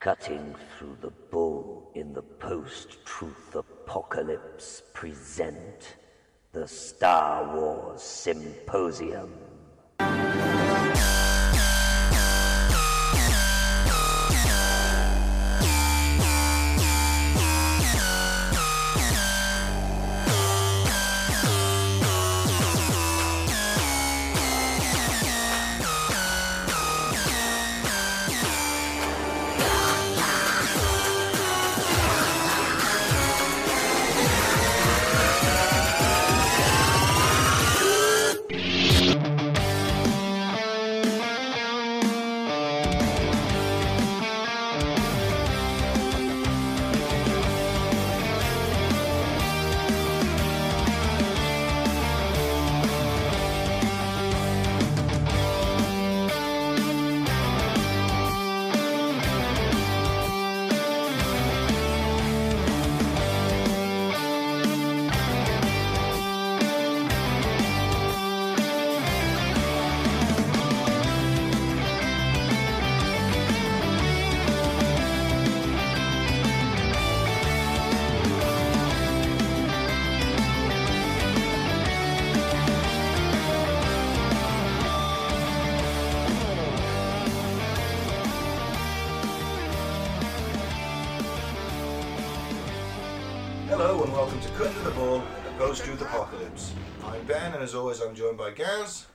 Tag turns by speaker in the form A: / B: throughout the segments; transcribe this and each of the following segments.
A: Cutting through the bull in the post truth apocalypse present the Star Wars Symposium.
B: Hello and welcome to Cutting the Ball and the Ghost Through the Apocalypse. I'm Ben and as always I'm joined by Gaz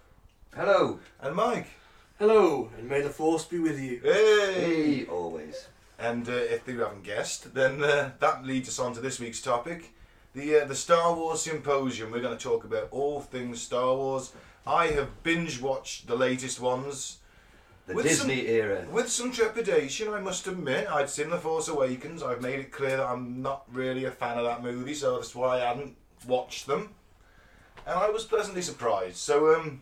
A: Hello.
B: and Mike.
C: Hello, and may the force be with you.
B: Hey!
A: Hey, always.
B: And uh, if you haven't guessed, then uh, that leads us on to this week's topic, the uh, the Star Wars Symposium. We're going to talk about all things Star Wars. I have binge watched the latest ones
A: The
B: With some-
A: Disney era.
B: With some trepidation, I must admit, I'd seen The Force Awakens. I've made it clear that I'm not really a fan of that movie, so that's why I hadn't watched them. And I was pleasantly surprised. So, um,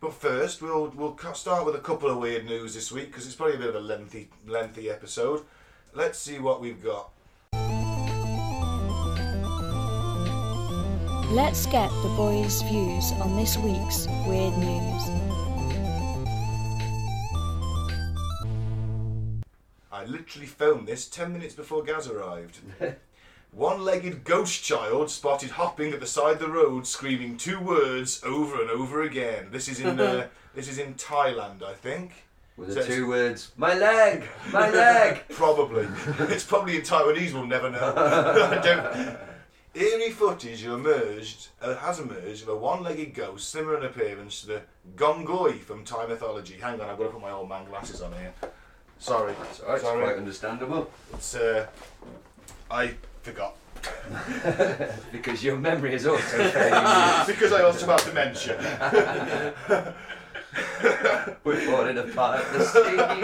B: but first, we'll we'll cu- start with a couple of weird news this week because it's probably a bit of a lengthy lengthy episode. Let's see what we've got.
D: Let's get the boys' views on this week's weird news.
B: I literally filmed this 10 minutes before Gaz arrived. One legged ghost child spotted hopping at the side of the road, screaming two words over and over again. This is in, uh, this is in Thailand, I think.
A: With
B: So
A: the
B: it's-
A: two words, my leg, my leg.
B: Probably. it's probably in Taiwanese, we'll never know. I don't- Eerie footage emerged, uh, has emerged of a one legged ghost similar in appearance to the Gongoi from Thai mythology. Hang on, I've got to put my old man glasses on here. Sorry.
A: Sorry, Oh, it's quite understandable
B: It's, uh, I forgot.
A: because your memory is also failing
B: because I also have dementia.
A: you. We're falling apart. The stadium.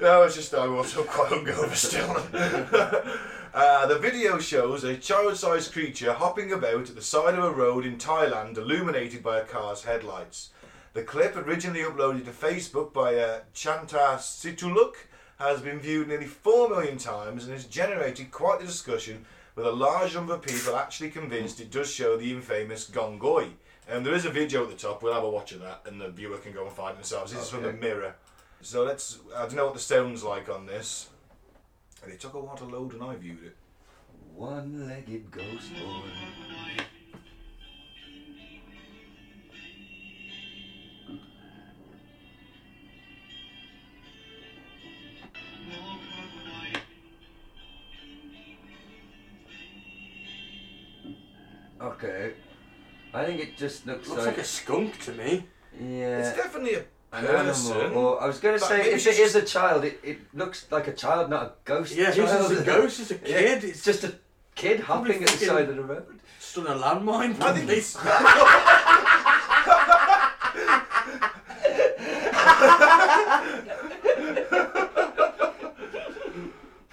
B: No, it's just I'm also quite hungover still. uh, the video shows a child-sized creature hopping about at the side of a road in Thailand, illuminated by a car's headlights. The clip, originally uploaded to Facebook by uh, Chanta Situluk, has been viewed nearly four million times and has generated quite the discussion, with a large number of people actually convinced it does show the infamous Gongoi. And there is a video at the top. We'll have a watch of that, and the viewer can go and find it themselves. This is from the Mirror. So let's. I don't know what the sound's like on this. And it took a while to load, and I viewed it.
A: One-legged ghost boy. Okay. I think it just looks,
C: Looks like a skunk to me.
A: yeah.
B: It's definitely a
A: An animal.
B: person.
A: Or I was going to
B: But
A: say,
B: maybe
A: if it
B: she's
A: is a child, it, it looks like a child, not a ghost.
C: Yeah, his
A: child.
C: is a ghost, it's a
A: Yeah,
C: kid,
A: It's just a kid hopping at the
C: fucking-
A: side of the road.
C: It's done a landmine.
B: I think
C: probably.
B: it's.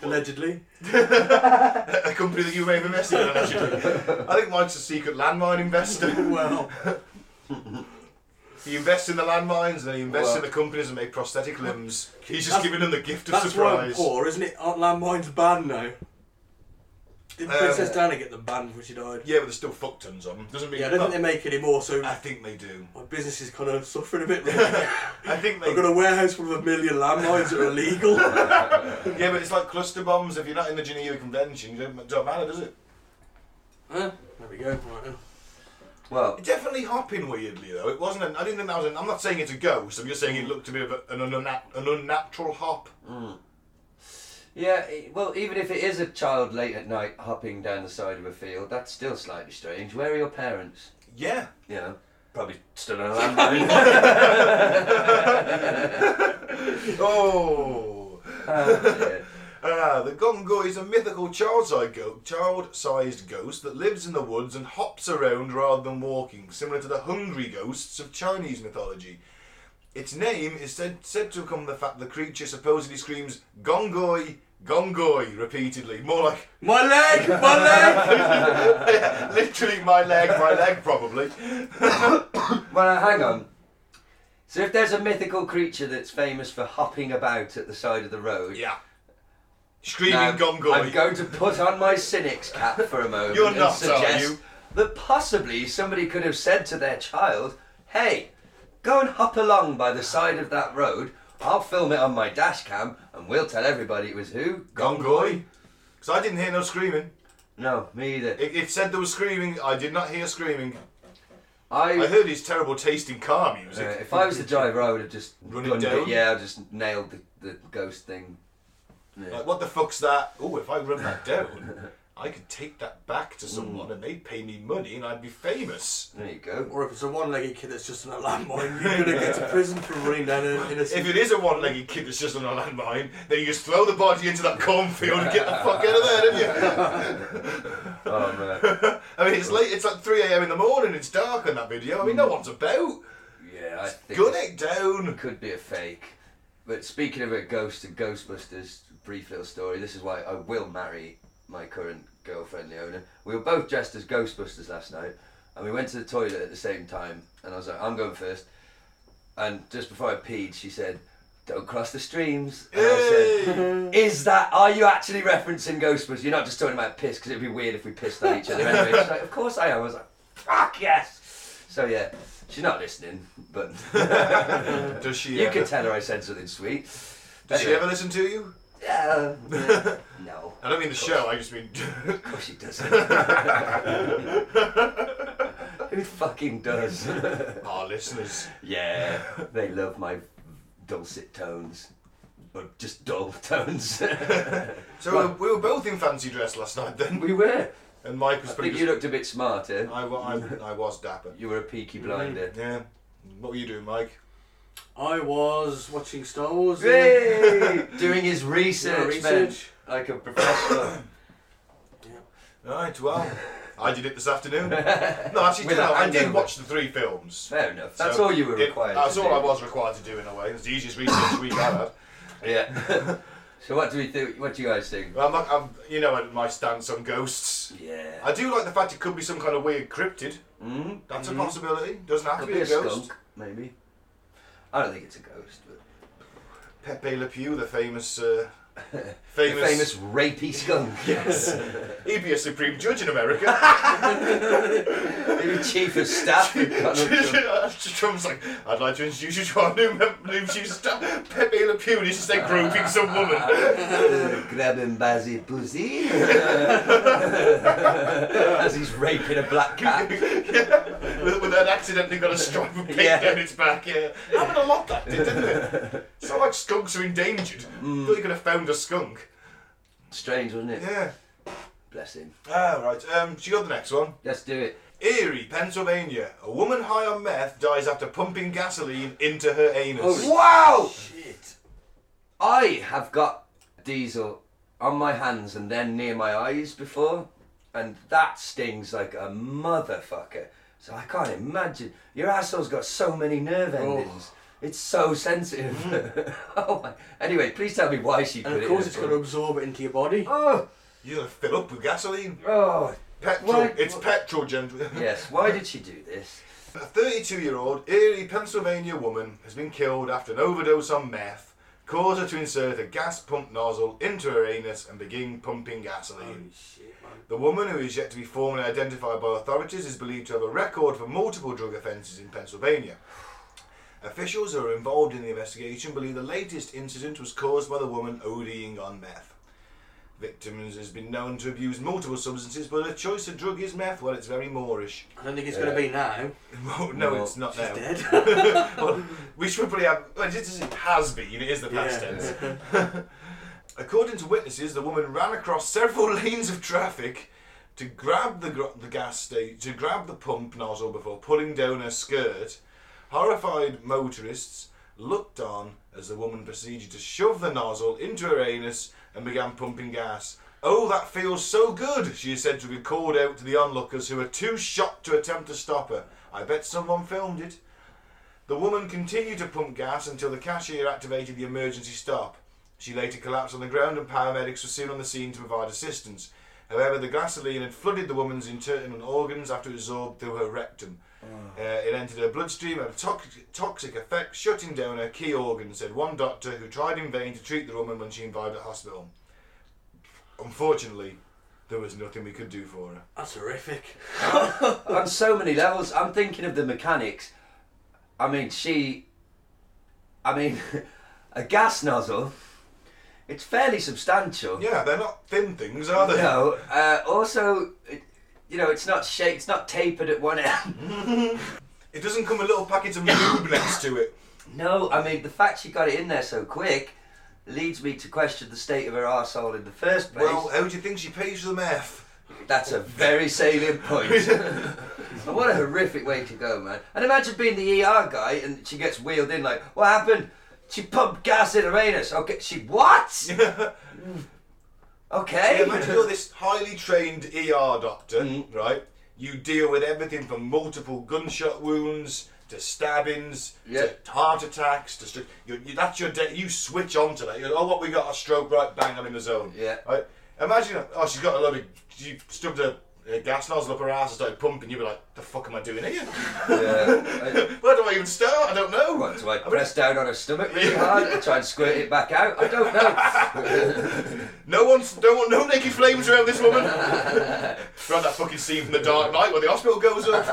C: allegedly.
B: a company that you may have invested in, actually. I think mine's a secret landmine investor.
C: Well,
B: He invests in the landmines, and then he invests in
A: Well-
B: the companies that make prosthetic limbs. He's just
C: That's-
B: giving them the gift of
C: that's why I'm
B: surprise.
C: poor, isn't it? Aren't landmines banned now? Didn't
B: Um,
C: Princess Diana get them banned when she died?
B: Yeah, but there's still fuck tons of them. Doesn't mean.
C: Yeah, I don't think they make any more, so
B: I think they do.
C: my business is kind of suffering a bit. really.
B: I think they.
C: I've got a warehouse full of a million landmines that are illegal.
B: Yeah, but it's like cluster bombs. If you're not in the Geneva Convention, it don't, don't matter, does it?
C: Huh? there we go. Right.
E: Well,
B: Definitely hopping weirdly though. It wasn't. An, I didn't think that was. An, I'm not saying it's a ghost. I'm just saying it looked a bit of a, an, unna- an unnatural hop.
E: yeah, e- well, even if it is a child late at night hopping down the side of a field, that's still slightly strange. Where are your parents?
B: Yeah.
E: You know, probably stood on a landmine.
B: Oh.
E: Oh, dear.
B: Ah, the Gongo is a mythical child-sized ghost, child-sized ghost that lives in the woods and hops around rather than walking, similar to the hungry ghosts of Chinese mythology. Its name is said, said to come from the fact the creature supposedly screams "Gongoi, Gongoi" repeatedly, more like
C: My leg! My leg!
B: Yeah, literally my leg, my leg, probably.
E: Well, now, hang on. So, if there's a mythical creature that's famous for hopping about at the side of the road,
B: Yeah. Screaming
E: now, I'm
B: Gongoi.
E: going to put on my cynic's cap for a moment
B: You're
E: and
B: not, are
E: suggest
B: you?
E: that possibly somebody could have said to their child, "Hey, go and hop along by the side of that road. I'll film it on my dash cam, and we'll tell everybody it was who."
B: Gongoi. Because I didn't hear no screaming.
E: No, me either.
B: It, it said there was screaming. I did not hear screaming. I
E: I
B: heard his terrible taste in car
E: Uh,
B: music.
E: if I was the driver, I would have just
B: Run it
E: gunned
B: down?
E: Yeah, I just nailed the, the ghost thing.
B: Like, what the fuck's that? Oh, if I run that down, I could take that back to
E: Mm.
B: someone and they'd pay me money and I'd be famous.
E: There you go.
C: Or if it's a one-legged kid that's just in a landmine, you're gonna get to prison for running down an
B: If
C: innocent.
B: it is a one legged kid that's just on a landmine, then you just throw the body into that cornfield and get the fuck out of there, don't you?
E: Oh man.
B: I mean, it's late, it's like 3 am in the morning, it's dark on that video. I mean,
E: Mm.
B: no one's about.
E: Yeah, I think
B: Gun
E: it
B: it down.
E: could be a fake. But speaking of a ghost and Ghostbusters, brief little story. This is why I will marry my current girlfriend Leona. We were both dressed as Ghostbusters last night, and we went to the toilet at the same time. And I was like, "I'm going first. And just before I peed, she said, "Don't cross the streams." And I said,
B: Hey!
E: Is that are you actually referencing Ghostbusters? You're not just talking about piss because it'd be weird if we pissed on each other. Anyway, she's like, of course I am. I was like, fuck yes. So yeah, she's not listening, but
B: Does she
E: you
B: ever,
E: can tell her I said something sweet.
B: Does she
E: Anyway.
B: ever listen to you?
E: Yeah, yeah. no,
B: I don't mean the show, I just mean.
E: of course she doesn't. Who fucking does?
B: Our listeners.
E: yeah, they love my dulcet tones, or just dull tones.
B: So uh, we were both in fancy dress last night then.
E: we were.
B: And Mike was
E: I
B: pretty.
E: think you looked a bit smarter.
B: I, Mm-hmm. wa- I, I was dapper.
E: You were a peaky blinder.
B: Yeah. What were you doing, Mike?
C: I was watching Star Wars. and-
E: Yay! Doing his research,
C: Yeah, research.
E: man. Like a professional.
B: Right, well, I did it this afternoon. No, actually,
E: With
B: no,
E: a
B: I did
E: hangover.
B: watch the three films.
E: Fair enough. That's
B: So
E: all you were
B: it-
E: required
B: That's
E: to
B: all
E: do.
B: I was required to do in a way. It's the easiest research week I've had.
E: Yeah. so what do we think? What do you guys think?
B: Well, I'm, not- I'm, you know my stance on ghosts.
E: Yeah.
B: I do like the fact it could be some kind of weird cryptid.
E: Mm?
B: That's a possibility. Doesn't have
E: Could
B: to
E: be a
B: ghost.
E: skunk, maybe. I don't think it's a ghost, but
B: Pepe Le Pew, the famous, uh,
E: the
B: famous,
E: famous rapey skunk.
B: Yes, he'd be a supreme judge in America.
E: Maybe chief of staff. of Donald Trump.
B: Trump's like, I'd like to introduce you to our new mem- new chief of staff, Pepe Le Pew, and he's just there groping some woman.
E: Grab him by the pussy. As he's raping a black cat.
B: with, with an accidentally got a stripe of paint
E: Yeah.
B: down its back. Yeah, happened a lot that did, didn't it? It's not like skunks are endangered.
E: Mm.
B: Thought you could have found a skunk.
E: Strange, wasn't it?
B: Yeah.
E: Bless him.
B: Ah, right. Um, she got the next one.
E: Let's do it.
B: Erie, Pennsylvania. A woman high on meth dies after pumping gasoline into her anus.
E: Wow!
C: Shit.
E: I have got diesel on my hands and then near my eyes before, and that stings like a motherfucker. So I can't imagine. Your asshole's got so many nerve
C: Oh.
E: endings. It's so sensitive. oh my. Anyway, please tell me why she put
C: Mm. And of
E: it
C: course,
E: in
C: it's
E: a
C: going to
E: book.
C: absorb it into your body.
E: Oh,
B: You're gonna fill up with gasoline.
E: oh.
B: Petrol.
E: Why-
B: It's petrol, gentlemen.
E: Yes, why did she do this?
B: A 32 year old Erie, Pennsylvania woman has been killed after an overdose on meth cause her to insert a gas pump nozzle into her anus and begin pumping gasoline.
C: Holy shit, man.
B: The woman, who is yet to be formally identified by authorities, is believed to have a record for multiple drug offences in Pennsylvania. Officials who are involved in the investigation believe the latest incident was caused by the woman ODing on meth. Victims has been known to abuse multiple substances, but her choice of drug is meth. Well, it's very Moorish.
C: I don't think it's
E: Yeah.
C: going to be now.
B: no,
E: Well,
B: it's not
C: She's
B: now.
C: dead.
B: well, we should probably have. Well, it is- it has been. It is the past
C: Yeah.
B: tense. According to witnesses, the woman ran across several lanes of traffic to grab the, gr- the gas station, to grab the pump nozzle before pulling down her skirt. Horrified motorists looked on as the woman proceeded to shove the nozzle into her anus and began pumping gas. Oh, that feels so good, she is said to have called out to the onlookers who were too shocked to attempt to stop her. I bet someone filmed it. The woman continued to pump gas until the cashier activated the emergency stop. She later collapsed on the ground and paramedics were soon on the scene to provide assistance. However, the gasoline had flooded the woman's internal organs after it absorbed through her rectum. Uh, it entered her bloodstream and had a toxic, toxic effect, shutting down her key organ, said one doctor who tried in vain to treat the woman when she arrived at hospital. Unfortunately, there was nothing we could do for her.
C: That's horrific.
E: on so many levels. I'm thinking of the mechanics. I mean, she. I mean, a gas nozzle. It's fairly substantial.
B: Yeah, they're not thin things, are they?
E: No. Uh, also, it, you know, it's not shaped. It's not tapered at one end.
B: It doesn't come with little packets of lube next to it.
E: no. I mean, the fact she got it in there so quick leads me to question the state of her arsehole in the first place.
B: Well, uh, how do you think she pays for the meth?
E: That's a very salient point. And what a horrific way to go, man. And imagine being the ER guy and she gets wheeled in like, what happened? She pumped gas in her anus. Okay, she what? okay.
B: Imagine you're this highly trained ER doctor,
E: Mm.
B: right? You deal with everything from multiple gunshot wounds to stabbings
E: Yeah.
B: to heart attacks to stroke. You, you, that's your day. You switch on to that. You're, oh, what we got a stroke right bang. I'm in the zone.
E: Yeah.
B: Right. Imagine. Oh, she's got a load of. She stubbed a, a gas nozzle up her ass and started pumping. You'd be like, the fuck am I doing here?
E: Yeah.
B: Where do I even start? I don't know.
E: What, do I press down on her stomach really hard and try and squirt it back out? I don't know.
B: No one's don't want no naked flames around this woman. Around that fucking scene from The Dark Knight where the hospital goes up.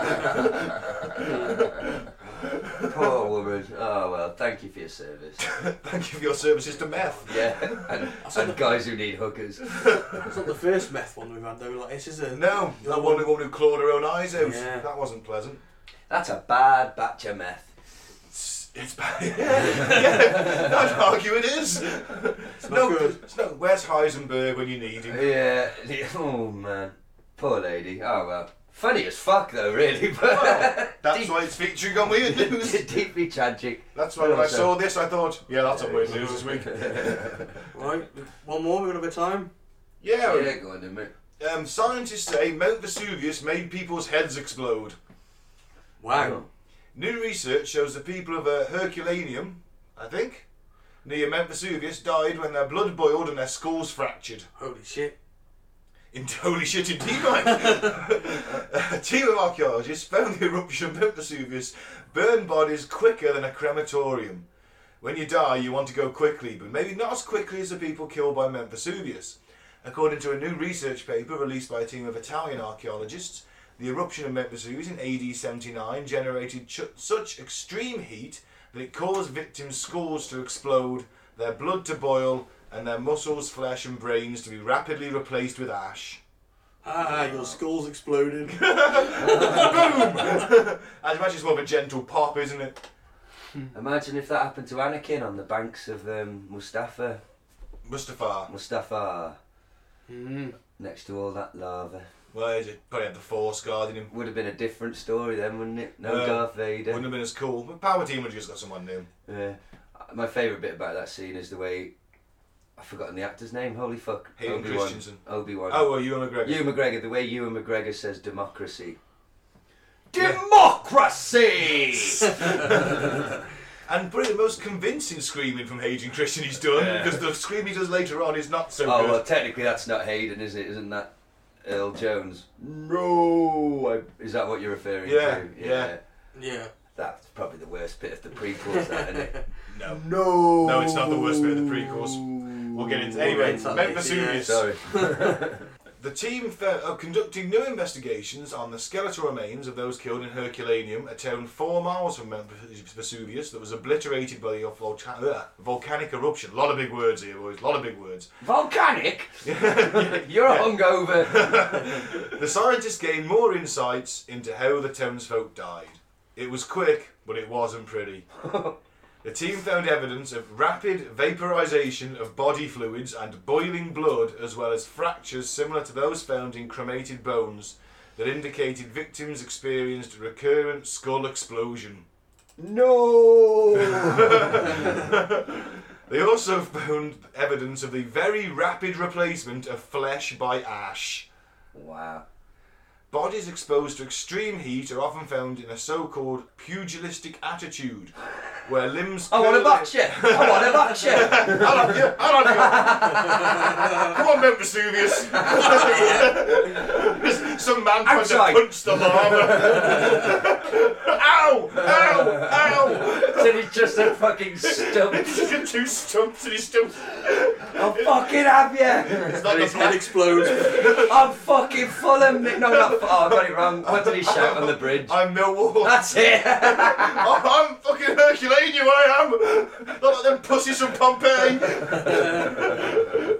E: Poor woman. Oh, well, thank you for your service.
B: Thank you for your services to meth.
E: Yeah, and, and guys who need hookers.
C: That's not the first meth one we've had though. Like this is a
B: No, that one the woman who clawed her own eyes out.
C: Yeah.
B: That wasn't pleasant.
E: That's a bad batch of meth.
B: It's, it's bad. yeah, I'd argue it is. It's
C: not good.
B: It's no, where's Heisenberg when you need him?
E: Yeah. the- Oh man. Poor lady. Oh well. Funny as fuck though, really. But
B: That's
E: deep-
B: why it's featuring on Weird News.
E: deeply tragic.
B: That's why when I saw this, I thought, yeah, that's on Weird News this week.
C: Right, one more. We've got a bit of time.
E: Yeah,
B: Yeah,
E: go on, then, mate.
B: um, scientists say Mount Vesuvius made people's heads explode.
C: Wow.
B: New research shows the people of uh, Herculaneum, I think, near Mount Vesuvius, died when their blood boiled and their skulls fractured.
C: Holy shit.
B: In holy shit, indeed, Mike! a team of archaeologists found the eruption of Mount Vesuvius burn bodies quicker than a crematorium. When you die, you want to go quickly, but maybe not as quickly as the people killed by Mount Vesuvius. According to a new research paper released by a team of Italian archaeologists, the eruption of Mount Vesuvius in AD 79 generated ch- such extreme heat that it caused victims' skulls to explode, their blood to boil, and their muscles, flesh, and brains to be rapidly replaced with ash.
C: Ah, your skull's exploded.
B: I'd imagine it's more of a gentle pop, isn't it?
E: Imagine if that happened to Anakin on the banks of um, Mustafa.
B: Mustafar.
E: Mustafa.
B: Hmm.
C: Mm.
E: Next to all that lava.
B: Well, he's probably had the Force guarding him.
E: Would have been a different story then, wouldn't it? No
B: Well,
E: Darth Vader.
B: Wouldn't have been as cool. But Power Team would have just got someone new.
E: Yeah. Uh, My favourite bit about that scene is the way. I've forgotten the actor's name, holy fuck.
B: Hayden
E: Obi-Wan.
B: Christensen.
E: Obi-Wan.
B: Oh, well, Ewan McGregor.
E: Ewan McGregor, the way Ewan McGregor says democracy. Democracy!
B: And probably the most convincing screaming from Hayden Christian he's done,
E: Yeah.
B: because the scream he does later on is not so
E: oh,
B: good.
E: well, technically that's not Hayden, is it? Isn't that Earl Jones? No! I, is that what you're referring
B: Yeah,
E: to?
B: yeah.
C: Yeah.
E: That's probably the worst bit of the prequel, is that, isn't it?
B: No.
C: No.
B: No, it's not the worst bit of the prequels. We'll get into anyway.
C: into that
B: Mount
C: later,
B: Vesuvius.
E: Sorry.
B: The team f- uh, are conducting new investigations on the skeletal remains of those killed in Herculaneum, a town four miles from Mount Ves- Vesuvius that was obliterated by the volca- uh, volcanic eruption. A lot of big words here, boys. A lot of big words.
E: Volcanic? You're a hungover.
B: The scientists gained more insights into how the townsfolk died. It was quick, but it wasn't pretty. the team found evidence of rapid vaporization of body fluids and boiling blood, as well as fractures similar to those found in cremated bones that indicated victims experienced recurrent skull explosion.
E: No!
B: They also found evidence of the very rapid replacement of flesh by ash.
E: wow.
B: Bodies exposed to extreme heat are often found in a so-called pugilistic attitude, where limbs.
E: I want a
B: curl-
E: matcha! I want a matcha!
B: I'll have you. I'll have you. Come on, Mount Vesuvius. Some man trying to
E: Outside.
B: punch the lava. ow! Ow! Ow!
E: Said he's just a fucking stump.
B: He's two stumps and he's stumped.
E: I'll fucking have you!
B: Not the
C: His head explodes.
E: I'm fucking full of mi- No, not full. Oh, I got it wrong. What did he shout on the bridge?
B: I'm Millwall.
E: That's it!
B: I'm fucking Herculaneum, I am. Not like them pussies from Pompeii.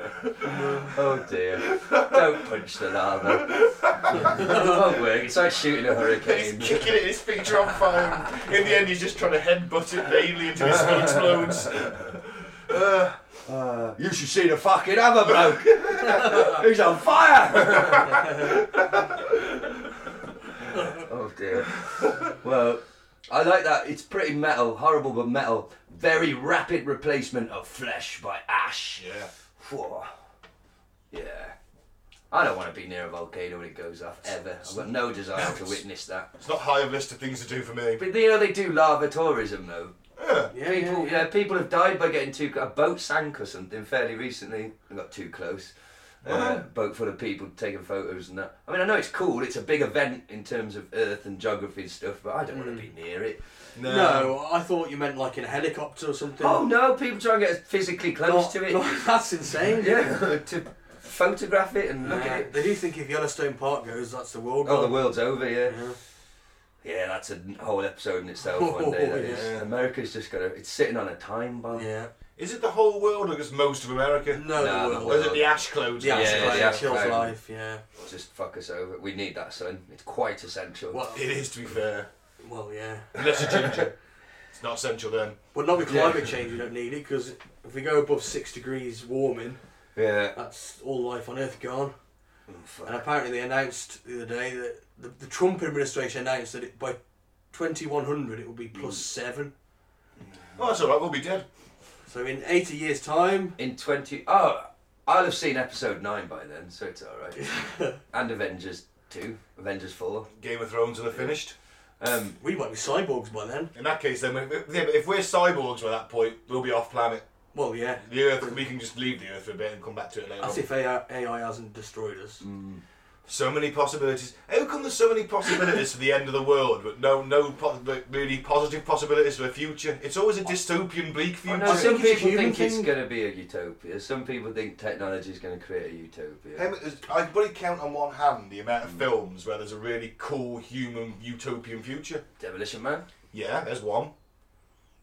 E: Oh dear. Don't punch the lava. it won't work. It's like shooting a
B: He's
E: hurricane.
B: kicking it, his feet are on fire. In the end, he's just trying to headbutt it mainly until his skull explodes. Uh,
E: You should see the fucking other bloke. He's on fire. oh dear. Well, I like that. It's pretty metal, horrible but metal. Very rapid replacement of flesh by ash.
B: yeah.
E: Whoa. Yeah. I don't want to be near a volcano when it goes off ever. I've got no desire to witness that.
B: It's not high of list of things to do for me.
E: But you know they do lava tourism though.
C: Yeah,
E: People, yeah, people have died by getting too. A boat sank or something fairly recently. I got too close. Uh, boat full of people taking photos and that. I mean, I know it's cool. It's a big event in terms of Earth and geography and stuff, but I don't
C: Hmm.
E: want to be near it.
C: No, I thought you meant like in a helicopter or something.
E: Oh no! People try and get physically close
C: Not-
E: to it.
C: not- that's insane.
E: yeah, to photograph it and
C: Nah,
E: look at it.
C: They do think if Yellowstone Park goes, that's the world.
E: Oh, the
C: gone.
E: world's over. Yeah.
C: Yeah.
E: Yeah, that's a whole episode in itself. One day, that is.
C: Yeah.
E: America's just got to. It's sitting on a time bomb.
C: Yeah.
B: Is it the whole world or just most of America?
C: No,
E: Nah,
C: the
E: the
B: Or
C: world.
B: is it the ash clouds?
C: The
E: Yeah,
C: ash
E: yeah,
C: cloud
E: the ash
C: kills
E: cloud.
C: life. Yeah.
E: Just fuck us over. We need that, son. It's quite essential.
C: Well,
B: It is, to be fair.
C: well, yeah.
B: Unless you're ginger. it's not essential then.
C: But not with
E: Yeah.
C: climate change, we don't need it because if we go above six degrees warming,
E: Yeah.
C: that's all life on Earth gone.
E: Mm, fuck.
C: And apparently, they announced the other day that the, the Trump administration announced that it, by 2100 it will be plus
E: Mm.
C: seven.
B: Oh, that's alright, we'll be dead.
C: So in 80 years' time,
E: In 20. Oh, I'll have seen episode 9 by then, so it's alright. and Avengers 2, Avengers 4.
B: Game of Thrones are the finished.
E: Um,
C: we might be cyborgs by then.
B: In that case, then, if, if- yeah, but if we're cyborgs by that point, we'll be off planet.
C: Well, yeah.
B: The Earth, we can just leave the Earth for a bit and come back to it later.
C: That's
B: on.
C: if AI, AI hasn't destroyed us.
E: Mm.
B: So many possibilities. How come there's so many possibilities for the end of the world, but no, no, po- like, really positive possibilities for the future? It's always a dystopian, bleak
E: I
B: future.
E: know some
C: think it's a
E: people
C: human
E: think it's
C: thing.
E: going to be a utopia. Some people think technology is going to create a utopia.
B: How many- I could probably count on one hand the amount of films where there's a really cool human utopian future.
E: Demolition Man?
B: Yeah, there's one.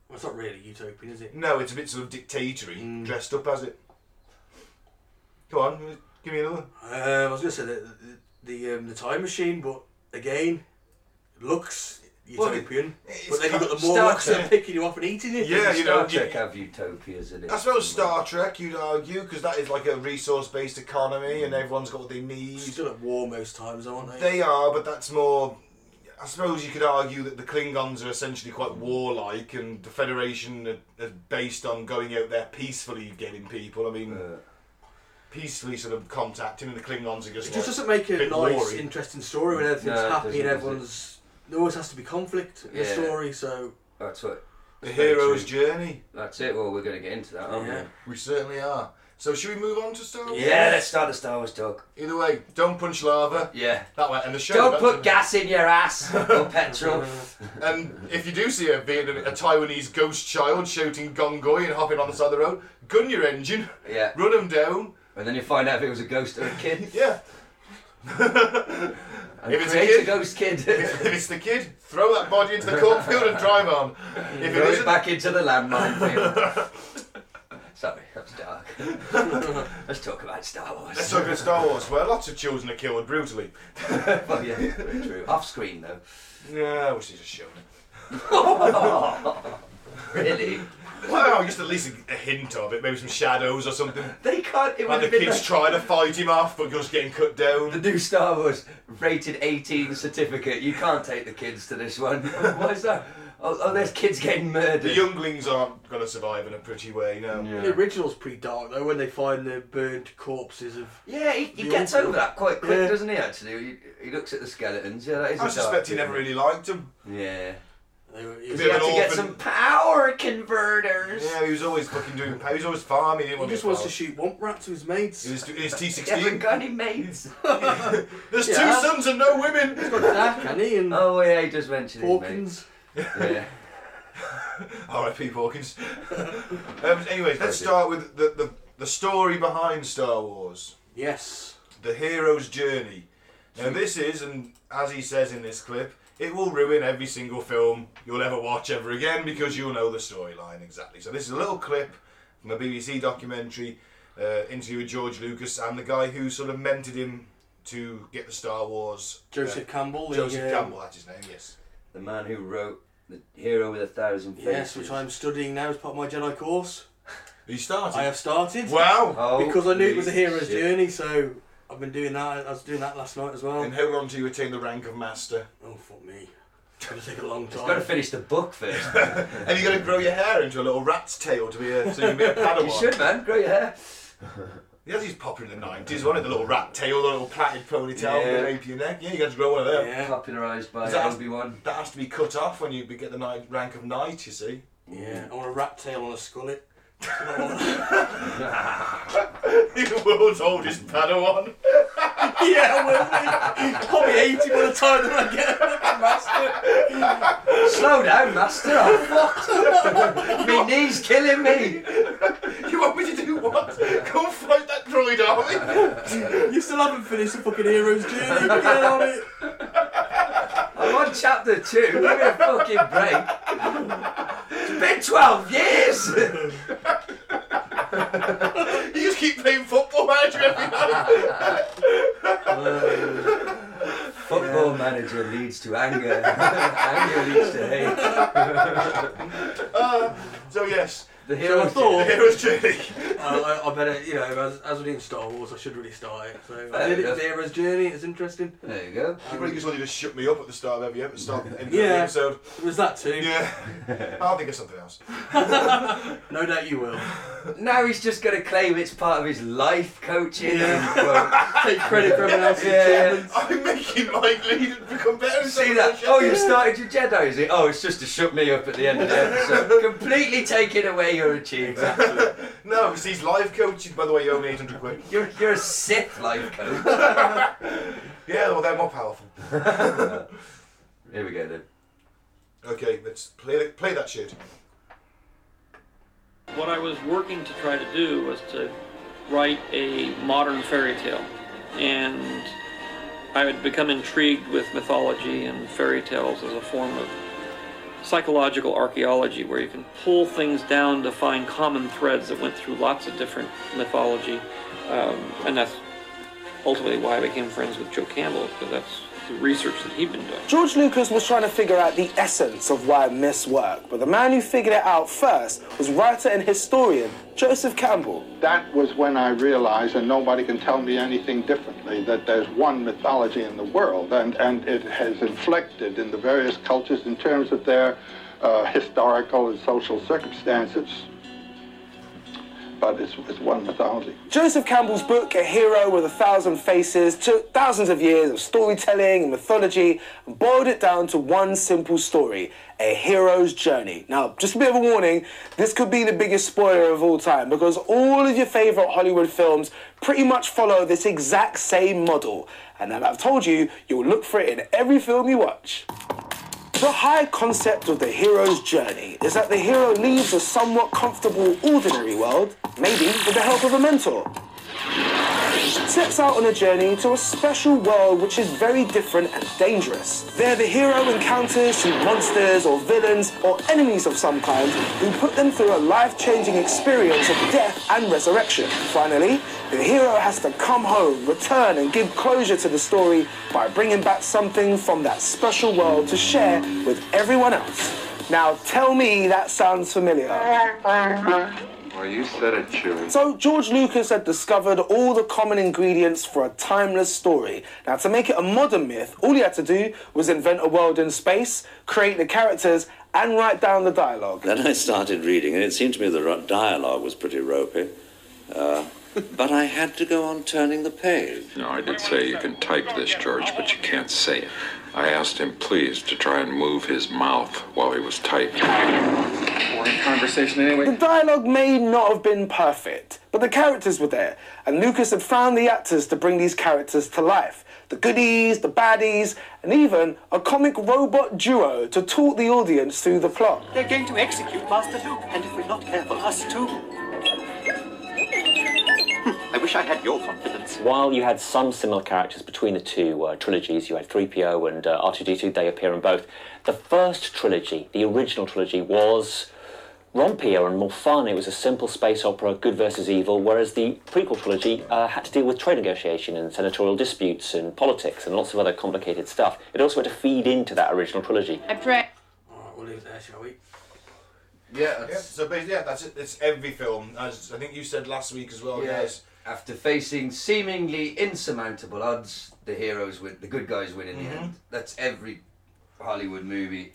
C: Well, it's not really utopian, is it?
B: No, it's a bit sort of dictatory, dressed up as it. Come on, give me another.
C: Uh, I was going to say the the, the, um, the time machine, but again, looks
B: Well,
C: utopian.
B: it's
C: but then you've got the
B: Star
C: Morlocks that
B: Trek.
C: are picking you up and eating you.
B: Yeah, you know,
E: Star Trek
B: you-
E: have utopias in it.
B: I suppose Star Trek, you'd argue, because that is like a resource-based economy, and everyone's got what they need.
C: Still at war most times, aren't they?
B: They are, but that's more. I suppose you could argue that the Klingons are essentially quite warlike, and the Federation are, are based on going out there peacefully getting people. I mean,
E: Uh,
B: peacefully sort of contacting, and the Klingons are just.
C: It
B: like-
C: just doesn't make a
B: Bit
C: nice,
B: warring.
C: interesting story when everything's
E: No, it
C: happy
E: doesn't,
C: and
E: does it?
C: everyone's. There always has to be conflict in the
E: Yeah.
C: story, so
E: that's what.
B: the
E: Very
B: hero's
E: true.
B: journey.
E: That's it. Well, we're going to get into that, aren't
C: Yeah.
B: We certainly are. So should we move on to Star Wars?
E: Yeah, let's start the Star Wars talk.
B: Either way, don't punch lava.
E: Yeah.
B: That way, and the show.
E: Don't
B: that's
E: put
B: it.
E: gas in your ass or petrol.
B: And if you do see a Vietnam, a Taiwanese ghost child shouting gongoi and hopping on the side of the road, gun your engine,
E: Yeah.
B: run them down.
E: And then you find out if it was a ghost or a kid.
B: Yeah.
E: And
B: If it's a
E: create
B: kid-
E: ghost kid.
B: If it's the kid, throw that body into the cornfield and drive on. If it
E: Throw it
B: isn't,
E: back into the landmine field. Sorry, that was dark. Let's talk about Star Wars.
B: let's talk about Star Wars, where lots of children are killed brutally.
E: well, Oh, yeah, very true. Off screen though.
B: Yeah, I wish they just showed it.
E: Really?
B: Well, just at least a, a hint of it, maybe some shadows or something.
E: They can't. It would
B: Like the
E: have been
B: kids
E: like
B: trying to fight him off, but just getting cut down.
E: the new Star Wars rated 18 certificate. You can't take the kids to this one. Why is that? Oh, oh there's kids getting murdered.
B: The younglings aren't going to survive in a pretty way, no.
C: The original's pretty dark though when they find the burnt corpses of.
E: Yeah, he, he
C: The
E: gets
C: old-
E: over that quite quick,
C: Yeah.
E: doesn't he? Actually, he, he looks at the skeletons. Yeah, that is.
B: I
E: a dark
B: suspect he
E: thing.
B: never really liked him.
E: Yeah.
C: They were,
E: He
B: Bit of
E: had to
B: an
E: get
B: orphan.
E: some power converters.
B: Yeah, he was always fucking doing. He was always farming. He,
C: he
B: didn't
C: just
B: want
C: wants
B: to
C: to
B: be
C: shoot womp rat to his
B: a
C: mates.
B: farmer. He was his
E: He hasn't
B: T16.
E: got any mates.
B: There's
C: Yeah.
B: two sons and no women.
C: Dak, and he and
E: oh yeah, he does mention his
C: Hawkins.
E: mates. Yeah.
B: R.I.P. Hawkins. um, anyways, let's start with the, the the story behind Star Wars,
C: Yes.
B: the hero's journey.
C: Hmm.
B: Now this is, and as he says in this clip, it will ruin every single film you'll ever watch ever again because you'll know the storyline exactly. So this is a little clip from a BBC documentary uh, interview with George Lucas and the guy who sort of mentored him to get the Star Wars. uh,
C: Joseph Campbell. the,
B: Joseph
C: um,
B: Campbell, that's his name. Yes.
E: The man who wrote the hero with a thousand faces.
C: Yes, which I'm studying now as part of my Jedi course.
B: He started.
C: I have started.
B: wow.
E: Holy
C: because I knew it was a hero's
E: shit.
C: journey, so I've been doing that. I was doing that last night as well.
B: And how long do you attain the rank of master?
C: Oh fuck me, it's gonna take a long
E: He's got to
C: time.
E: finish the book first.
B: And you're gonna grow your hair into a little rat's tail to be a so you can be a padawan.
E: you should, man. Grow your hair.
B: Yeah, he's popular in the nineties, one of the little rat tail, the little plaited ponytail
E: Yeah.
B: yeah. around your neck. Yeah, you got to grow one of them.
C: Yeah,
E: Popularised by
B: Is that-
E: Obi Wan.
B: That has to be cut off when you be- get the knight, rank of knight. You see,
C: yeah. I want a rat tail on a skullet.
B: the world's oldest padawan.
C: yeah, I will. mate. Probably eighty by the time that I get a master.
E: Slow down, master. I'm fucked. My knee's killing me.
B: You want me to do what? Go fight that droid army.
C: You still haven't finished the fucking hero's journey. Get on it.
E: I'm on chapter two. Give me a fucking break. It's been 12 years.
B: You just keep playing football manager every night.
E: Um, Football manager leads to anger. anger leads to hate.
B: So yes,
E: The hero
C: I thought-
B: the hero's journey.
C: I, I, I better, you know, as, as we're doing Star Wars, I should really start it. So
E: Fair
C: I did it
E: enough.
C: with the hero's journey. It's interesting.
E: There you go.
B: You probably just wanted to shut me up at the start of every episode. Start at the end of
C: Yeah.
B: every episode.
C: It was that too.
B: Yeah, I'll think of something else.
C: No doubt you will.
E: Now he's just going to claim it's part of his life coaching. Yeah.
C: Take credit for everyone else's
E: Yeah, yeah.
C: achievements.
B: I'm making Mike lead and become better.
E: See that? Oh, you started your Jedi, is it? Oh, it's just to shut me up at the end of the episode. Completely taking away your achievement.
B: No, because he's live coaching. By the way, you owe me 800 quid.
E: You're, you're a Sith life coach.
B: Yeah, well, they're more powerful.
E: Here we go then.
B: Okay, let's play, play that shit.
F: What I was working to try to do was to write a modern fairy tale. And I had become intrigued with mythology and fairy tales as a form of psychological archaeology where you can pull things down to find common threads that went through lots of different mythology. Um, and that's ultimately why I became friends with Joe Campbell, because that's the research that he'd been doing.
G: George Lucas was trying to figure out the essence of why myths work, but the man who figured it out first was writer and historian Joseph Campbell.
H: that was when I realized, and nobody can tell me anything differently, that there's one mythology in the world, and, and it has inflected in the various cultures in terms of their uh, historical and social circumstances. but it's, it's one mythology.
G: Joseph Campbell's book, A Hero with a Thousand Faces, took thousands of years of storytelling and mythology and boiled it down to one simple story a hero's journey. Now, just a bit of a warning this could be the biggest spoiler of all time because all of your favourite Hollywood films pretty much follow this exact same model. And now that I've told you, you'll look for it in every film you watch. The high concept of the hero's journey is that the hero leaves a somewhat comfortable, ordinary world, maybe with the help of a mentor. Sets out on a journey to a special world which is very different and dangerous. There, the hero encounters some monsters or villains or enemies of some kind who put them through a life changing experience of death and resurrection. Finally, the hero has to come home, return, and give closure to the story by bringing back something from that special world to share with everyone else. Now, tell me that sounds familiar.
I: Well, you said it, Chewie.
G: So George Lucas had discovered all the common ingredients for a timeless story. Now to make it a modern myth, all he had to do was invent a world in space, create the characters, and write down the dialogue.
J: Then I started reading, and it seemed to me the ro- dialogue was pretty ropey. Uh, but I had to go on turning the page.
I: No, I did say you can type this, George, but you can't say it. I asked him, please, to try and move his mouth while he was typing.
K: Boring conversation anyway.
G: The dialogue may not have been perfect, but the characters were there, and Lucas had found the actors to bring these characters to life. The goodies, the baddies, and even a comic robot duo to talk the audience through the plot.
K: They're going to execute Master Luke, and if we're not careful, us too. I wish I had your confidence.
J: While you had some similar characters between the two uh, trilogies, you had 3PO and uh, R2D2, they appear in both. The first trilogy, the original trilogy, was rompier and more fun. It was a simple space opera, good versus evil, whereas the prequel trilogy uh, had to deal with trade negotiation and senatorial disputes and politics and lots of other complicated stuff. It also had to feed into that original trilogy.
L: I pray.
C: Alright, we'll leave it there, shall we?
E: Yeah,
B: Yeah,
E: that's,
B: so basically, yeah, that's it. It's every film, as I think you said last week as well.
E: yeah.
B: Yes.
E: After facing seemingly insurmountable odds, the heroes win. The good guys win in the end. That's every Hollywood movie.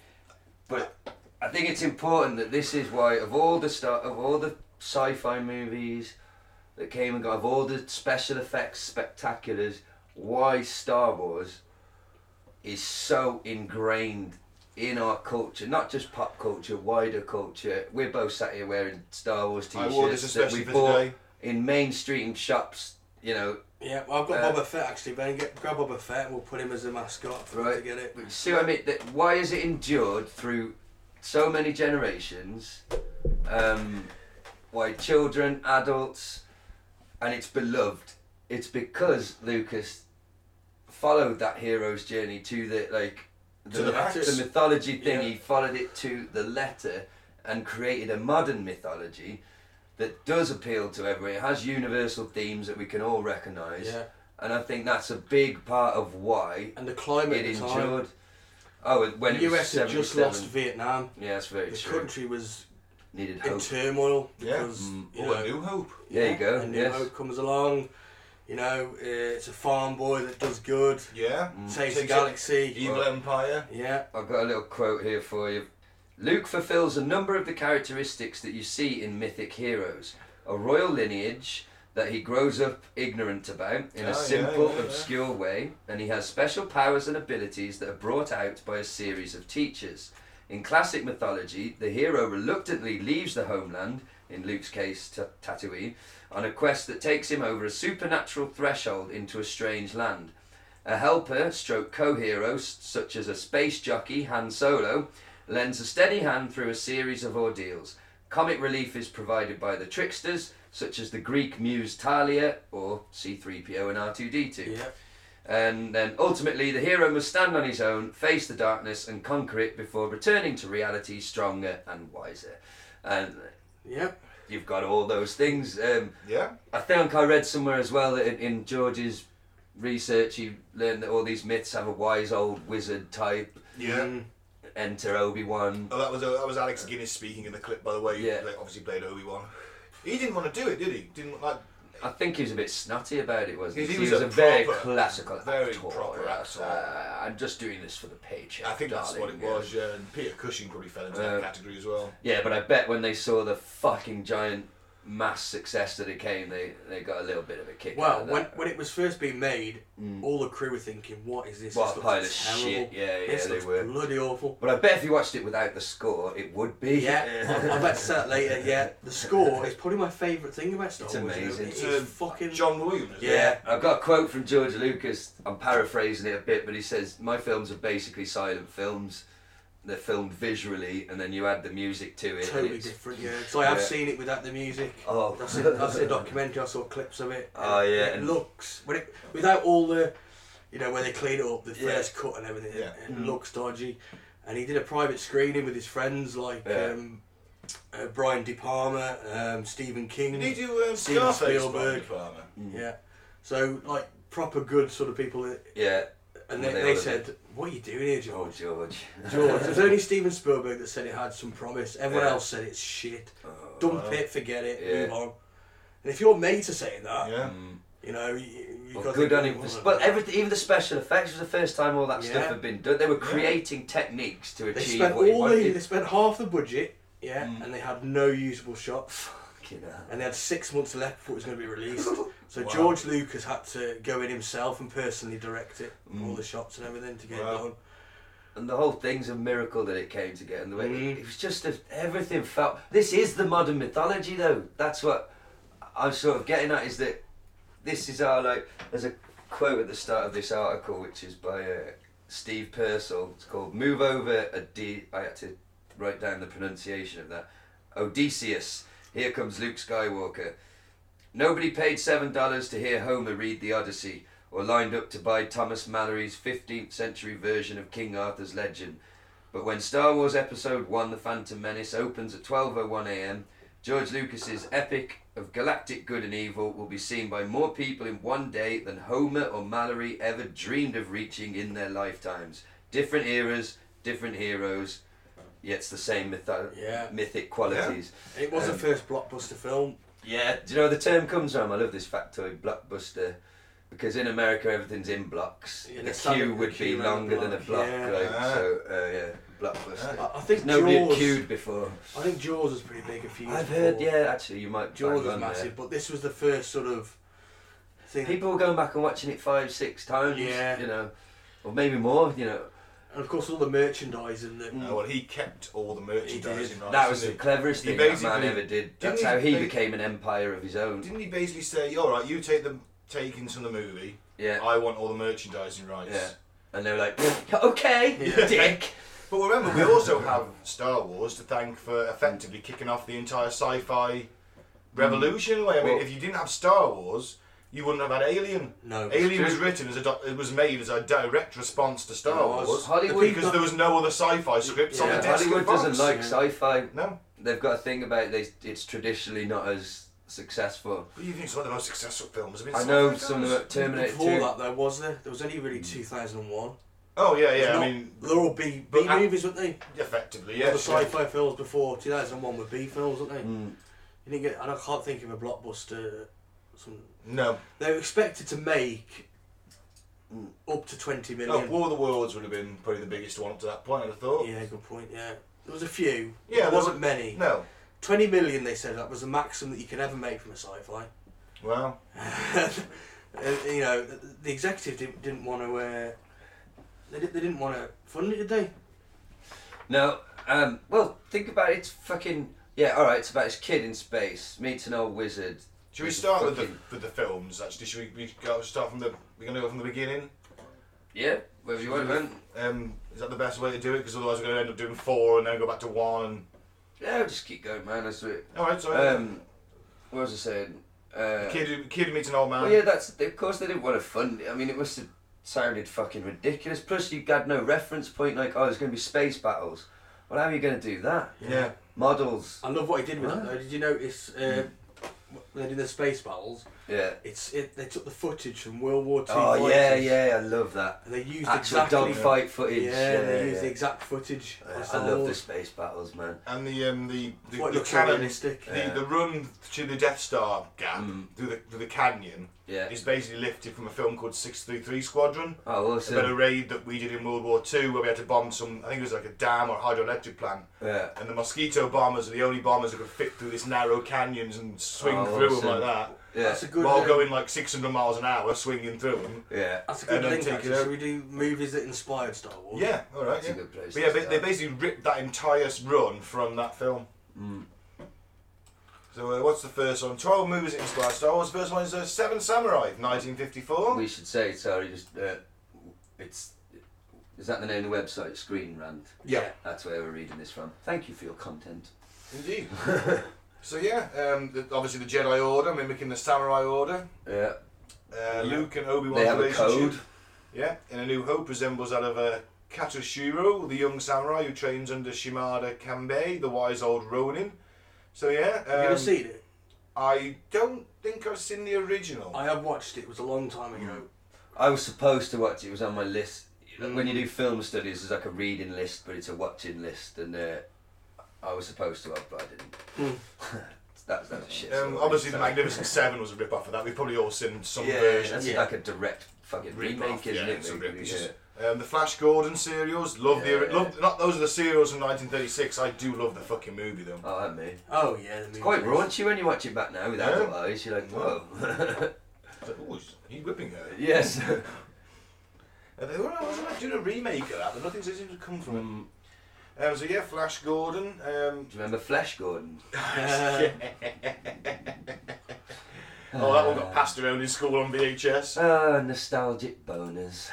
E: But I think it's important that this is why, of all the star, of all the sci-fi movies that came and got, of all the special effects spectaculars, why Star Wars is so ingrained in our culture, not just pop culture, wider culture. We're both sat here wearing Star Wars
B: I wore this
E: t-shirts that we
B: especially for
E: bought
B: today.
E: in mainstream shops. You know,
C: Yeah, well, I've got
E: Uh,
C: Boba Fett actually, Ben. Get, grab Boba Fett and we'll put him as a mascot for
E: right?
C: to get it.
E: But you see what I mean? That why is it endured through so many generations? Um, why children, adults, and it's beloved. It's because Lucas followed that hero's journey to the like the,
B: the
E: myth-
B: practice.
E: the mythology thing.
C: Yeah.
E: He followed it to the letter and created a modern mythology that does appeal to everyone. It has universal themes that we can all recognise.
C: Yeah.
E: And I think that's a big part of why
C: And the climate
E: it
C: at the time.
E: endured. Oh, when
C: The
E: it was
C: US had just
E: 77.
C: lost Vietnam.
E: Yeah, that's very
C: The
E: true.
C: country was
E: Needed
C: in
E: hope. Mm.
C: turmoil
B: Yeah.
C: because you
B: Oh,
C: know,
B: a new hope.
E: there you go.
C: a new
E: Yes.
C: hope comes along. You know, uh, it's a farm boy that does good,
B: Yeah.
C: saves
B: Takes
C: the
B: it-
C: galaxy.
B: Evil Empire.
C: Yeah,
E: I've got a little quote here for you. Luke fulfills a number of the characteristics that you see in mythic heroes. A royal lineage that he grows up ignorant about in
B: Oh, yeah,
E: a simple,
B: yeah, yeah.
E: obscure way, and he has special powers and abilities that are brought out by a series of teachers. In classic mythology, the hero reluctantly leaves the homeland, in Luke's case, t- Tatooine, on a quest that takes him over a supernatural threshold into a strange land. A helper, stroke co hero, such as a space jockey, Han Solo, lends a steady hand through a series of ordeals. Comic relief is provided by the tricksters, such as the Greek muse Talia or C3PO and R2D2.
C: yeah.
E: And then ultimately, the hero must stand on his own, face the darkness, and conquer it before returning to reality stronger and wiser. And
C: Yep.
E: you've got all those things. Um,
B: Yeah.
E: I think I read somewhere as well that in, in George's research, he learned that all these myths have a wise old wizard type.
B: Yeah.
C: Mm.
E: Enter Obi Wan.
B: Oh, that was that was Alex Guinness speaking in the clip, by the way.
E: Yeah.
B: Yeah. obviously played Obi Wan. He didn't want to do it, did he? Didn't like.
E: I think he was a bit snotty about it, wasn't
B: He
E: he? He,
B: was
E: was a,
B: a
E: very
B: proper-
E: classical
B: very
E: actor.
B: proper
E: That's,
B: actor.
E: uh, I'm just doing this for the paycheck.
B: I think that's what
E: darling."
B: it was. Yeah. And Peter Cushing probably fell into
E: Uh,
B: that category as well.
E: Yeah, but I bet when they saw the fucking giant mass success that it came, they, they got a little bit of a kick. out
C: Well,
E: of
C: when,
E: that.
C: when it was first being made,
E: Mm.
C: all the crew were thinking, "What is this?
E: What
C: This
E: a pile of
C: looks terrible.
E: shit. Yeah, yeah,
C: this
E: they
C: looks
E: were.
C: bloody awful."
E: But I bet if you watched it without the score, it would be.
C: Yeah, I- I bet that later. Yeah, the score is probably my favourite thing about Star
E: It's
C: Wars. you know,
E: amazing.
C: It
E: It's,
C: is
E: um,
C: fucking
B: John Williams.
C: Yeah.
E: I've got a quote from George Lucas. I'm paraphrasing it a bit, but he says, My films are basically silent films. They're filmed visually, and then you add the music to it. and
C: totally
E: it's-
C: different. Yeah, so I have
E: Yeah.
C: seen it without the music.
E: Oh.
C: that's it. That's a documentary. I saw clips of it.
E: Oh, yeah,
C: it
E: and-
C: looks when it without all the, you know, when they clean it up, the
E: Yeah.
C: first cut and everything.
E: Yeah.
C: It
E: Mm.
C: looks dodgy, and he did a private screening with his friends like.
E: Yeah.
C: Um, uh, Brian De Palma, um, Stephen King,
B: Did he do um,
C: Steven
B: Scarface?
C: Spielberg.
B: Spielberg. Palmer?
C: Yeah. So like proper good sort of people. That,
E: Yeah.
C: And
E: Well,
C: they,
E: they
C: they,
E: all have
C: said, "What are you doing here, George?"
E: Oh, George.
C: George. It was only Steven Spielberg that said it had some promise. Everyone
E: Yeah. Oh,
C: else said it's shit. Dump it, forget it,
E: Yeah.
C: move on. And if your mates are saying that,
B: Yeah.
E: Mm.
C: you know, you, you
E: Well,
C: got
E: good on him. for- But everything, even the special effects was the first time all that stuff
C: Yeah.
E: had been done. They were creating techniques to
C: they
E: achieve
C: spent
E: what he
C: all the
E: wanted. Mm.
C: they spent half the budget, yeah, and they had no usable shots.
E: Fucking hell.
C: And they had six months left before it was going to be released. So George Lucas had to go in himself and personally direct it,
E: Mm.
C: all the shots and everything to get it done.
E: And the whole thing's a miracle that it came together. And the way it, was just a, everything felt. This is the modern mythology, though. That's what I'm sort of getting at. Is that this is our like? There's a quote at the start of this article, which is by uh, Steve Purcell. It's called "Move Over a D." I had to write down the pronunciation of that. Odysseus. Here comes Luke Skywalker. Nobody paid seven dollars to hear Homer read the Odyssey, or lined up to buy Thomas Mallory's 15th century version of King Arthur's legend. But when Star Wars Episode One: The Phantom Menace opens at 12:01 a.m., George Lucas's epic of galactic good and evil will be seen by more people in one day than Homer or Mallory ever dreamed of reaching in their lifetimes. Different eras, different heroes, yet it's the same mytho-
C: Yeah.
E: mythic qualities.
C: It was
E: Um,
C: the first blockbuster film.
E: yeah, do you know where the term comes from? I love this factoid, blockbuster, because in America everything's in blocks.
C: Yeah,
E: the
C: the standard-
E: queue
C: the
E: would be
C: queue around
E: longer
C: the
E: than a block,
C: block, yeah.
E: right?
C: Ah.
E: So uh, yeah, blockbuster.
C: I- I think
E: nobody
C: Jaws-
E: had queued before.
C: I think Jaws was pretty big a few years
E: I've heard,
C: before.
E: yeah, actually, you might.
C: Jaws
E: bang
C: was
E: on
C: massive,
E: there.
C: but this was the first sort of thing.
E: People were going back and watching it five, six times.
C: Yeah.
E: you know, or maybe more. You know,
C: and of course all the merchandise and the.
E: Mm.
B: Oh, well, he kept all the merchandising. rights,
E: that was the
B: didn't he?
E: cleverest
B: He
E: thing that man
B: basically-
E: ever did.
B: didn't
E: That's how he
B: ba-
E: became an empire of his own.
B: Didn't he basically say, "All right, you take the takings from the movie.
E: Yeah.
B: I want all the merchandising rights."
E: Yeah, and they were like, okay, dick.
B: But remember, we also have Star Wars to thank for effectively kicking off the entire sci-fi revolution. in a way. I mean,
E: Mm. Well-
B: if you didn't have Star Wars, you wouldn't have had Alien.
C: No, it's
B: Alien
C: true.
B: was written as a doc- it was made as a direct response to Star
E: It was.
B: Wars
E: Hollywood-
B: because there was no other sci-fi scripts on the
E: Yeah,
B: desk. at
E: Hollywood doesn't
B: Fox.
E: like sci-fi.
B: No.
E: They've got a thing about they. It's traditionally not as successful.
B: But you think some of the most successful films have been.
E: I
B: sci-fi
E: know some
B: films.
E: of them at Terminator
C: Before
E: 2.
C: that, there was there. There was only really 2001.
B: Oh Mm. yeah,
C: There's
B: yeah.
C: not-
B: I mean,
C: they're all B, B
B: but I-
C: movies, weren't they?
B: effectively,
C: all
B: yeah.
C: the
B: sure.
C: sci-fi films before 2001 were B films, weren't they?
E: Mm.
C: You didn't get. and I can't think of a blockbuster. Some,
B: No.
C: they were expected to make
E: Mm.
C: up to 20
B: Oh,
C: million.
B: War of the Worlds would have been probably the biggest one up to that point. I'd have thought.
C: yeah, good point. Yeah, there was a few.
B: Yeah,
C: there
B: there
C: wasn't
B: were-
C: many.
B: No.
C: 20 million, they said that was the maximum that you could ever make from a sci-fi.
B: Well.
C: Uh, you know, the, the executive didn't, didn't want to. Uh, they, di- they didn't want to fund it, did they?
E: No, um, well, think about it. It's fucking yeah. All right, it's about this kid in space meets an old wizard.
B: Should we
E: He's a
B: start with the
E: fucking-
B: with the films? Actually, should we, we go start from the? We're gonna go from the beginning.
E: Yeah, wherever you want. man.
B: Um, is that the best way to do it? Because otherwise, we're gonna end up doing four and then go back to one. And
E: Yeah, we'll just keep going, man. That's it.
B: all right, sorry.
E: Um, what was I saying? Uh,
B: kid, who- kid who meets an old man.
E: Well, Oh, yeah, that's of course they didn't want to fund it. I mean, it must have sounded fucking ridiculous. Plus, you had no reference point. Like, oh, there's going to be space battles. Well, how are you going to do that?
B: Yeah.
E: Models. Ah.
C: um, I love what he did with it. Though. Did you notice uh, when they did the space battles?
E: Hmm. Yeah.
C: It's it. They took the footage from World War Two.
E: Oh,
C: fighters.
E: yeah, yeah, I love that.
C: And they used
E: Actual
C: exactly
E: dogfight footage,
C: Yeah,
E: yeah,
C: they used
E: yeah.
C: the exact footage.
E: Yeah, I love the space battles, man.
B: And the um, the the,
C: What
B: the
C: looks
B: cannon,
C: realistic.
B: the,
E: Yeah. Mm.
B: the run to the Death Star gap through the through the canyon
E: Yeah.
B: is basically lifted from a film called Six Three Three Squadron.
E: Oh, awesome.
B: About a raid that we did in World War Two where we had to bomb some. I think it was like a dam or hydroelectric plant.
E: Yeah.
B: And the mosquito bombers are the only bombers that could fit through this narrow canyons and swing
E: Oh,
B: through
E: awesome.
B: them like that.
E: Yeah. That's a
C: good,
B: While
C: um,
B: going like 600 miles an hour, swinging through them.
E: Yeah.
C: That's a good
B: and then
C: link.
B: take it
C: Actually,
B: out.
C: should we do movies that inspired Star Wars?
B: Yeah, all right.
E: That's a
B: yeah.
E: good place
B: But yeah,
E: to
B: they, they
E: start.
B: basically ripped that entire s- run from that film.
E: Mm.
B: So uh, what's the first one? Twelve movies that inspired Star Wars. First one is uh, Seven Samurai, 1954.
E: We should say, sorry, just uh, it's. Is that the name of the website? Screen Rant.
B: Yeah.
E: That's where we're reading this from. Thank you for your content.
B: Indeed. so yeah, um, the, obviously the Jedi Order mimicking the Samurai Order.
E: Yeah.
B: Uh, Luke and Obi Wan's
E: They have a
B: relationship.
E: code.
B: Yeah, in A New Hope resembles that of uh, Katoshiro, the young samurai who trains under Shimada Kanbei, the wise old Ronin. So yeah, um,
C: Have you ever seen it?
B: I don't think I've seen the original.
C: I have watched it. It was a long time ago.
E: I was supposed to watch it. It was on my list. When you do film studies, there's like a reading list, but it's a watching list, and uh, I was supposed to have, but I didn't. that's that's a shit.
B: Um,
E: story,
B: obviously, The
E: so-
B: Magnificent Seven was a rip off of that. We've probably all seen some
E: Yeah,
B: version.
E: that's
C: Yeah.
E: like a direct fucking
B: Rip off,
E: remake, isn't
B: yeah,
E: it?
B: it's a rip,
E: really?
B: it's
E: Yeah.
B: just- Um, the Flash Gordon serials, love
E: Yeah.
B: the love, not those are the serials from 1936. I do love the fucking movie though.
E: Oh, and me.
C: Oh yeah, the
E: It's quite
C: movies.
E: raunchy when you watch it back now with
B: Yeah.
E: adult eyes. You're like, whoa.
B: It's like, oh, he's whipping her.
E: yes.
B: And they were I was like doing a remake of that, but nothing seems to come from it. Um, so yeah, Flash Gordon. Um,
E: Do you remember Flesh Gordon?
C: Uh,
B: oh, that one got passed around in school on VHS.
E: Oh, nostalgic boners.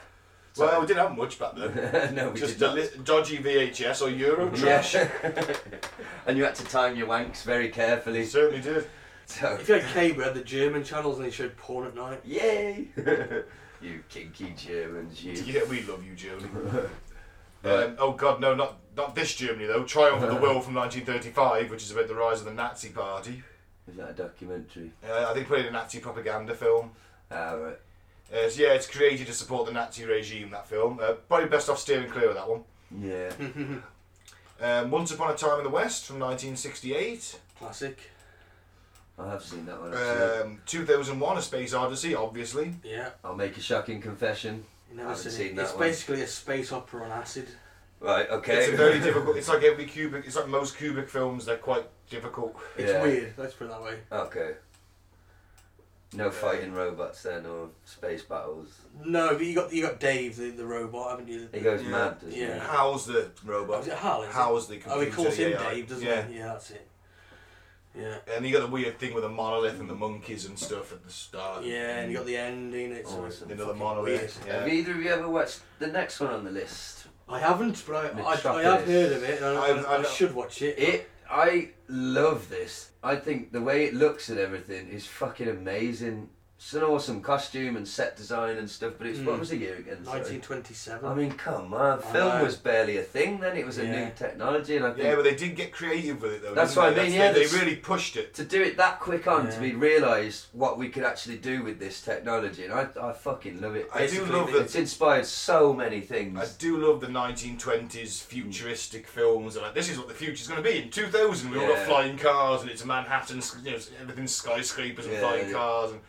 B: well, we didn't have much back then.
E: no, we
B: Just
E: did
B: a
E: not.
B: li- dodgy VHS or Euro trash.
E: Yeah. and you had to time your wanks very carefully.
B: It certainly did.
E: So,
C: if you had cable, you had the German channels, and they showed porn at night.
E: yay! you kinky Germans, you.
B: Yeah, we love you, Germany. Um, oh God, no, not not this Germany though. Triumph of the Will from 1935, which is about the rise of the Nazi Party.
E: Is that a documentary?
B: Uh, I think played a Nazi propaganda film.
E: Ah, right.
B: Uh, so yeah, it's created to support the Nazi regime. That film, uh, probably best off steering clear of that one.
E: Yeah.
B: Um, Once Upon a Time in the West from 1968.
C: Classic.
E: I have seen that one. actually.
B: Um, 2001, A Space Odyssey, obviously.
C: Yeah.
E: I'll make a shocking confession.
C: You never
E: Haven't
C: seen,
E: seen
C: it.
E: that
C: It's
E: one.
C: basically a space opera on acid.
E: Right, okay.
B: It's a very difficult. It's like every Kubrick. It's like most Kubrick films. They're quite difficult.
C: It's
E: Yeah.
C: weird. Let's put it that way.
E: Okay. No fighting robots then, or space battles.
C: No, but you got you got Dave, the, the robot, haven't you?
E: He goes
B: Yeah.
E: mad, doesn't
C: Yeah.
B: How's the
C: Oh,
B: robot?
C: is it Hal? Is it?
B: How's the
C: Oh, he
B: computer?
C: calls him
B: Yeah,
C: Dave, doesn't
B: yeah.
C: he? Yeah, that's it. Yeah.
B: And you got the weird thing with the monolith and the monkeys and stuff at the start.
C: Yeah, and you got the ending. It's
E: Oh,
C: always
E: it's
B: Another
C: fucking
B: monolith.
C: weird.
E: he? Have
B: Yeah.
E: either of you ever watched the next one on the list?
C: I haven't, but I, I, I
E: Metropolis.
C: have heard of it. And I,
B: I've-
C: I,
B: I've-
C: should watch it.
E: It. I love this. I think the way it looks and everything is fucking amazing. It's an awesome costume and set design and stuff. But it's what was the year again? sorry?
C: 1927.
E: I mean, come on.
C: I
E: Film
C: know.
E: was barely a thing then. It was a
C: Yeah.
E: new technology, and I think
B: Yeah, but they did get creative with it though.
E: That's
B: didn't
E: what I
B: they? That's-
E: mean, yeah,
B: they,
E: that's-
B: they really pushed it.
E: to do it that quick on to
C: Yeah.
E: be realised what we could actually do with this technology, and I, I fucking love it.
B: I do
E: Basically,
B: love that-
E: It's inspired so many things.
B: I do love the 1920s futuristic films. Like this is what the future's going to be in 2000. We've all got
E: Yeah.
B: flying cars and it's Manhattan. You know, everything's skyscrapers and
E: Yeah,
B: flying
E: yeah.
B: cars. And,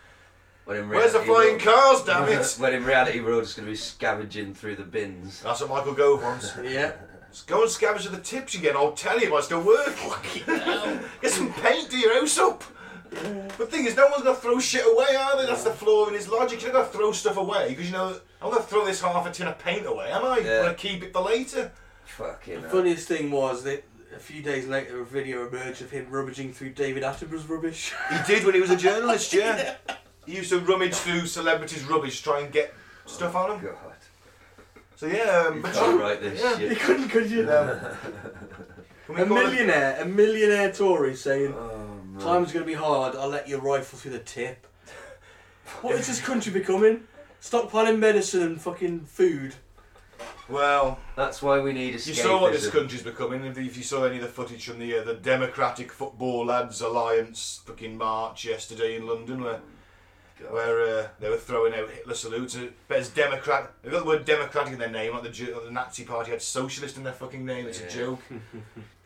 E: When in
B: Where's the
E: reality,
B: flying
E: we're-
B: cars? Damn it!
E: when in reality, we're all just going to be scavenging through the bins.
B: That's what Michael Gove wants.
C: yeah.
B: Just go and scavenge at the tips again. I'll tell you, if I still work. Get some paint to your house up. The thing is, no one's gonna throw shit away, are they? That's the flaw in his logic. You're not gonna throw stuff away because you know I'm gonna throw this half a tin of paint away, am I?
E: Yeah.
B: I'm gonna keep it for later.
E: Fucking
C: The
E: hell.
C: funniest thing was that a few days later, a video emerged of him rummaging through David Attenborough's rubbish.
B: He did when he was a journalist, yeah. He used to rummage through celebrities' rubbish, try and get stuff on them.
E: God.
B: So yeah, um,
E: You
B: Metro-
E: can't write this
B: Yeah.
E: shit.
C: couldn't, could you?
B: can we
C: A
B: call it-
C: millionaire, a millionaire Tory saying,
E: Oh, man.
C: "Time's going to be hard. I'll let you rifle through the tip." What is this country becoming? Stockpiling medicine and fucking food.
B: Well,
E: That's why we need escapism.
B: you saw what this country's becoming. If if you saw any of the footage from the uh, the Democratic Football Lads Alliance fucking march yesterday in London, where where uh, they were throwing out Hitler salutes. and But it's Democrat. They've got the word Democratic in their name, like the, Ju- like the Nazi party had socialist in their fucking name. It's a joke.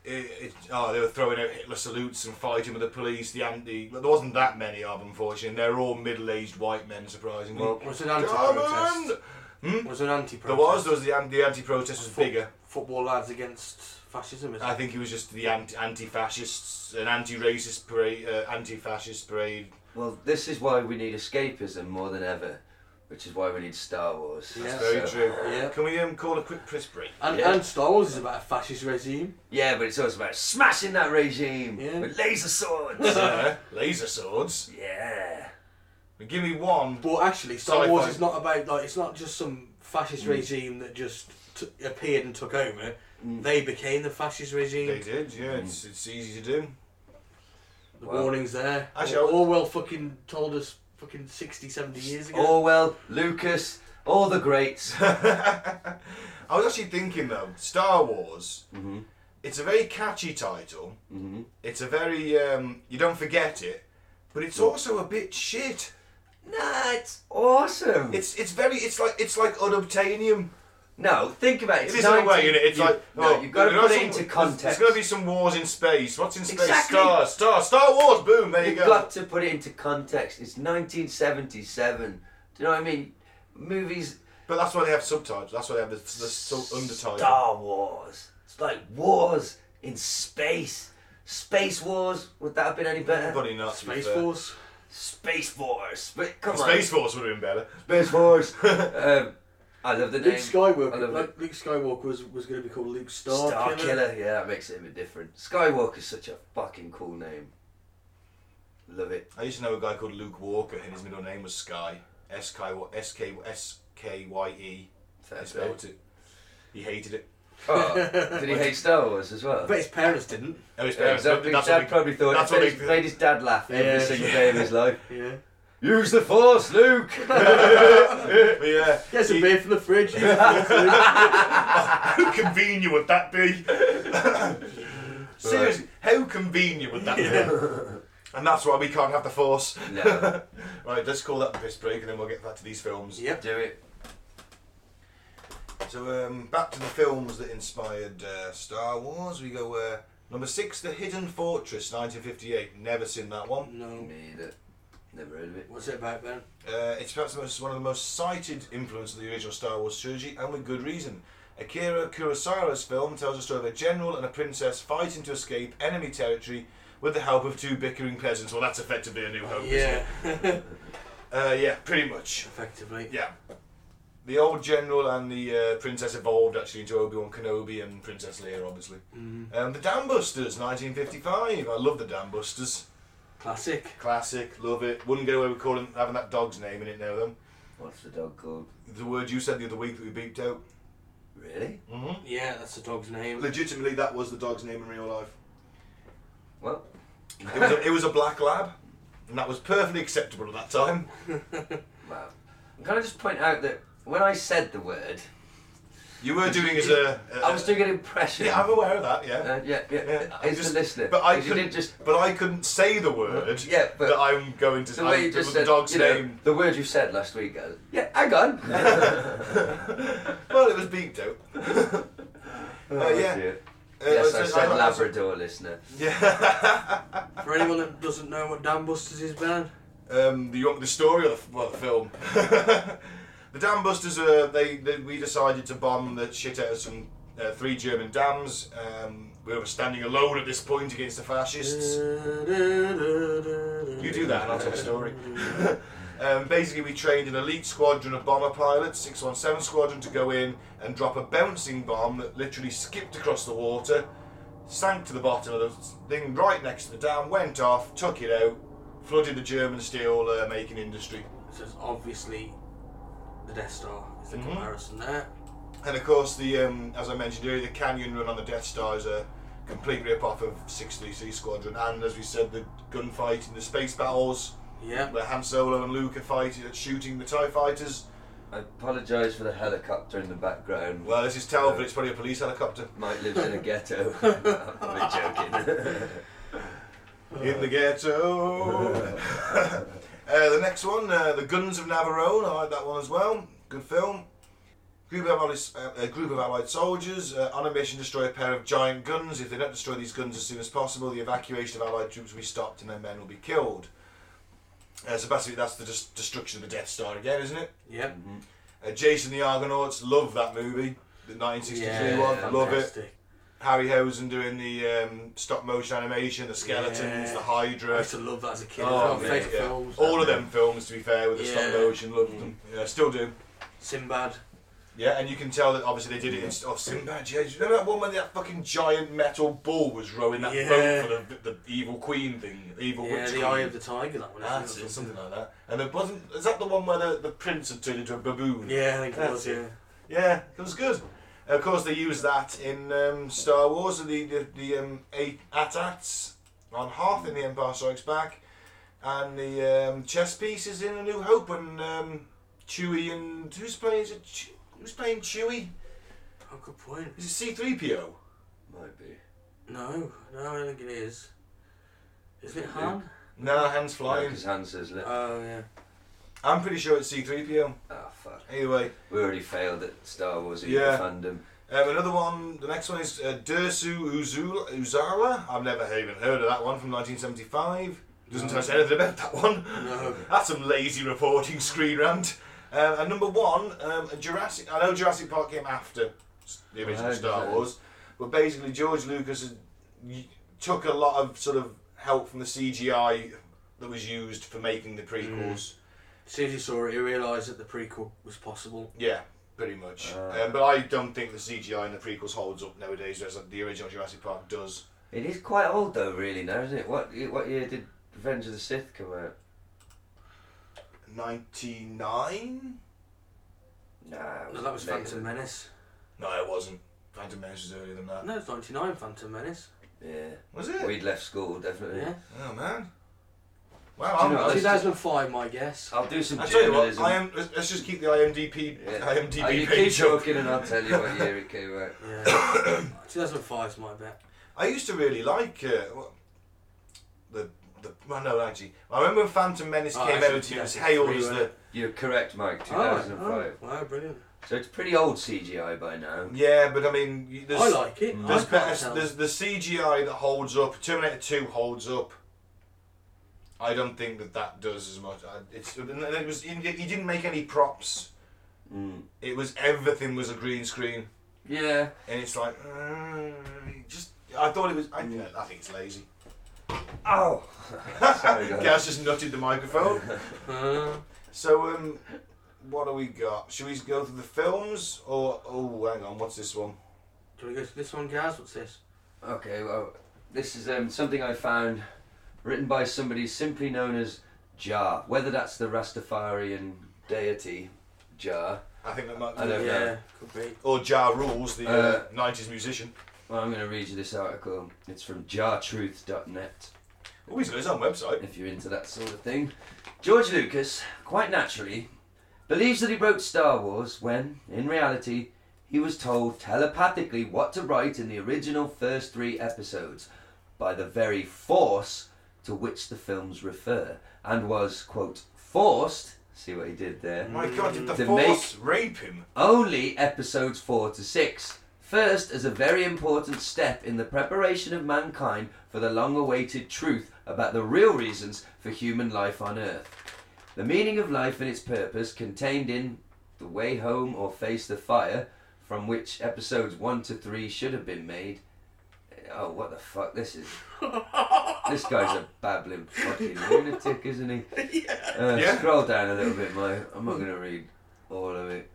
B: It, it, oh, they were throwing out Hitler salutes and fighting with the police. The anti. There wasn't that many of them, unfortunately. They're all middle-aged white men, surprisingly.
C: Well, was an
B: Come on!
C: anti-protest. Was an anti-protest.
B: There was. There was the, an- the anti-protest was bigger.
C: Football lads against fascism. Is
B: I think it was just the anti- anti-fascists, an anti-racist parade, uh, anti-fascist parade.
E: Well, this is why we need escapism more than ever, which is why we need Star Wars.
B: That's
E: So-
B: very true. Can we um, call a quick press break?
C: And,
E: Yeah.
C: and Star Wars is about a fascist regime.
E: Yeah, but it's also about smashing that regime with laser swords.
B: Yeah, laser swords.
E: Yeah.
B: Give me one.
C: But actually, Star
B: Sci-fi.
C: Wars is not about like it's not just some fascist
B: Mm.
C: regime that just t- appeared and took over. They became the fascist regime.
B: They did, yeah. It's, it's easy to do.
C: The
B: Well,
C: warning's there.
B: actually,
C: Or-
B: I-
C: Orwell fucking told us fucking 60, 70 years ago.
E: Orwell, Lucas, all the greats.
B: I was actually thinking though, Star Wars. It's a very catchy title.
E: Mhm.
B: It's a very um, you don't forget it, but it's also a bit shit.
E: Nah, it's awesome.
B: It's it's very it's like it's like unobtainium.
E: No, think about it.
B: It
E: It's
B: is in a way,
E: 19
B: you know, It's
E: you-
B: like oh,
E: no, you've gotta
B: there
E: put
B: are
E: it into
B: there's- There's
E: context.
B: going to be some wars in space. What's in space?
E: Exactly.
B: Star, Star, Star Wars. Boom. There you
E: You've
B: go.
E: got to put it into context. It's 1977. Do you know what I mean? Movies.
B: But that's why they have subtitles. That's why they have the, the sub- undertitle.
E: Star Wars. It's like wars in space. Space Wars. Would that have been any better?
B: Probably not. to be
E: Space
B: fair.
E: Force. Space Force. But come on.
B: Space Force would have been better.
E: Space Force. um, I love the name.
C: Luke
E: I
C: Skywalker.
E: love
C: Like,
E: it.
C: Luke Skywalker was, was going to be called Luke Star,
E: Star Killer. Yeah, that makes it a bit different. Skywalker's such a fucking cool name. Love it.
B: I used to know a guy called Luke Walker, and his middle name was Sky. S K S K S K Y E.
E: Fair
B: He spelled it. He hated it.
E: Oh, did he hate Star Wars as well?
C: But his parents didn't.
B: No, his
E: Yeah,
B: parents-
E: exactly.
B: that's
E: dad
B: what he-
E: probably thought.
B: that's
E: That's
B: what
E: what
B: he-
E: made his dad laugh
C: Yeah.
E: every single day of his life.
C: Yeah.
E: Use the force, Luke.
B: But yeah,
C: Get some beer from the fridge. Use the fridge.
B: how convenient would that be? Seriously, how convenient would that be? And that's why we can't have the force.
E: no,
B: Right, let's call that the piss break, and then we'll get back to these films.
C: yep.
E: do it.
B: So um, back to the films that inspired uh, Star Wars. We go uh, number six, The Hidden Fortress, 1958. Never seen that one.
C: No.
E: Neither. Never heard of it.
C: What's it about then?
B: Uh, it's perhaps the most, one of the most cited influence of the original Star Wars trilogy, and with good reason. Akira Kurosawa's film tells the story of a general and a princess fighting to escape enemy territory with the help of two bickering peasants. Well, that's effectively a new hope, isn't it?
C: Yeah.
B: Uh, yeah, pretty much.
C: Effectively.
B: Yeah. The old general and the uh, princess evolved actually into Obi Wan Kenobi and Princess Leia, obviously. Um, the Dambusters, 1955. I love the Dambusters.
C: Classic.
B: Classic, love it. Wouldn't get away with calling having that dog's name in it now, though.
E: What's the dog called?
B: The word you said the other week that we beeped out.
E: Really?
C: Yeah, that's the dog's name.
B: Legitimately, that was the dog's name in real life.
E: Well,
B: It was a, it was a black lab, and that was perfectly acceptable at that time.
E: wow. Can I just point out that when I said the word,
B: You were doing as a. a
E: I was doing an impression.
B: Uh, Yeah, I'm aware of that. Yeah.
E: Uh, yeah, yeah.
B: Yeah,
E: It's
B: just-
E: the listener.
B: But I
E: 'Cause you
B: couldn't
E: did just.
B: But I couldn't say the word.
E: Yeah, but-
B: that I'm going to.
E: The
B: I-
E: way you
B: the,
E: just
B: the
E: said,
B: dog's
E: you know,
B: name.
E: the word you said last week, I was, yeah, hang on.
B: well, it was beeped out.
E: Oh,
B: yeah.
E: dear.
B: Uh,
E: yes,
B: so
E: I said
B: I- I-
E: Labrador listener.
C: For anyone that doesn't know what Dan Busters is, Ben,
B: Um, the, the story of the, well, the film. the dam busters are they, they. We decided to bomb the shit out of some uh, three German dams. Um, we were standing alone at this point against the fascists. You do that, and I'll tell a story. um, basically, we trained an elite squadron of bomber pilots, 617 Squadron, to go in and drop a bouncing bomb that literally skipped across the water, sank to the bottom of the thing right next to the dam, went off, took it out, flooded the German steel uh, making industry.
C: So it's obviously the Death Star is the
B: Mm-hmm.
C: comparison there.
B: And of course, the um, as I mentioned earlier, the canyon run on the Death Star is a complete rip off of 633 Squadron, and as we said, the gunfight in the space battles.
C: Yeah.
B: Where Han Solo and Luke are fighting, shooting the TIE fighters.
E: I apologise for the helicopter in the background.
B: Well, this is Telford, it's probably a police helicopter.
E: Mike lives in a ghetto. I'm only joking.
B: In the ghetto. Uh, the next one, uh, The Guns of Navarone. I like that one as well. Good film. Group of allied, uh, a group of allied soldiers uh, on a mission to destroy a pair of giant guns. If they don't destroy these guns as soon as possible, the evacuation of allied troops will be stopped and their men will be killed. Uh, so basically, that's the des- destruction of the Death Star again, isn't it?
C: Yep.
B: Uh, Jason the Argonauts, love that movie, the 1963
C: Yeah,
B: one, love it.
C: fantastic.
B: Harry Hosen doing the um, stop motion animation, the skeletons,
C: Yeah.
B: the Hydra.
C: I used to love that as a kid.
B: Oh,
C: Oh,
B: yeah,
C: favourite
B: yeah.
C: films.
B: All of them films, to be fair, with the stop
C: Yeah. Mm.
B: motion, loved them. Yeah, still do.
C: Sinbad.
B: Yeah, and you can tell that obviously they did it in oh, Sinbad. Yeah, Do you remember that one when that fucking giant metal bull was rowing that
C: Yeah.
B: boat for the, the evil queen thing, the evil
C: Yeah,
B: witch
C: the
B: queen.
C: Eye of the Tiger. That one. isn't
B: That's it, something like that. And it wasn't. Is that the one where the, the prince had turned into a baboon?
C: Yeah, I think it
B: That's
C: was.
B: it.
C: Yeah.
B: Yeah, it was good. Of course, they used that in um, Star Wars, the the, the um, eight AT-ATs on Hoth in The Empire Strikes Back, and the um, chess pieces in A New Hope when um, Chewie and who's playing is it Che- who's playing Chewie?
C: Oh, good point.
B: Is it C three PO?
E: Might be.
C: No, no, I don't think it is. Is it Han?
B: No, hands flying.
E: Because Han says, "Look,
C: Oh yeah.
B: I'm pretty sure it's C three PO.
E: ah, fuck.
B: Anyway,
E: We already failed at Star Wars Eagle
B: Yeah.
E: fandom.
B: um, another one. The next one is uh, Dersu Uzul- Uzala. I've never even heard of that one from 1975. Doesn't tell us anything about that one.
C: No.
B: That's some lazy reporting screen rant. Um, and number one, um, Jurassic. I know Jurassic Park came after the original
E: Right,
B: Star
E: yeah.
B: Wars, but basically George Lucas had, y- took a lot of sort of help from the CGI that was used for making the prequels.
C: As soon as he saw it, he realised that the prequel was possible.
B: Yeah, pretty much. um, but I don't think the CGI in the prequels holds up nowadays, whereas the original Jurassic Park does.
E: It is quite old though, really, now, isn't it? What year- what year did Revenge of the Sith come out?
B: Ninety nine?
E: Nah,
B: Oh,
E: it
C: No, that was
E: later
C: Phantom
E: than-
C: Menace.
B: No, it wasn't. Phantom Menace was earlier than that.
C: No, it's 99 Phantom Menace.
E: Yeah.
B: Was it?
E: We'd left school definitely.
C: Yeah.
B: Oh man. Wow,
E: Do you
B: I'm,
E: know, let's just-
C: 2005, my guess.
E: I'll do some
B: I tell you what,
E: journalism.
B: I am, let's let's just keep the IMDb,
E: Yeah.
B: IMDb
E: Oh, you keep
B: page up.
E: talking and I'll tell you what year it came out.
C: Yeah. 2005 is my bet.
B: I used to really like uh, well, the the. Well, no, actually, I remember when Phantom Menace
C: Oh,
B: came
C: actually,
B: out. It was
C: yeah,
B: hailed
C: really
B: as
C: well.
B: the
E: You're correct, Mike. 2005.
C: Oh, oh, wow, brilliant.
E: So it's pretty old CGI by now.
B: yeah, but I mean, you- there's,
C: I like it. I
B: there's
C: can't
B: better.
C: tell.
B: There's the CGI that holds up. Terminator Two holds up. I don't think that that does as much. I, it's and it was he didn't make any props.
E: Mm.
B: It was everything was a green screen.
E: Yeah.
B: and it's like uh, just I thought it was I,
E: Mm.
B: I think it's lazy
E: Oh. Sorry, guys.
B: Gaz just nutted the microphone so um what do we got should we go through the films or oh hang on what's this one
C: Do we go to this one, Gaz? What's this?
E: Okay, well, this is um, something I found written by somebody simply known as Jah. Whether that's the Rastafarian deity, Jah.
B: I think that might
E: I don't
B: be
E: know.
C: Yeah, could be.
B: or Ja Rules the uh, 90s musician
E: Well, I'm going to read you this article. It's from jartruth.net.
B: oh he's got his own website
E: if you're into that sort of thing. George Lucas, quite naturally, believes that he wrote Star Wars when, in reality, he was told telepathically what to write in the original first three episodes by the very force to which the films refer, and was, quote, forced, see what he did there,
B: my god did the
E: To
B: force rape him
E: only episodes 4 to 6. First, as a very important step in the preparation of mankind for the long awaited truth about the real reasons for human life on Earth. The meaning of life and its purpose contained in The Way Home or Face the Fire, from which episodes 1 to 3 should have been made. Oh, what the fuck? This is. this guy's a babbling fucking lunatic, isn't he? Uh,
B: Yeah.
E: Scroll down a little bit, Mo. I'm not going to read all of it.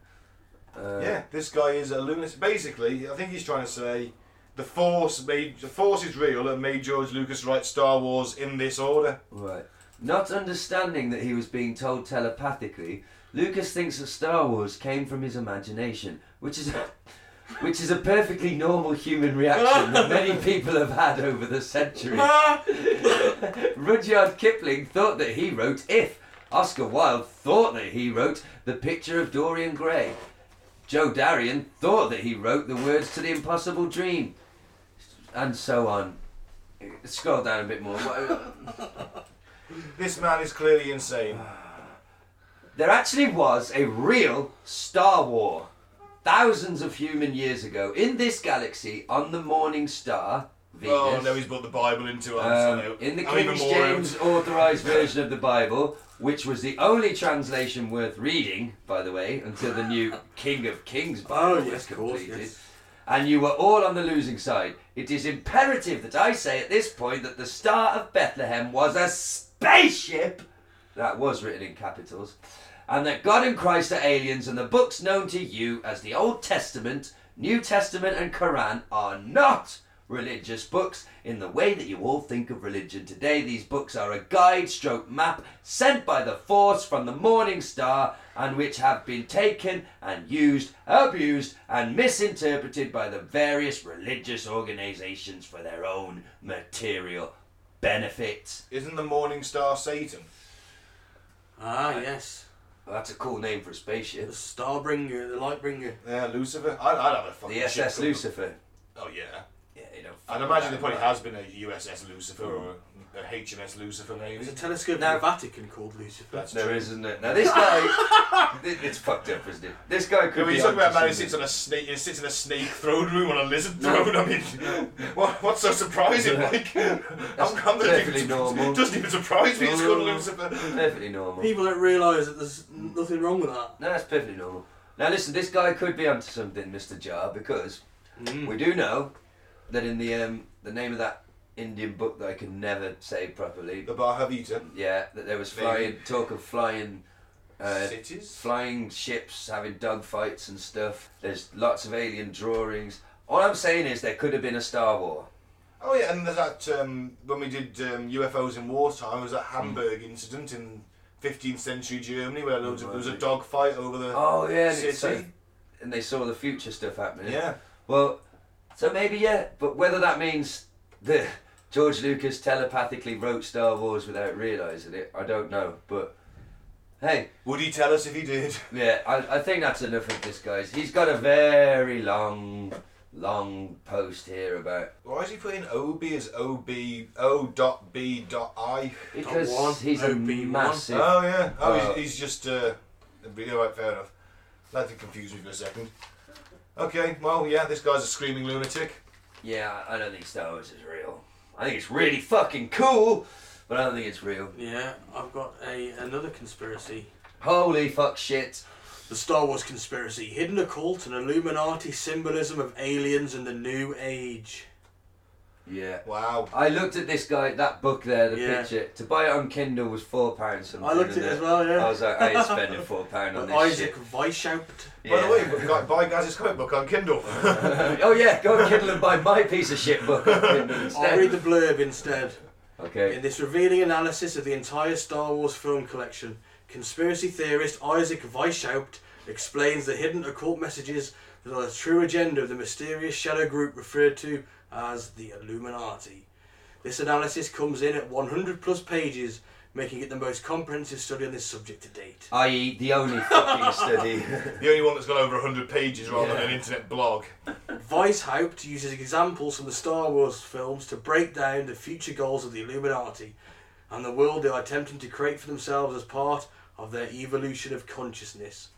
E: Uh,
B: yeah this guy is a lunatic basically I think he's trying to say the force made the force is real and made George Lucas write Star Wars in this order
E: Right. Not understanding that he was being told telepathically, Lucas thinks that Star Wars came from his imagination, which is a, which is a perfectly normal human reaction that many people have had over the centuries. Rudyard Kipling thought that he wrote If. Oscar Wilde thought that he wrote The Picture of Dorian Gray. Joe Darien thought that he wrote the words to the impossible dream. And so on. Scroll down a bit more. What-
B: This man is clearly insane.
E: Ah, There actually was a real Star War thousands of human years ago in this galaxy on the morning star. Venus.
B: Oh, no, he's brought the Bible into us. I know.
E: Um, in the
B: I'm even
E: King
B: more
E: James
B: out.
E: Authorized Version of the Bible, which was the only translation worth reading, by the way, until the new King of Kings
B: Oh,
E: Bible was completed. And you were all on the losing side. It is imperative that I say at this point that the Star of Bethlehem was a spaceship. That was written in capitals. And that God and Christ are aliens, and the books known to you as the Old Testament, New Testament, and Quran are not religious books in the way that you all think of religion today. These books are a guide stroke map sent by the force from the morning star and which have been taken and used, abused, and misinterpreted by the various religious organizations for their own material benefit.
B: Isn't the Morning Star Satan?
C: Ah, yes.
E: that's a cool name for a spaceship.
C: The Starbringer, the Lightbringer.
B: Yeah, Lucifer. I'd, I'd have a fucking
E: The SS
B: shit
E: Lucifer.
B: Oh, yeah.
E: Yeah, you don't
B: I'd
E: fuck
B: imagine there
E: that
B: probably
E: up.
B: has been a USS Lucifer or a, a HMS Lucifer, maybe.
C: There's a telescope in the Vatican called Lucifer.
B: That's
E: There
B: true.
E: is, isn't it? Now this guy, thi- it's fucked up, isn't it? This guy could
B: I mean,
E: be.
B: you talk
E: onto
B: about a man who
E: something.
B: sits on a snake, who sits in a snake throne room on a lizard throne. I mean, what, what's so surprising? Like, I'm, I'm not
E: perfectly
B: even,
E: normal.
B: Doesn't even surprise me. It's called
E: No.
B: Lucifer.
E: perfectly normal.
C: People don't realise that there's nothing wrong with that.
E: No, that's perfectly normal. Now listen, this guy could be onto something, Mr. Jar, because
B: Mm.
E: we do know that in the um, the name of that Indian book that I can never say properly,
B: The Barhavita.
E: yeah, that there was
B: Maybe.
E: flying talk of flying uh,
B: Cities?
E: flying ships, having dogfights and stuff. There's lots of alien drawings. All I'm saying is there could have been a Star War.
B: Oh yeah, and there's that um, when we did um, UFOs in wartime, there was that Hamburg incident in 15th century Germany where loads of, there was a dogfight over the
E: Oh yeah, and,
B: city.
E: it's so, and they saw the future stuff happening.
B: Yeah.
E: Well, so maybe yeah, but whether that means that George Lucas telepathically wrote Star Wars without realizing it, I don't know. But hey,
B: Would he tell us if he did?
E: yeah, I, I think that's enough of this, guys. He's got a very long, long post here about
B: Why is he putting OB as OB O dot B dot I?
E: because
C: one,
E: he's a
C: OB1.
E: massive.
B: Oh yeah. Oh,
E: Uh,
B: he's, he's just. Uh, all right, fair enough. That did confuse me for a second. Okay, well, yeah, this guy's a screaming lunatic.
E: Yeah, I don't think Star Wars is real. I think it's really fucking cool, but I don't think it's real.
C: Yeah, I've got a another conspiracy.
E: Holy fuck shit.
C: The Star Wars conspiracy, hidden occult and Illuminati symbolism of aliens and the New Age.
E: Yeah.
B: Wow.
E: I looked at this guy, that book there, the
C: Yeah.
E: picture. To buy it on Kindle was four pounds something.
C: I looked at
E: and
C: it as
E: then
C: well, yeah.
E: I was like, I ain't spending four pound on
C: With
E: this
C: Isaac
E: shit.
C: Weishaupt.
B: By the way, we've got- buy Gaz's comic book on Kindle.
E: oh yeah, go on Kindle and buy my piece of shit book on Kindle
C: I'll read
E: instead.
C: the blurb instead.
E: Okay.
C: In this revealing analysis of the entire Star Wars film collection, conspiracy theorist Isaac Weishaupt explains the hidden occult messages that are the true agenda of the mysterious shadow group referred to as the Illuminati. This analysis comes in at 100 plus pages, making it the most comprehensive study on this subject to date.
E: I.e., E, the only fucking study.
B: the only one that's got over 100 pages rather than an internet blog.
C: Weishaupt uses examples from the Star Wars films to break down the future goals of the Illuminati and the world they are attempting to create for themselves as part of their evolution of consciousness.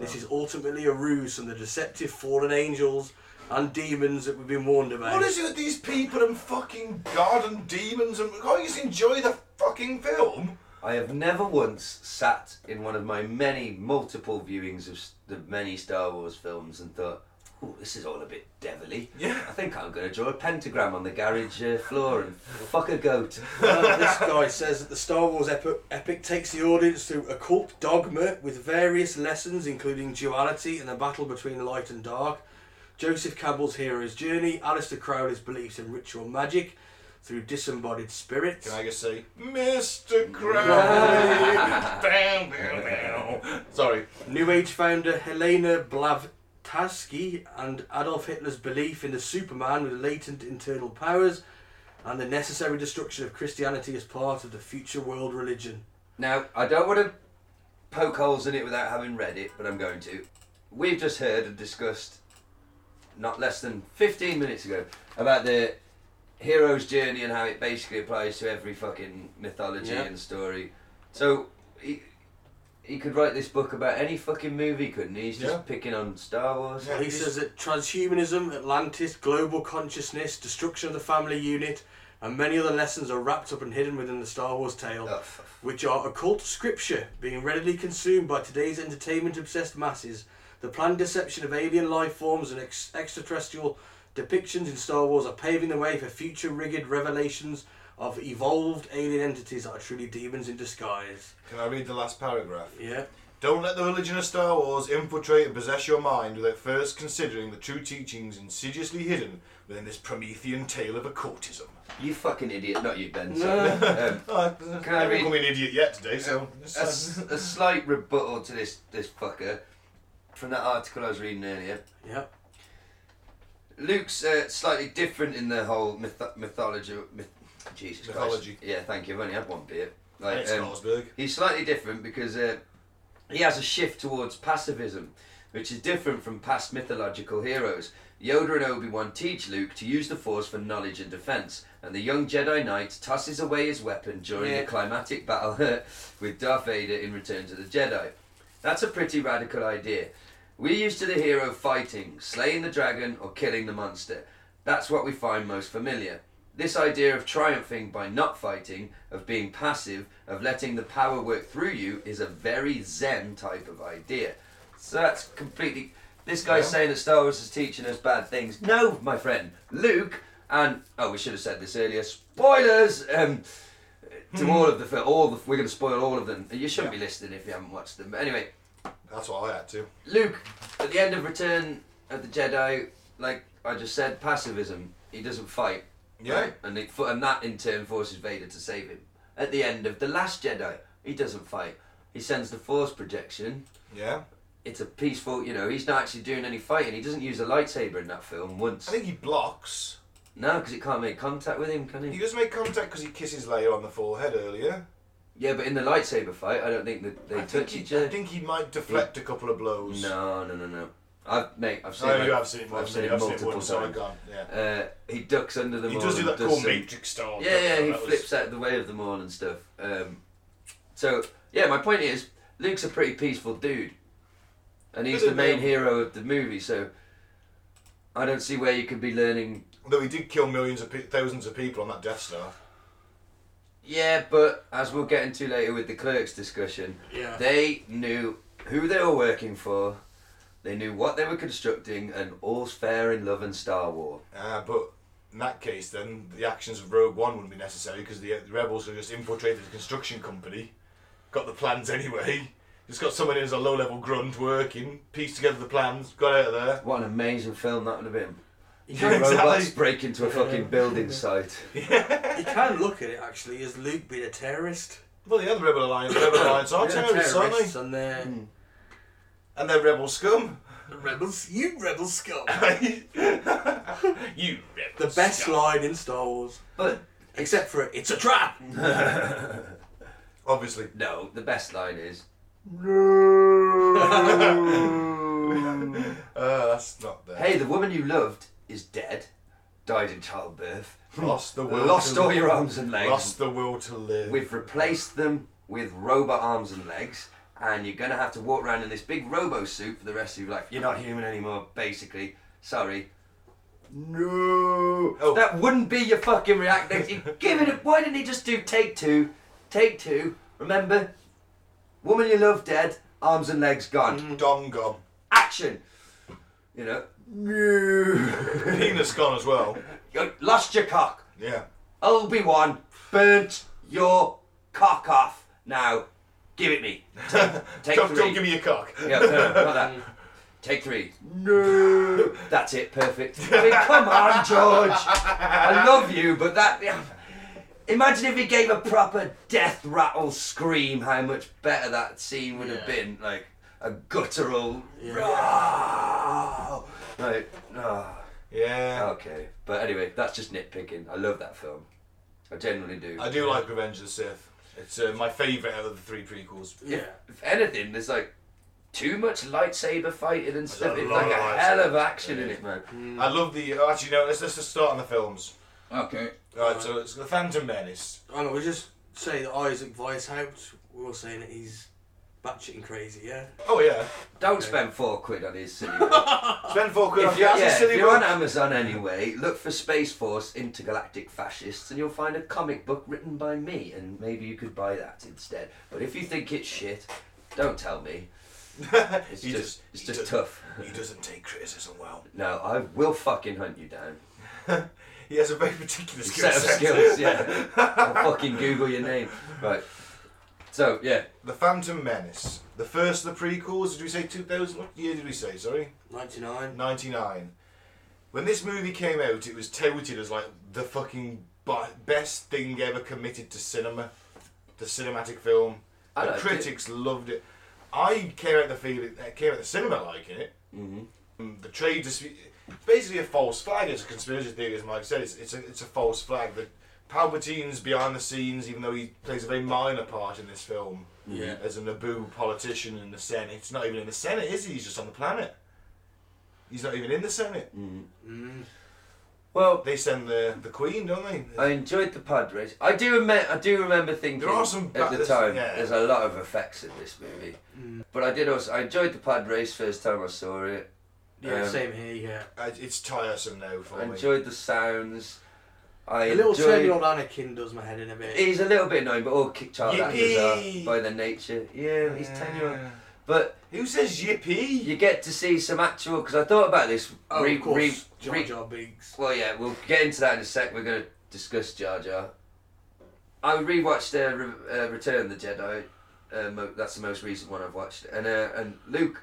C: This is ultimately a ruse from the deceptive fallen angels and demons that we've been warned about.
B: What is it with these people and fucking God and demons and can't you just enjoy the fucking film?
E: I have never once sat in one of my many multiple viewings of s- the many Star Wars films and thought, "Oh, this is all a bit devilly.
B: Yeah.
E: I think I'm going to draw a pentagram on the garage uh, floor and fuck a goat."
C: Uh, this guy says that the Star Wars epic, epic takes the audience through occult dogma with various lessons, including duality and the battle between light and dark, Joseph Campbell's hero's journey, Alistair Crowley's beliefs in ritual magic through disembodied spirits.
B: Can I just say, Mr. Crowley? Bam, bam, bam. Sorry.
C: New Age founder Helena Blavatsky and Adolf Hitler's belief in the Superman with latent internal powers, and the necessary destruction of Christianity as part of the future world religion.
E: Now, I don't want to poke holes in it without having read it, but I'm going to. We've just heard and discussed, not less than 15 minutes ago, about the hero's journey and how it basically applies to every fucking mythology
C: Yeah.
E: and story. So he he could write this book about any fucking movie, couldn't he? He's just
C: Yeah.
E: picking on Star Wars.
C: he says that transhumanism, Atlantis, global consciousness, destruction of the family unit, and many other lessons are wrapped up and hidden within the Star Wars tale, which are occult scripture being readily consumed by today's entertainment obsessed masses. The planned deception of alien life forms and ex- extraterrestrial depictions in Star Wars are paving the way for future rigged revelations of evolved alien entities that are truly demons in disguise.
B: Can I read the last paragraph?
C: Yeah.
B: Don't let the religion of Star Wars infiltrate and possess your mind without first considering the true teachings insidiously hidden within this Promethean tale of occultism.
E: You fucking idiot, not you, Ben.
B: No.
E: sorry. Um,
B: Oh, I haven't called me an idiot yet today, so-
E: a, s- a slight rebuttal to this this fucker from that article I was reading earlier.
C: Yep.
E: Luke's uh, slightly different in the whole myth- mythology. Myth- Jesus
B: Mythology.
E: Christ. Yeah, thank you. I've only had one beer. um,
B: Thanks, Carlsberg.
E: He's slightly different because uh, he has a shift towards pacifism, which is different from past mythological heroes. Yoda and Obi Wan teach Luke to use the Force for knowledge and defense, and the young Jedi Knight tosses away his weapon during
C: Yeah.
E: the climatic battle with Darth Vader in Return to the Jedi. That's a pretty radical idea. We're used to the hero fighting, slaying the dragon, or killing the monster. That's what we find most familiar. This idea of triumphing by not fighting, of being passive, of letting the power work through you is a very Zen type of idea. So that's completely. This guy's
B: Yeah.
E: saying that Star Wars is teaching us bad things. No, my friend. Luke, and. Oh, we should have said this earlier. Spoilers! Um, to all of the. fil- all the, We're going to spoil all of them. You shouldn't be listening if you haven't watched them. But anyway,
B: That's what I had to.
E: Luke, at the end of Return of the Jedi, like I just said, pacifism. He doesn't fight.
B: Yeah.
E: Right? And, it, and that in turn forces Vader to save him. At the end of The Last Jedi, he doesn't fight. He sends the Force projection.
B: Yeah.
E: It's a peaceful, you know, he's not actually doing any fighting. He doesn't use a lightsaber in that film once. I think
B: he blocks.
E: No, because it can't make contact with him, can he?
B: He does make contact because he kisses Leia on the forehead earlier.
E: Yeah, but in the lightsaber fight, I don't think that they
B: I think
E: touch
B: he-
E: each other.
B: I think he might deflect a couple of blows.
E: No, no, no, no. I've mate, I've seen.
B: Oh,
E: it-
B: you have seen it,
E: I've
B: haven't
E: seen
B: you?
E: it
B: I've seen it
E: multiple
B: once, so I
E: times.
B: can't,
E: Uh, he ducks under them.
B: He
E: all
B: does do
E: and
B: that cool
E: some-
B: Matrix style
E: Yeah,
B: stuff,
E: yeah.
B: like
E: He
B: that was-
E: flips out the way of them all and stuff. Um, so yeah, my point is, Luke's a pretty peaceful dude, and he's
B: But
E: the
B: then-
E: main hero of the movie. So I don't see where you could be learning.
B: Though he did kill millions of pe- thousands of people on that Death Star.
E: Yeah, but as we'll get into later with the clerks discussion,
B: Yeah.
E: they knew who they were working for. They knew what they were constructing, and all's fair in love and Star War.
B: Ah, but in that case, then the actions of Rogue One wouldn't be necessary because the, the rebels have just infiltrated the construction company, got the plans anyway. Just got someone in as a low-level grunt working, pieced together the plans, got out of there.
E: What an amazing film that would have been.
B: Yeah,
E: Two
B: exactly.
E: robots break into a fucking building site.
C: you can look at it actually as Luke being a terrorist.
B: Well, yeah, the Rebel Alliance, Rebel Alliance are
C: They're
B: terrorists, aren't
C: terrorists
B: they?
C: And they're
E: Hmm.
B: and they're rebel scum.
C: Rebels, you rebel scum.
B: you
C: The best line in Star Wars.
E: But
C: except for it's a trap.
B: Obviously.
E: No, the best line is.
B: Uh, that's not there.
E: Hey, the woman you loved is dead, died in childbirth,
B: Lost the will
E: lost
B: to
E: all
B: live.
E: your arms and legs.
B: Lost the will to live.
E: We've replaced them with robot arms and legs, and you're gonna have to walk around in this big robo suit for the rest of your life. You're not human anymore, basically. Sorry. No. That wouldn't be your fucking reaction. You give it. A, why didn't he just do take two, take two? Remember, woman you love dead, arms and legs gone.
B: Dong gone.
E: Action. You know.
B: Penis gone as well.
E: You lost your cock.
B: Yeah.
E: Obi Wan burnt your cock off. Now, give it me. Take, take
B: Don't-
E: 3
B: don't give me your cock.
E: Yeah, no, no, not that. Take three. No. That's it. Perfect. I mean, come on, George. I love you, but that. Imagine if he gave a proper death rattle scream. How much better that scene would have
B: Yeah.
E: been. Like a guttural. Like, ah.
B: Yeah.
E: Okay. But anyway, that's just nitpicking. I love that film. I genuinely do.
B: I do like Revenge of the Sith. It's uh, my favourite out of the three prequels.
E: If, if anything, there's like too much lightsaber fighting and stuff.
B: a
E: It's
B: lot
E: like a
B: of lightsaber.
E: hell of action in it, man.
B: I love the. oh, Actually, no. Let's let's just start on the films.
L: Okay.
B: Right, so it's the Phantom Menace.
C: I know, we just say that Isaac Weishaupt, we're all saying that he's batshitting crazy, yeah?
B: Oh, yeah.
E: Don't spend four quid on his silly
B: Spend four quid
E: if
B: on
E: you're,
B: Gaza
E: yeah,
B: Silly
E: if you're on
B: Book.
E: Amazon anyway, look for Space Force Intergalactic Fascists and you'll find a comic book written by me and maybe you could buy that instead. But if you think it's shit, don't tell me. It's
B: He does-
E: just it's
B: he
E: just
B: does-
E: tough.
B: He doesn't take criticism well.
E: No, I will fucking hunt you down.
B: He has a very particular skill
E: Set of
B: set.
E: skills, yeah. I'll fucking Google your name. Right. So, yeah.
B: The Phantom Menace. The first of the prequels, did we say 2000? What year did we say, sorry?
C: 99.
B: 99. When this movie came out, it was touted as like the fucking bi- best thing ever committed to cinema, the cinematic film.
E: I
B: The
E: liked it.
B: critics loved it. I came out the feeling, came out the cinema liking it.
E: Mhm.
B: Mm, The trade dispute, basically a false flag. It's a conspiracy theory, as Mike said. It's, it's a it's a false flag. That Palpatine's behind the scenes, even though he plays a very minor part in this film.
C: Yeah.
B: As a Naboo politician in the Senate, it's not even in the Senate, is he? He's just on the planet. He's not even in the Senate.
C: Mm.
E: Well,
B: they send the the Queen, don't they?
E: I enjoyed the pod race. I do remember. I do remember thinking
B: There are some
E: at
B: ba-
E: the
B: there's-
E: time.
B: yeah.
E: There's a lot of effects in this movie,
C: Mm.
E: but I did also. I enjoyed the pod race first time I saw it.
C: Yeah,
E: Um,
C: same here, yeah.
B: Uh, It's tiresome now for
E: I
B: me.
E: enjoyed the sounds. I
C: A little
E: enjoyed.
C: turn old Anakin does my head in a bit.
E: He's a little bit annoying, but all kick child actors
B: Yippee!
E: are by their nature. Yeah, he's ten year old. But
B: who says yippee?
E: You get to see some actual because I thought about this.
C: Oh,
E: re-
C: of course,
E: re-
C: Jar
E: re-
C: Jar Binks.
E: Well, yeah, we'll get into that in a sec. We're going to discuss Jar Jar. I rewatched uh, Re- uh, Return of the Jedi. Uh, mo- that's the most recent one I've watched, and uh, and Luke,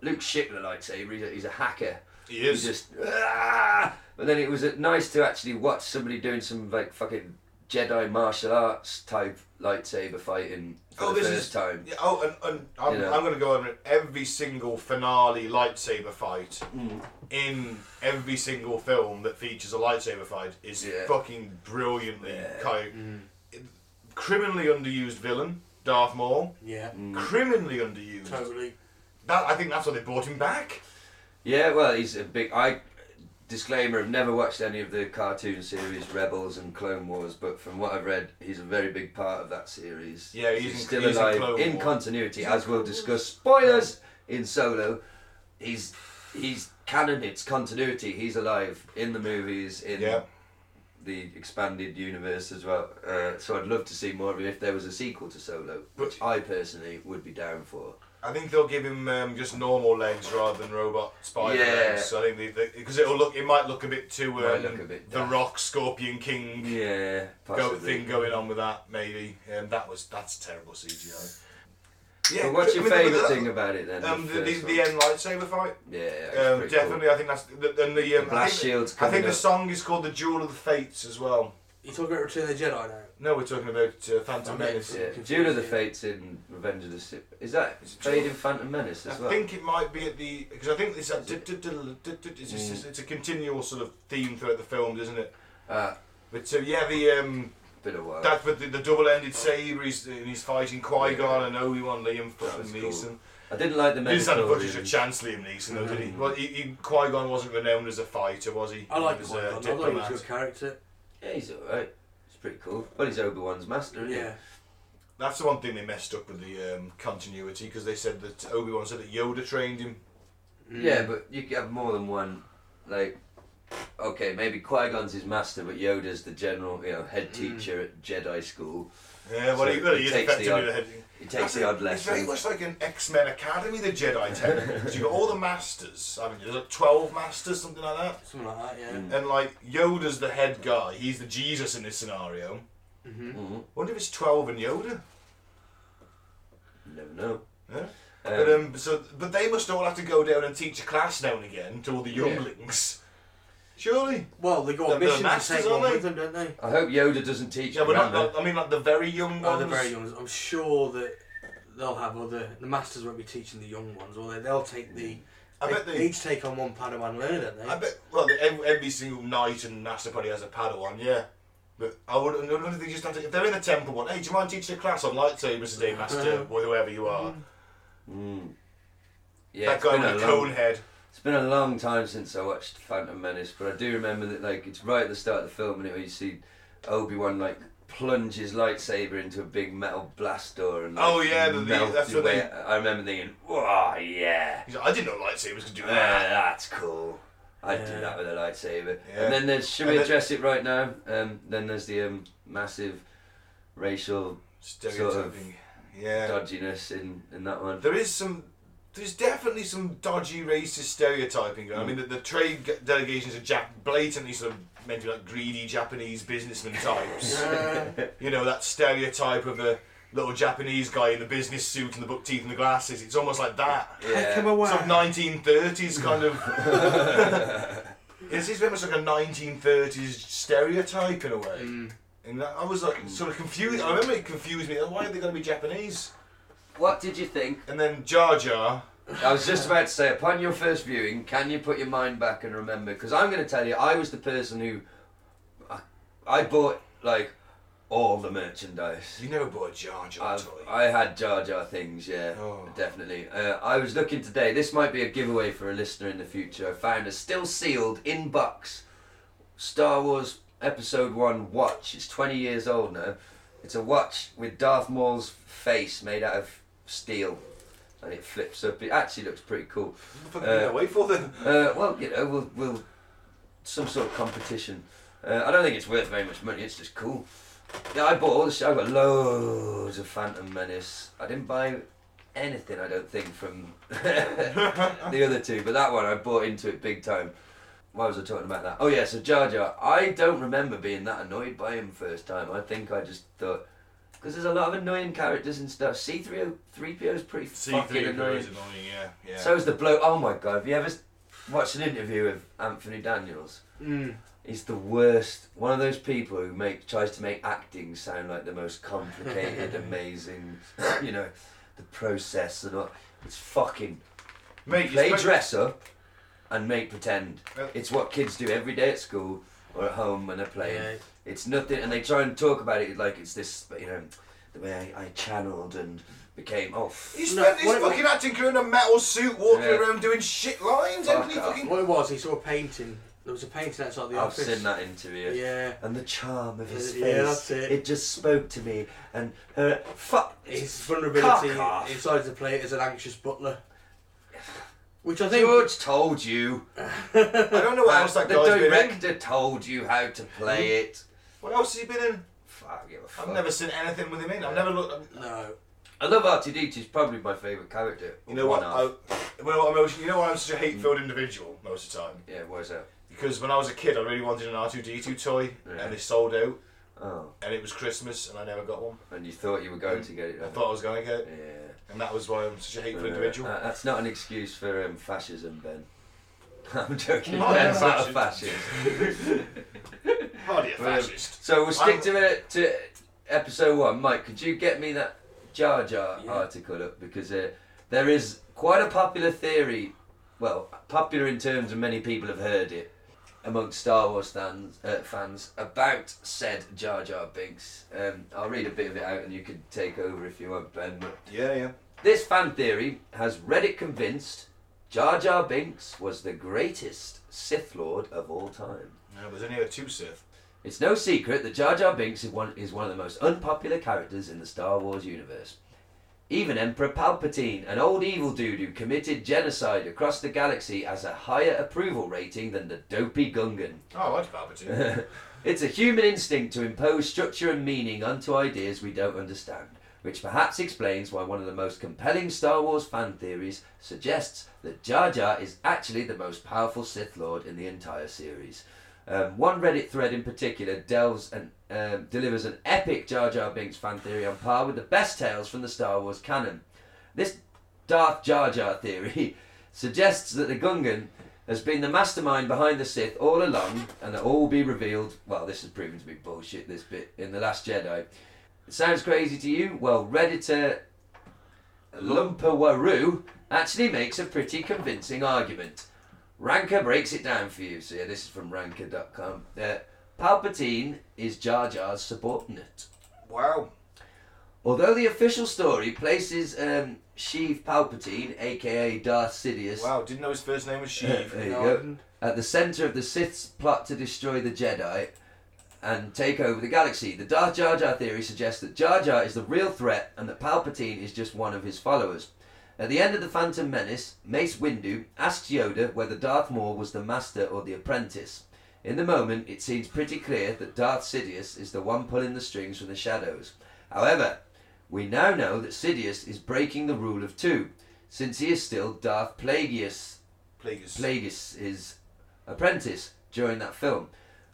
E: Luke Schickler, I'd say, he's a- he's a hacker.
B: He is.
E: He's just. "Ah!" But then it was uh, nice to actually watch somebody doing some like fucking Jedi martial arts type lightsaber fighting for the first time.
B: Oh, Yeah, oh, and, and I'm,
E: You know.
B: I'm going to go on every single finale lightsaber fight
E: Mm.
B: in every single film that features a lightsaber fight is
E: Yeah.
B: fucking brilliantly co- criminally underused villain Darth Maul.
C: Yeah.
E: Hmm. Mm.
B: Criminally underused.
C: Totally.
B: That I think that's why they brought him back.
E: Yeah, well, he's a big. I disclaimer: I've never watched any of the cartoon series Rebels and Clone Wars, but from what I've read, he's a very big part of that series.
B: Yeah, he's in-
E: still
B: he's in
E: alive
B: Clone War.
E: continuity,
B: He's in
E: as we'll
B: Clone
E: discuss. Spoilers in Solo. He's he's canon. It's continuity. He's alive in the movies. In
B: Yeah.
E: The expanded universe as well, uh, so I'd love to see more of it if there was a sequel to Solo, which I personally would be down for.
B: I think they'll give him um, just normal legs rather than robot spider
E: Yeah.
B: legs. So I think they because it'll look, it might look a bit too um,
E: Might look a bit
B: the
E: daft.
B: Rock Scorpion King
E: Yeah,
B: go,
E: possibly.
B: thing going on with that. Maybe um, that was that's terrible CGI.
E: But what's
B: I
E: your
B: mean, the-
E: favourite
B: the-
E: thing about it then?
B: Um,
E: the
B: the, the,
E: first
B: the
E: one?
B: end lightsaber fight.
E: Yeah, that's
B: um,
E: pretty
B: definitely. I think that's the, and the, um,
E: The blast
B: I think,
E: shields
B: I
E: coming
B: think the
E: up.
B: song is called "The Duel of the Fates" as well.
C: You talking about Return of the Jedi now?
B: No, we're talking about uh, Phantom
C: Phantom
B: Menace.
C: Menace,
E: Yeah, Duel of the Fates in Revenge of the Sith. Is that played in Phantom Menace as
B: I
E: well?
B: think it might be at the because I think it's a, du- du- du- du- du- it's, just,
E: Mm.
B: it's a continual sort of theme throughout the film, isn't it?
E: Uh,
B: but so yeah, the um,
E: Been a while.
B: that's with the, the double-ended saber. He's and he's fighting Qui Gon and Obi Wan, Liam
E: was
B: fucking
E: cool.
B: Neeson.
E: I didn't like the
B: He just had a
E: Mandalorian.
B: footage of Chance Liam Neeson, though, did he?
E: Mm.
B: Well, he, he Qui Gon wasn't renowned as a fighter, was he?
C: I like
B: he was
C: Qui-Gon. I
B: a
C: thought he was a
B: diplomat.
C: good character.
E: Yeah, he's alright. It's pretty cool. Well, he's Obi Wan's master, isn't
C: Yeah.
B: That's the one thing they messed up with the um, continuity because they said that Obi Wan said that Yoda trained him.
E: he? Yeah, but you could have more than one. Like, okay, maybe Qui Gon's his master, but Yoda's the general, you know, head teacher at Jedi school.
B: Yeah, well, he,
E: So
B: well, he, is
E: takes
B: effectively
E: the odd,
B: the head.
E: He takes
B: That's
E: the
B: it.
E: odd
B: It's very
E: lesson.
B: much like an X Men Academy, the Jedi Temple, because you've got all the masters. I mean, there's like twelve masters, something like that.
C: Something like that, yeah.
E: Hmm.
B: And like Yoda's the head guy. He's the Jesus in this scenario.
C: Mm-hmm.
B: Wonder if it's twelve and Yoda.
E: Never know.
B: Yeah. but um, so but they must all have to go down and teach a class now and again to all the
E: Yeah.
B: younglings. Surely.
C: Well, they
B: They're-
C: got
B: they're
C: missions to
B: masters,
C: take one
B: aren't
C: with
B: they?
C: them, don't they?
E: I hope Yoda doesn't teach
B: Yeah, but not,
E: grammar.
B: not- I mean, like the very young
C: Oh,
B: ones.
C: the very young ones. I'm sure that they'll have other. The masters won't be teaching the young ones, will they? They'll take the.
B: I
C: they,
B: bet they-
C: they each take on one Padawan learner, don't they?
B: I bet. Well, the, every, every single knight and master probably has a Padawan. Yeah. But I would. I wonder if they just have to, if they're in the temple one. Hey, do you mind teaching a class on lightsabers today, master, or whoever you are?
E: Mm. Yeah,
B: that
E: it's
B: guy
E: been
B: with
E: a
B: the
E: long-
B: cone head.
E: It's It's been a long time since I watched Phantom Menace, but I do remember that like it's right at the start of the film, and it, you see Obi Wan like plunge his lightsaber into a big metal blast door and like,
B: Oh, yeah, the- the-
E: melt
B: that's
E: your
B: what
E: way-
B: they-
E: I remember thinking, oh yeah.
B: He's like, I didn't know lightsabers could do
E: Yeah,
B: that.
E: that's cool. I'd do
B: Yeah.
E: that with a lightsaber.
B: Yeah.
E: And then there's should we
B: And then-
E: address it right now? Um, then there's the um, massive racial sort of
B: Stereotyping. Yeah.
E: dodginess in, in that one.
B: There is some. There's definitely some dodgy racist stereotyping. I mean, the, the trade g- delegations are Jap- blatantly sort of meant to be like greedy Japanese businessman types. you know, that stereotype of the little Japanese guy in the business suit and the book teeth and the glasses. It's almost like that.
E: Yeah.
B: Some 1930s kind of. It's it's very much like a 1930s stereotype in a way. And that, I was like sort of confused. I remember it confused me. Why are they going to be Japanese?
E: What did you think?
B: And then Jar Jar.
E: I was just about to say, upon your first viewing, can you put your mind back and remember? Because I'm going to tell you, I was the person who I, I bought like all the merchandise.
B: You never bought a Jar Jar
E: I've-
B: toy.
E: I had Jar Jar things, yeah, definitely. Uh, I was looking today. This might be a giveaway for a listener in the future. I found a still sealed in box Star Wars Episode One watch. It's twenty years old now. It's a watch with Darth Maul's face made out of steel, and it flips up. It actually looks pretty cool.
B: What the fuck are you gonna wait for then?
E: Uh, well, you know, we'll, we'll some sort of competition. Uh, I don't think it's worth very much money. It's just cool. Yeah, I bought all this. I got loads of Phantom Menace. I didn't buy anything. I don't think from the other two, but that one I bought into it big time. Why was I talking about that? Oh yeah, so Jar Jar. I don't remember being that annoyed by him first time. I think I just thought because there's a lot of annoying characters and stuff. C three O three PO is pretty fucking
B: C3PO is
E: annoying.
B: annoying, yeah, yeah.
E: So is the bloke. Oh my god, have you ever s- watched an interview with Anthony Daniels?
C: Mm.
E: He's the worst. One of those people who make tries to make acting sound like the most complicated, amazing. You know, the process and all. It's fucking.
B: Mate,
E: play
B: it's-
E: dress up, and make pretend.
B: Well-
E: It's what kids do every day at school or at home when they're playing.
C: Yeah.
E: It's nothing, and they try and talk about it like it's this. You know, the way I, I channeled and became. Oh, f-
B: He
C: No,
B: spent his
C: what it
B: fucking acting career in a metal suit walking
E: Yeah.
B: around doing shit lines.
E: Fuck
B: Anthony
E: off.
B: fucking.
C: What it was, he saw a painting. There was a painting outside the
E: I've
C: office.
E: seen that interview.
C: Yeah.
E: And the charm of his
C: Yeah,
E: face.
C: that's it.
E: just spoke to me. And her. Fuck.
C: His vulnerability.
E: Cock off.
C: He decided to play it as an anxious butler. Which I think.
E: George told you.
B: I don't know what
E: how-
B: else that
E: the
B: guy's been in.
E: director told you how to play it.
B: What else has he been in?
E: Fuck, give a fuck.
B: I've never seen anything with him in. I've never looked.
C: No.
E: I love R2D2. He's probably my favourite character.
B: You know what?
E: One
B: I,
E: of.
B: well, I'm, always- you know why I'm such a hate-filled individual most of the time?
E: Yeah, where's that?
B: Because when I was a kid, I really wanted an R2D2 toy,
E: Yeah.
B: and they sold out,
E: Oh.
B: and it was Christmas, and I never got one.
E: And you thought you were going to get it.
B: I
E: haven't
B: thought I was going to get
E: you?
B: it,
E: Yeah.
B: and that was why I'm such a hateful individual.
E: Uh, that's not an excuse for um, fascism, Ben. I'm joking.
B: Oh,
E: Ben's
B: yeah.
E: not a fascist.
B: Hardly a
E: Brilliant.
B: fascist.
E: So we'll stick
B: I'm-
E: to it to episode one. Mike, could you get me that Jar Jar article up because uh, there is quite a popular theory. Well, popular in terms of many people have heard it amongst Star Wars fans, uh, fans about said Jar Jar Binks. Um, I'll read a bit of it out, and you can take over if you want, Ben. But
B: Yeah, yeah.
E: this fan theory has Reddit convinced Jar Jar Binks was the greatest Sith Lord of all time.
B: No, there's only a two Sith.
E: It's no secret that Jar Jar Binks is one, is one of the most unpopular characters in the Star Wars universe. Even Emperor Palpatine, an old evil dude who committed genocide across the galaxy, has a higher approval rating than the dopey Gungan.
B: Oh, I liked Palpatine.
E: It's a human instinct to impose structure and meaning onto ideas we don't understand, which perhaps explains why one of the most compelling Star Wars fan theories suggests that Jar Jar is actually the most powerful Sith Lord in the entire series. Um, one Reddit thread in particular delves and um, delivers an epic Jar Jar Binks fan theory on par with the best tales from the Star Wars canon. This Darth Jar Jar theory suggests that the Gungan has been the mastermind behind the Sith all along, and that all will be revealed. Well, this has proven to be bullshit. This bit in the Last Jedi. It sounds crazy to you? Well, redditor Lumpawaru actually makes a pretty convincing argument. Ranker breaks it down for you. So yeah, this is from Ranker.com. Uh, Palpatine is Jar Jar's subordinate.
B: wow.
E: Although the official story places um, Sheev Palpatine, aka Darth Sidious,
B: Wow, didn't know his first name was Sheev.
E: there you go, at the centre of the Sith's plot to destroy the Jedi and take over the galaxy. The Darth Jar Jar theory suggests that Jar Jar is the real threat and that Palpatine is just one of his followers. At the end of The Phantom Menace, Mace Windu asks Yoda whether Darth Maul was the master or the apprentice. In the moment, it seems pretty clear that Darth Sidious is the one pulling the strings from the shadows. However, we now know that Sidious is breaking the rule of two, since he is still Darth Plagueis.
B: Plagueis.
E: is apprentice during that film,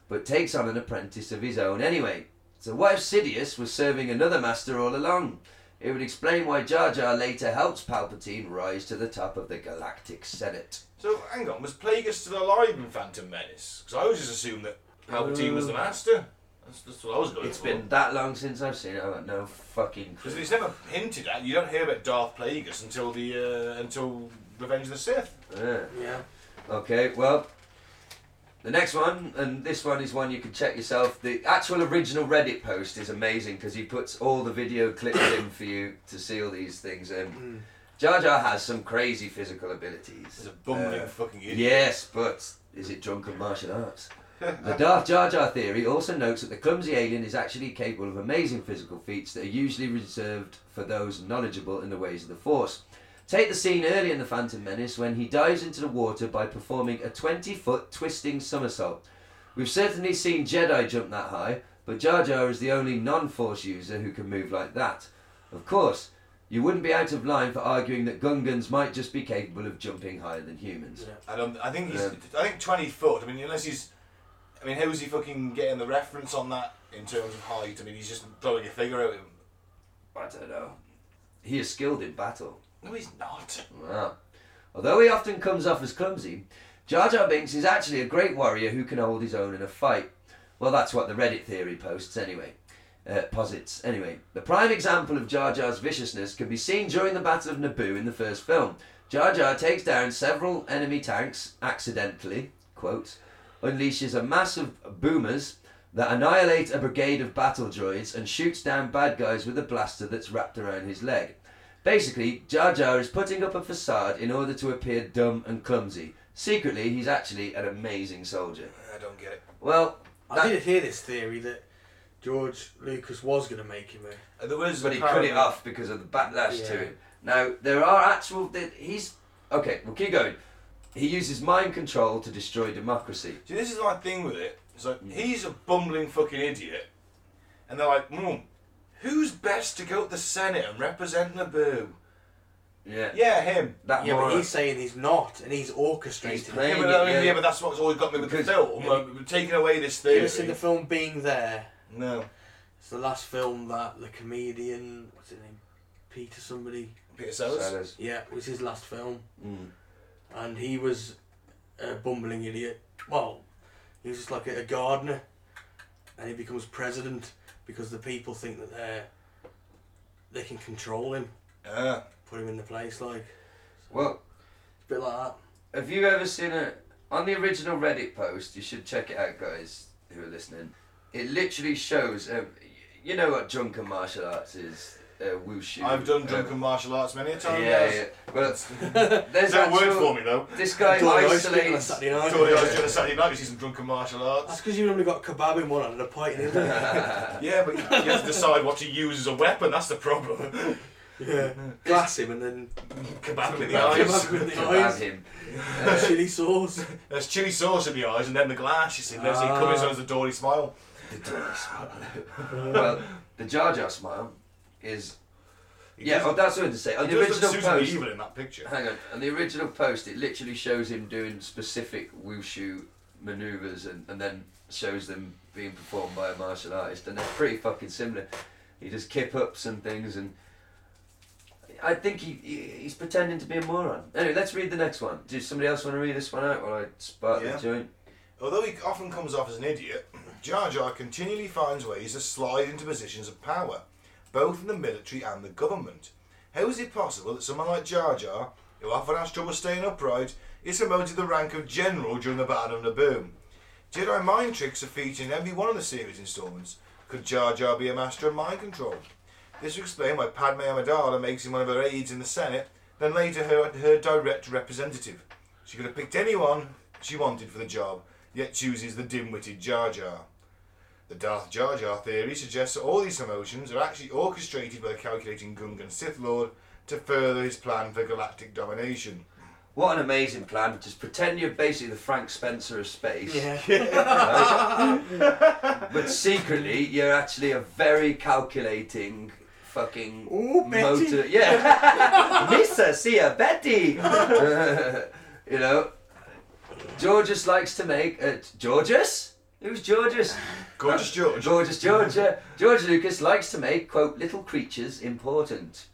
E: but takes on an apprentice of his own anyway. So what if Sidious was serving another master all along? It would explain why Jar Jar later helps Palpatine rise to the top of the Galactic Senate.
B: So hang on, was Plagueis still alive in Phantom Menace? Because I always just assumed that Palpatine was the master. That's, that's what I was going
E: Uh, It's
B: for.
E: been that long since I've seen it. I've got no fucking clue.
B: Because it's never hinted at. You don't hear about Darth Plagueis until the uh, until Revenge of the Sith.
E: Yeah.
C: Yeah.
E: Okay, well, the next one, and this one is one you can check yourself. The actual original Reddit post is amazing because he puts all the video clips in for you to see all these things. Um, Jar Jar has some crazy physical abilities. He's a
B: bumbling fucking idiot.
E: Yes, but is it drunken martial arts? The Darth Jar Jar theory also notes that the clumsy alien is actually capable of amazing physical feats that are usually reserved for those knowledgeable in the ways of the Force. Take the scene early in The Phantom Menace when he dives into the water by performing a 20 foot twisting somersault. We've certainly seen Jedi jump that high, but Jar Jar is the only non Force user who can move like that. Of course, you wouldn't be out of line for arguing that Gungans might just be capable of jumping higher than humans.
B: I don't. I think he's.
E: Um,
B: I think twenty foot. I mean, unless he's. I mean, how's he fucking getting the reference on that in terms of height? I mean, he's just throwing a figure at him.
E: I don't know. He is skilled in battle.
B: No, he's not.
E: Wow. Although he often comes off as clumsy, Jar Jar Binks is actually a great warrior who can hold his own in a fight. Well, that's what the Reddit theory posts anyway. Uh, posits anyway. The prime example of Jar Jar's viciousness can be seen during the Battle of Naboo in the first film. Jar Jar takes down several enemy tanks accidentally. Quotes. Unleashes a mass of boomers that annihilate a brigade of battle droids and shoots down bad guys with a blaster that's wrapped around his leg. Basically, Jar Jar is putting up a facade in order to appear dumb and clumsy. Secretly, he's actually an amazing soldier.
B: I don't get it.
E: Well,
C: I did hear this theory that George Lucas was going to make him a.
B: Uh, There was
E: but he cut
B: apparently-
E: it off because of the backlash to
C: Yeah.
E: him. Now there are actual. that He's okay. We'll keep going. He uses mind control to destroy democracy.
B: See, this is my thing with it. It's like he's a bumbling fucking idiot, and they're like, mm, who's best to go to the Senate and represent Naboo?
E: Yeah.
B: Yeah, him.
E: That
C: Yeah, but
E: moron.
C: he's saying he's not, and he's orchestrating.
E: He's
C: it.
E: playing
B: Yeah, but,
E: it,
B: I mean,
E: yeah.
B: yeah, but that's what's always got me with the
E: Because-
B: film. like, we're taking away this
C: Have you
B: theory.
C: ever seen the film Being There?
B: no,
C: It's the last film that the comedian, what's his name, Peter somebody.
B: Peter Sellers.
E: Sellers.
C: Yeah, it was his last film,
E: Mm.
C: and he was a bumbling idiot. Well, he was just like a, a gardener, and he becomes president because the people think that they are they can control him,
B: Ah,
C: put him in the place, like
E: Well,
C: it's a bit like that.
E: Have you ever seen it on the original Reddit post? You should check it out, guys who are listening. It literally shows. Um, y- you know what drunken martial arts is? Uh, wushu.
B: I've done drunken
E: um,
B: martial arts many a
E: yeah,
B: time. yes.
E: yeah. Well, there's
B: Is that a word
E: actual-
B: for me though?
E: This guy
C: Don't know, I was thinking on
E: isolates.
C: Saturday
B: I
C: night.
B: thought I was doing a Saturday night. You see some drunken martial arts.
C: That's because you've only got kebab in one hand and a pint in the other.
B: Yeah, but you have to decide what to use as a weapon. That's the problem.
C: yeah. Glass him and then
B: Kebab in the
E: Kebab.
B: eyes.
C: Kebab in the
E: Kebab
C: eyes.
E: him.
C: uh, chili sauce.
B: There's chili sauce in the eyes, and then the glass. You see, there's he
C: Ah.
B: comes in with a dawny smile.
E: The dirty smile. well, the Jar Jar smile is.
B: He
E: Yeah,
B: does-
E: oh, that's what I was saying. On
B: he
E: the
B: does
E: original
B: look Susan
E: post,
B: evil in that picture.
E: Hang on. On the original post, it literally shows him doing specific wushu maneuvers and, and then shows them being performed by a martial artist, and they're pretty fucking similar. He does kip ups and things, and I think he, he he's pretending to be a moron. Anyway, let's read the next one. Does somebody else want to read this one out while I spark
B: Yeah.
E: the joint?
B: Although he often comes off as an idiot, Jar Jar continually finds ways to slide into positions of power, both in the military and the government. How is it possible that someone like Jar Jar, who often has trouble staying upright, is promoted to the rank of general during the Battle of Naboo? Jedi mind tricks are featured in every one of the series installments. Could Jar Jar be a master of mind control? This would explain why Padme Amidala makes him one of her aides in the Senate, then later her, her direct representative. She could have picked anyone she wanted for the job, yet chooses the dim-witted Jar Jar. The Darth Jar Jar theory suggests that all these promotions are actually orchestrated by the calculating Gungan Sith Lord to further his plan for galactic domination.
E: What an amazing plan. Just pretend you're basically the Frank Spencer of space.
B: Yeah.
E: Right? but secretly, you're actually a very calculating fucking motor. Yeah. Missa, see ya, Betty. you know, Georges likes to make. Uh, Georges? Who's Georges? Uh,
B: Gorgeous George.
E: Gorgeous George. yeah. George Lucas likes to make, quote, little creatures important.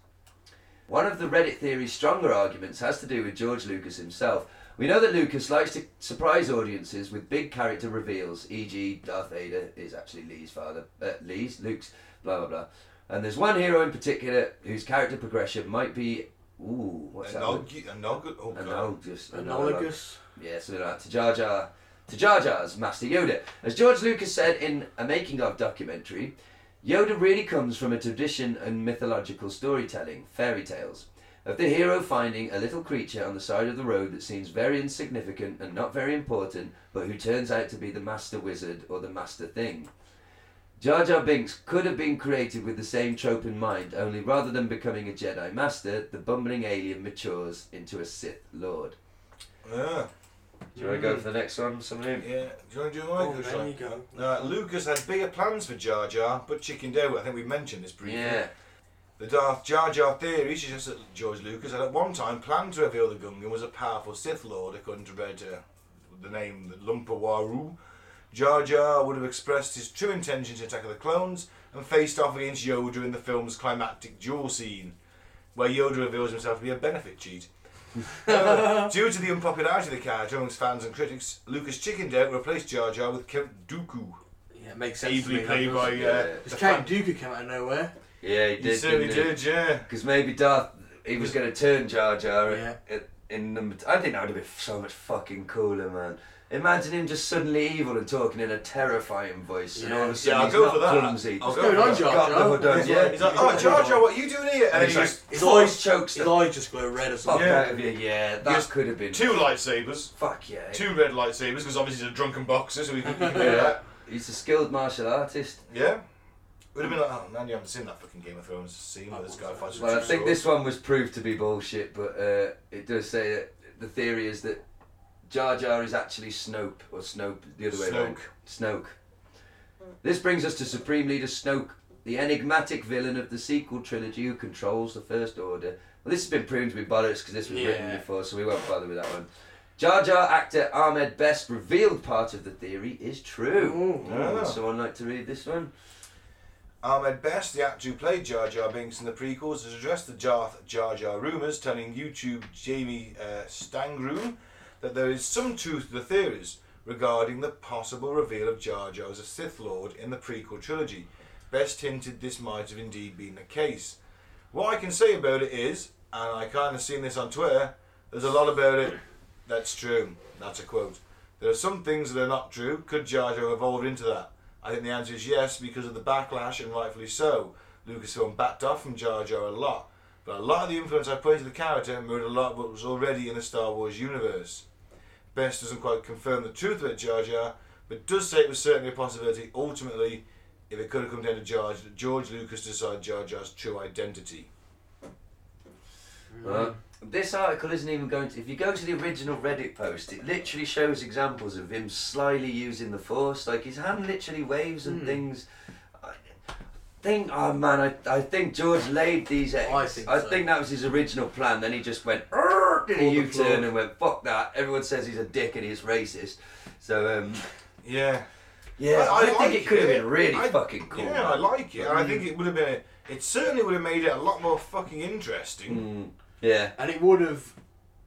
E: One of the Reddit theory's stronger arguments has to do with George Lucas himself. We know that Lucas likes to surprise audiences with big character reveals, e.g., Darth Vader is actually Lee's father, uh, Lee's, Luke's, blah blah blah. And there's one hero in particular whose character progression might be, ooh, what's that? word?
B: Anogi- Anog- oh God.
E: Analogous.
C: Analogous.
E: Yeah, something like that. To Jar Jar. To Jar Jar's Master Yoda. As George Lucas said in a making of documentary, Yoda really comes from a tradition and mythological storytelling, fairy tales, of the hero finding a little creature on the side of the road that seems very insignificant and not very important, but who turns out to be the master wizard or the master thing. Jar Jar Binks could have been created with the same trope in mind, only rather than becoming a Jedi Master, the bumbling alien matures into a Sith Lord.
B: Yeah.
E: Do you want
B: Mm.
E: to go for the next one, somebody?
B: Yeah, do you want to do mine?
C: Oh,
B: Good
C: there
B: shot.
C: you go.
B: Uh, Lucas had bigger plans for Jar Jar, but chicken dough. I think we mentioned this briefly.
E: Yeah.
B: The Darth Jar Jar theory suggests that George Lucas had at one time planned to reveal the Gungan was a powerful Sith Lord, according to Red, uh, the name the Lumpawaru. Jar Jar would have expressed his true intention to attack the clones and faced off against Yoda in the film's climactic duel scene, where Yoda reveals himself to be a benefit cheat. Uh, due to the unpopularity of the character amongst fans and critics, Lucas Chicken Dough replaced Jar Jar with Count Dooku,
C: Yeah, it makes sense. to
B: ably
C: me,
B: played
C: that
B: by uh,
C: does.
B: the
C: This Count
B: fan-
C: Dooku came out of nowhere.
E: Yeah, he did.
B: He certainly
E: didn't
B: did,
E: he?
B: yeah.
E: Because maybe Darth, he was going to turn Jar Jar
C: Yeah.
E: in, in number. T- I think that would have been so much fucking cooler, man. Imagine him just suddenly evil and talking in a terrifying voice, and all of
C: Yeah.
E: a sudden
B: Yeah, I'll
E: he's
B: go
E: not
B: for that.
E: clumsy.
B: I'll
E: He's
B: go
C: Going on, Jar
E: got
C: Jar.
E: the hood on,
C: He's
E: yeah.
C: like-
B: He's like, oh, Jar Jar, what are you doing here? And,
E: And
B: he
E: he's like,
B: just,
C: His
E: Fuck,
C: eyes
E: chokes
C: His
E: the-
C: eyes just glow red as
E: fuck
C: well.
B: Yeah.
E: out of you. Yeah, that
B: Yes.
E: could have been.
B: two lightsabers,
E: Fuck yeah.
B: two red lightsabers, because obviously he's a drunken boxer, so we can, we can do
E: Yeah.
B: that.
E: He's a skilled martial artist.
B: Yeah. Would have been like, oh man, you haven't seen that fucking Game of Thrones scene where this guy fights with
E: Well, I
B: two
E: think
B: swords.
E: this one was proved to be bullshit, but uh, it does say that the theory is that Jar Jar is actually Snope, or Snope the other way around. Snoke. This brings us to Supreme Leader Snoke, the enigmatic villain of the sequel trilogy who controls the First Order. Well, this has been proven to be bollocks because this was written
C: Yeah.
E: before, so we won't bother with that one. Jar Jar actor Ahmed Best revealed part of the theory is true.
B: Ooh. Ah.
E: Would someone like to read this one?
B: Ahmed Best, the actor who played Jar Jar Binks in the prequels, has addressed the Jar Jar, Jar rumours, telling YouTube Jamie uh, Stangroom that there is some truth to the theories regarding the possible reveal of Jar Jar as a Sith Lord in the prequel trilogy. Best hinted this might have indeed been the case. What I can say about it is, and I kind of seen this on Twitter, there's a lot about it that's true. That's a quote. There are some things that are not true. Could Jar Jar evolve into that? I think the answer is yes because of the backlash, and rightfully so. Lucasfilm backed off from Jar Jar a lot, but a lot of the influence I put into the character mirrored a lot of what was already in the Star Wars universe. Best doesn't quite confirm the truth about Jar Jar, but does say it was certainly a possibility. Ultimately, if it could have come down to Jar, George Lucas decided Jar Jar's true identity.
E: Well, this article isn't even going to. If you go to the original Reddit post, it literally shows examples of him slyly using the Force. Like his hand literally waves and things. I think, oh man, I, I think George laid these eggs.
C: I think so.
E: that was his original plan. Then he just went, "Arr," did a
C: Pulled the
E: U turn
C: plug.
E: and went, fuck that. Everyone says he's a dick and he's racist. So, um,
B: Yeah.
E: yeah, I, think
B: like
E: it could have been really
B: I-
E: fucking cool.
B: Yeah,
E: man. Mm.
B: I like it. I think it would have been. A, it certainly would have made it a lot more fucking interesting.
E: Mm, yeah.
C: And it would have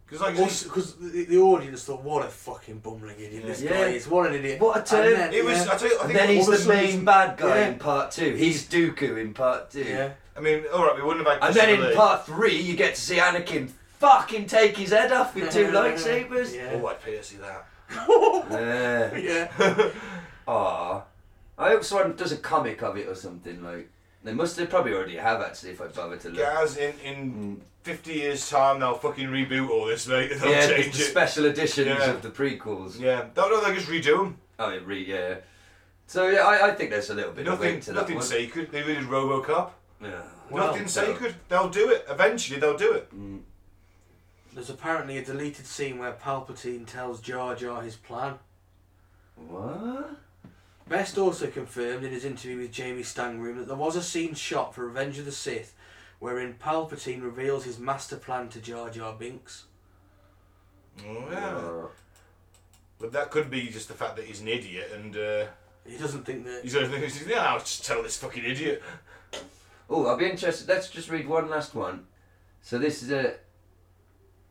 B: Because like, it
C: because the, the audience thought, "What a fucking bumbling idiot this
E: Yeah.
C: guy is! What an idiot!
E: What a
C: And
E: turn.
C: then-
B: was.
C: yeah.
B: I tell you, I
E: And
B: think.
E: then he's
B: all of a
E: the
B: sudden-
E: main bad guy
C: yeah.
E: in part two. He's Dooku in part two.
C: yeah.
B: I mean, all right, we wouldn't have had.
E: And then
B: Christopher
E: in
B: Lee.
E: part three, you get to see Anakin fucking take his head off with two lightsabers.
B: Oh, I'd pay to see that.
E: Yeah.
C: Yeah.
E: Uh, Aw. I hope someone does a comic of it or something like. They must. They probably already have actually. If I bothered to look. Mm.
B: Guys, in, in 50 years' time, they'll fucking reboot all this, mate. They'll
E: yeah,
B: change
E: the
B: it.
E: special editions
B: Yeah.
E: of the prequels.
B: Yeah, no, no, they just redo them.
E: Oh, it re yeah. So yeah, I, I think there's a little bit of
B: Nothing,
E: weight to that
B: nothing
E: one.
B: sacred. They did RoboCop.
E: Yeah.
B: nothing sacred. They'll do it. Eventually, they'll do it.
E: Mm.
C: There's apparently a deleted scene where Palpatine tells Jar Jar his plan.
E: What?
C: Best also confirmed in his interview with Jamie Stangroom that there was a scene shot for Revenge of the Sith wherein Palpatine reveals his master plan to Jar Jar Binks.
B: Oh, yeah. But that could be just the fact that he's an idiot and. Uh,
C: he doesn't think that.
B: He's going to think, yeah, I'll just tell this fucking idiot.
E: Oh, I'll be interested. Let's just read one last one. So this is a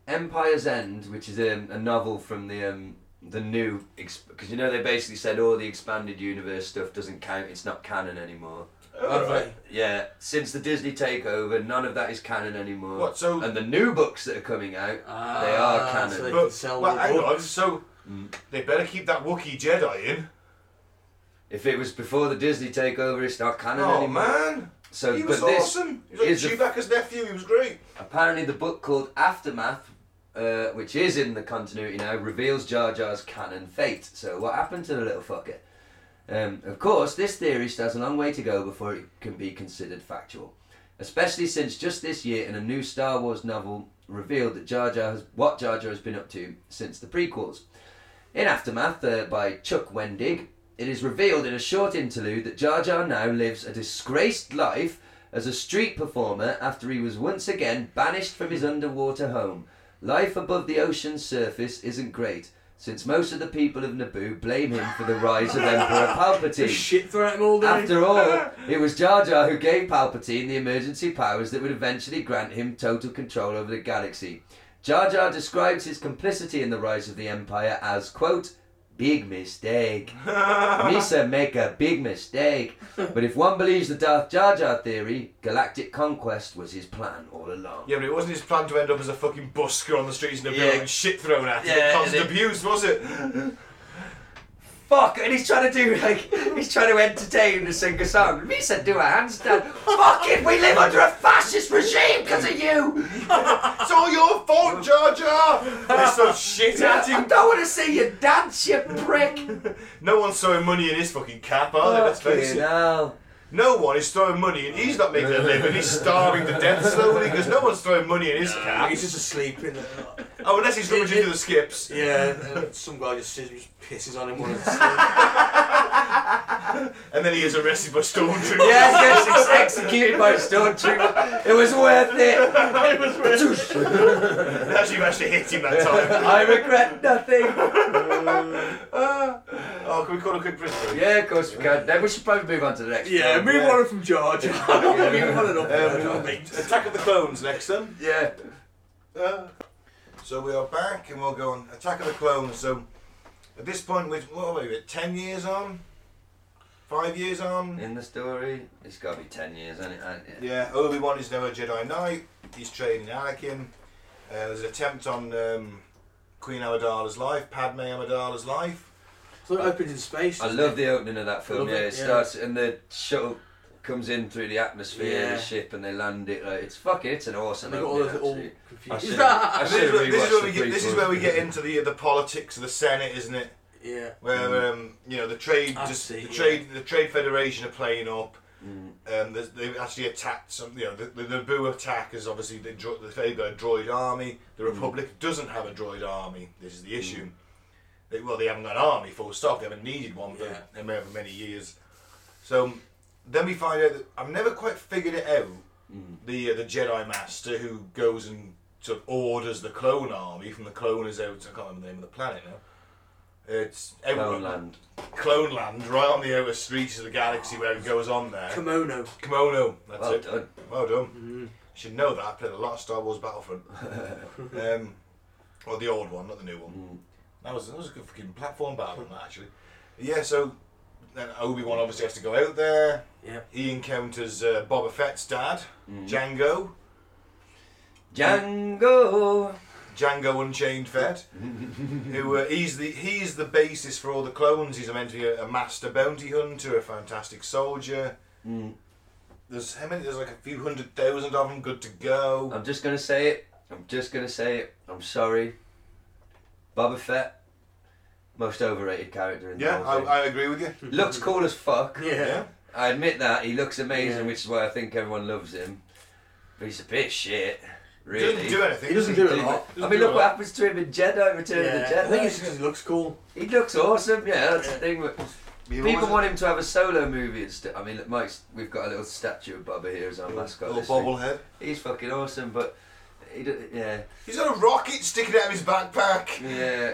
E: Empire's End, which is um, a, a novel from the um, the new because you know they basically said all the expanded universe stuff doesn't count. It's not canon anymore.
C: uh,
B: Oh, right.
E: Yeah, since the Disney takeover, none of that is canon anymore.
B: What, so-
E: and the new books that are coming out, they
C: Ah,
E: are canon.
C: so they
B: But,
C: can sell
B: well,
C: the
B: hang on,
C: books.
B: so they better keep that Wookiee Jedi in.
E: If it was before the Disney takeover, it's not canon
B: Oh,
E: anymore.
B: man.
E: So,
B: he
E: but
B: was
E: this
B: awesome. He was
E: is
B: like
E: a-
B: Chewbacca's nephew. He was great.
E: Apparently, the book called Aftermath, uh, which is in the continuity now, reveals Jar Jar's canon fate. So, what happened to the little fucker? Um, of course, this theory still has a long way to go before it can be considered factual, especially since just this year, in a new Star Wars novel, revealed that Jar Jar has what Jar Jar has been up to since the prequels. In Aftermath, uh, by Chuck Wendig, it is revealed in a short interlude that Jar Jar now lives a disgraced life as a street performer after he was once again banished from his underwater home. Life above the ocean's surface isn't great, since most of the people of Naboo blame him for the rise of Emperor Palpatine.
C: Just shit throughout him all day.
E: After all, it was Jar Jar who gave Palpatine the emergency powers that would eventually grant him total control over the galaxy. Jar Jar describes his complicity in the rise of the Empire as, quote, big mistake. Misa make a big mistake. But if one believes the Darth Jar Jar theory, galactic conquest was his plan all along.
B: Yeah, but it wasn't his plan to end up as a fucking busker on the streets in a building, shit thrown at him,
E: Yeah,
B: constant
E: they-
B: abuse, was it?
E: Fuck, and he's trying to do like he's trying to entertain and sing a song. Me said do a handstand. Fuck it, we live under a fascist regime because of you.
B: it's all your fault, Jar Jar! They so shit at
E: I
B: him.
E: don't want to see you dance, you prick.
B: No one's throwing money in his fucking cap, are they? Let's face it.
E: No.
B: No one is throwing money in. He's not making a living. He's starving to death slowly because no one's throwing money in his cap.
C: He's just asleep in the.
B: Oh, unless he's rummaging through the skips.
C: Yeah, and some guy just, just pisses on him while he's asleep.
B: And then he is arrested by stormtroopers.
E: Yeah, he gets ex- executed by a stormtrooper. It was worth it.
B: it was worth That's you actually hit him that time.
E: I regret nothing.
B: Oh, can we call a quick prison break?
E: Yeah, of course we can. Then we should probably move on to the next.
C: Yeah,
E: one.
C: move on from Jar Jar. move on up.
B: Um, Attack of the Clones next then.
E: Yeah.
B: Uh, so we are back and we'll go on Attack of the Clones. So at this point, we're, what are we, at 10 years on? Five years on?
E: In the story, it's got to be ten years, hasn't it? hasn't it?
B: Yeah, Obi Wan is now a Jedi Knight. He's training Anakin. Uh, there's an attempt on um, Queen Amidala's life, Padme Amidala's life.
C: So it opens in space.
E: I love the opening of that film.
C: Love
E: Yeah,
C: it,
E: it,
C: yeah.
E: starts and the shuttle comes in through the atmosphere of
C: Yeah.
E: the ship and they land it. Like, it's fucking. It's an awesome.
C: And they got all
E: opening,
C: those all
E: actually. I
C: confused.
E: should have
B: This is, where- this is where we
E: rewatched the
B: get, this is
E: prequel.
B: where we get into the the politics of the Senate, isn't it?
C: Yeah.
B: where um, you know the trade,
C: I
B: just,
C: see,
B: the
C: yeah.
B: trade, the trade federation are playing up. Um, they- they've actually attacked some. You know, the, the Naboo attack is obviously the, dro- the Faber droid army. The Republic doesn't have a droid army. This is the issue. They, well, they haven't got an army. Full stop. They haven't needed one for
C: Yeah.
B: however many years. So then we find out that I've never quite figured it out.
E: Mm.
B: The uh, the Jedi Master who goes and sort of orders the clone army from the cloners out. I can't remember the name of the planet now. It's
E: Clone
B: out-
E: Land.
B: Clone Land, right on the outer streets of the galaxy where it goes on there.
C: Kimono.
B: Kimono, that's
E: Well
B: it.
E: done.
B: Well done. Should know that. I played a lot of Star Wars Battlefront. um, or the old one, not the new one.
E: Mm.
B: That was that was a good fucking platform battle, that actually. Yeah, so then Obi Wan obviously has to go out there.
C: Yeah.
B: He encounters uh, Boba Fett's dad,
E: Mm.
B: Django.
E: Django.
B: Django Unchained Fett, who uh, he's the he's the basis for all the Hmm. clones. He's meant to be a, a master bounty hunter, a fantastic soldier. There's how many? There's like a few hundred thousand of them good to go.
E: I'm just gonna say it. I'm just gonna say it. I'm sorry. Boba Fett, most overrated character in the
B: Yeah,
E: whole
B: I,
E: thing.
B: I agree with you.
E: Looks cool as fuck.
B: Yeah. Yeah.
E: I admit that he looks amazing,
B: Yeah.
E: which is why I think everyone loves him. But he's a bit of shit. Really.
B: doesn't do anything, He doesn't does he? do a lot.
E: I
B: Doesn't
E: mean,
B: do a
E: look
B: lot.
E: what happens to him in Jedi Return of the
B: Yeah,
E: Jedi.
B: I think it's because
E: he looks cool. He looks awesome. Yeah, that's the thing. But
B: He
E: people
B: always-
E: want him to have a solo movie and stuff. I mean, look, Mike's. We've got a little statue of Bubba here as our mascot.
B: little
E: this week.
B: bobblehead.
E: He's fucking awesome, but he, d- yeah.
B: He's got a rocket sticking out of his backpack.
E: Yeah.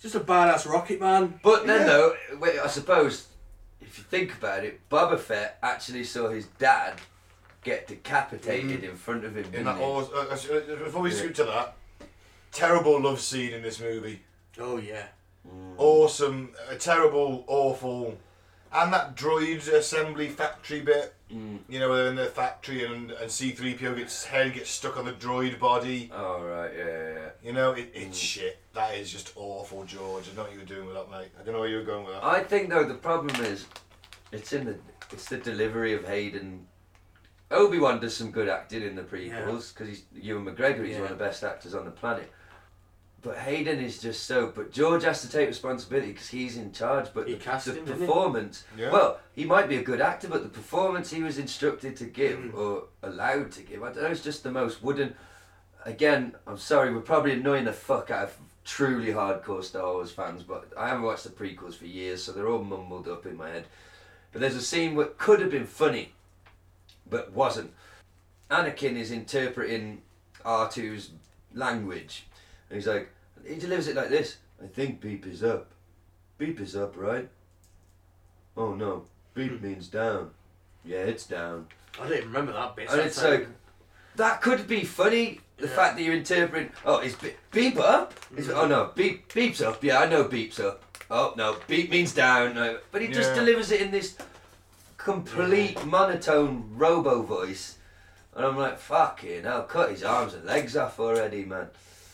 C: Just a badass rocket man.
E: But then, though, wait, I suppose if you think about it, Boba Fett actually saw his dad get decapitated in front of him.
B: In
E: didn't
B: that
E: he?
B: awes- uh, uh, uh, before we
E: Yeah.
B: skip to that, terrible love scene in this movie.
C: Oh yeah.
B: Awesome, uh, terrible, awful, and that droid assembly factory bit.
E: Mm.
B: You know, they're in the factory and and C three PO gets head gets stuck on the droid body.
E: Oh right, yeah, yeah. yeah.
B: You know, it, it's
E: Mm.
B: shit. That is just awful, George. I don't know what you were doing with that, mate. I don't know where you were going with that.
E: I think though the problem is, it's in the it's the delivery of Hayden. Obi Wan does some good acting in the prequels because he's Ewan McGregor. He's
L: Yeah.
E: one of the best actors on the planet. But Hayden is just so. But George has to take responsibility because he's in charge. But the, the
L: him, didn't he?
E: performance.
L: Yeah.
E: Well, he might be a good actor, but the performance he was instructed to give
L: Hmm.
E: or allowed to give, I don't know. It's just the most wooden. Again, I'm sorry, we're probably annoying the fuck out of truly hardcore Star Wars fans, but I haven't watched the prequels for years, so they're all mumbled up in my head. But there's a scene that could have been funny, but wasn't. Anakin is interpreting R2's language. And he's like, he delivers it like this I think beep is up. Beep is up, right? Oh no, beep means down. Yeah, it's down.
C: I don't even remember that bit.
E: And it's like, that could be funny. The fact that you're interpreting, oh, it's be- beep up. It's,
B: Mm.
E: oh no, beep beeps up. Yeah, I know beeps up. Oh no, beep means down. No, but he just
L: Yeah.
E: delivers it in this complete monotone robo voice, and I'm like, fucking hell, cut his arms and legs off already, man.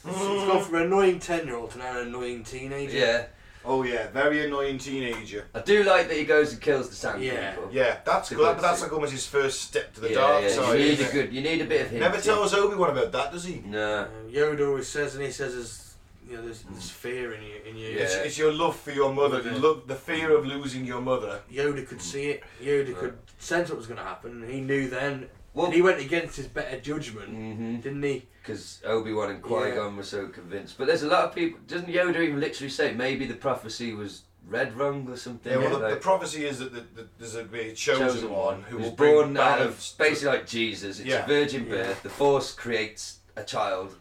C: It's gone from an annoying ten-year-old to now an annoying teenager.
E: Yeah.
B: Oh yeah, very annoying teenager.
E: I do like that he goes and kills the sand
B: Yeah.
E: people.
B: Yeah, that's
E: It's a
B: good. But
E: good
B: that's
E: scene.
B: like almost his first step to the
E: Yeah,
B: dark
E: yeah, you
B: side.
E: need
B: isn't
E: a
B: it?
E: good- you need a bit of hint,
B: Never
E: yeah.
B: tells Obi Wan about that, does he?
E: No.
C: Um, Yoda always says, and he says, "There's you know, there's,
E: Mm.
C: there's fear in you." In you.
B: It's, it's your love for your mother.
C: Yeah.
B: You love the fear of losing your mother.
C: Yoda could
E: Mm.
C: see it. Yoda could sense what was going to happen. and He knew then. and he went against his better judgment,
E: Mm-hmm.
C: didn't he?
E: Because Obi Wan and Qui Gon were so convinced. But there's a lot of people. Doesn't Yoda even literally say maybe the prophecy was read wrong or something?
B: Yeah, well, the, the
E: Like-
B: prophecy is that the, the, there's a, be a chosen, one who
E: was
B: will bring
E: born out of
B: balance to-
E: basically like Jesus. It's
B: Yeah.
E: a virgin
B: Yeah.
E: birth. The Force creates a child,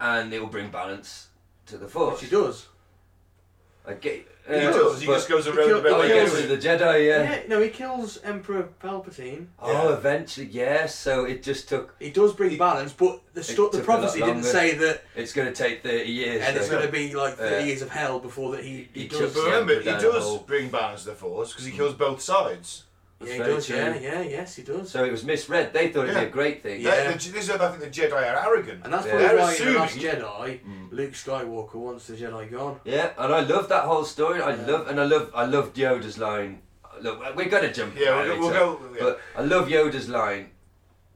E: and it will bring balance to the Force.
C: Which he does.
E: I get.
B: He does, he just goes around
E: He
B: about
E: oh, he
B: kills
E: goes
B: it.
E: to the Jedi. Yeah.
C: No, he kills Emperor Palpatine.
E: Oh, eventually, yeah. So it just took.
C: It does bring balance, but the
E: It
C: sto- the
E: took a lot
C: prophecy didn't
E: longer.
C: say that.
E: It's going to take thirty years,
C: and it's
E: though.
C: going to be like thirty
E: Yeah.
C: years of hell before that he, he,
E: He
C: does.
E: took-
B: But remember, he
E: Yeah,
B: does
E: whole-
B: bring balance to the force because he kills both sides.
C: Yeah, he
E: That's very
C: does. Yeah,
E: true.
C: yeah, yes, he does.
E: So it was misread. They thought it'd be a great thing.
B: They- the- this is, I think, the Jedi are arrogant,
C: and that's
B: They're
C: probably why in the
B: assuming-
C: Last Jedi,
B: Mm.
C: Luke Skywalker wants the Jedi gone.
E: Yeah, and I love that whole story. I love and I love I love Yoda's line. Look, we're gonna jump.
B: Yeah,
E: around
B: we'll go-
E: later,
B: we'll go- yeah.
E: But I love Yoda's line.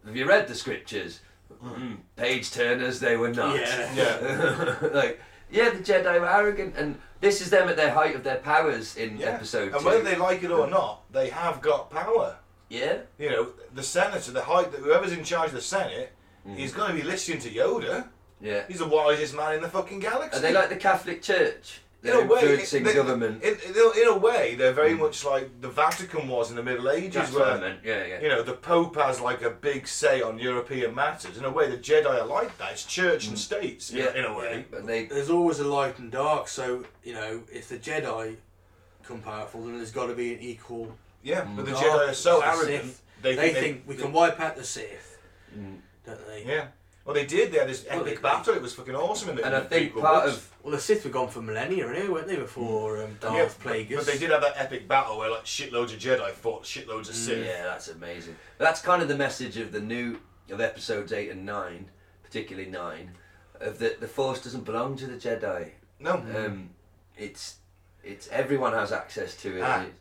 E: Have you read the scriptures? Mm, page turners, they were not.
B: Yeah. Yeah.
E: like yeah, the Jedi were arrogant, and this is them at their height of their powers in episode.
B: And
E: two.
B: whether they like it or not, they have got power.
E: Yeah.
B: You know, the senator, the height, whoever's in charge of the Senate, he's going to be listening to Yoda.
E: Yeah.
B: He's the wisest man in the fucking galaxy.
E: Are they like the Catholic Church?
B: In
E: They're
B: a way,
E: influencing
B: they-
E: government.
B: In, in, in a way, they're very much like the Vatican was in the Middle Ages,
E: That's
B: where
E: what I meant, yeah, yeah.
B: you know the Pope has like a big say on European matters. In a way, the Jedi are like that. It's church
E: Mm.
B: and states, yeah, in a way.
E: But they,
C: There's always a light and dark, so you know if the Jedi come powerful, then there's got to be an equal.
B: Yeah, but the
E: Mm.
C: dark
E: Oh,
B: Jedi are so
C: to the
B: arrogant,
C: Sith.
B: they
C: They,
B: think
C: think,
B: they-
C: we
B: they- Mm.
C: can wipe out the Sith, don't they?
B: Yeah. Well, they did. They had this
C: Well,
B: epic
C: they-
B: battle. It was fucking awesome. In the,
E: And
B: in
E: I
B: the
E: think
B: prequel
E: part
B: books.
E: of
C: Well, the Sith were gone for millennia, anyway, weren't they? Before um, Darth
B: Yeah,
C: Plagueis.
B: But they did have that epic battle where like shitloads of Jedi fought shitloads of Sith.
E: Mm, Yeah, that's amazing. That's kind of the message of the new of episodes eight and nine, particularly nine, of that the Force doesn't belong to the Jedi.
B: No.
E: Uh, um, it's it's everyone has access to it.
B: Ah.
E: and it-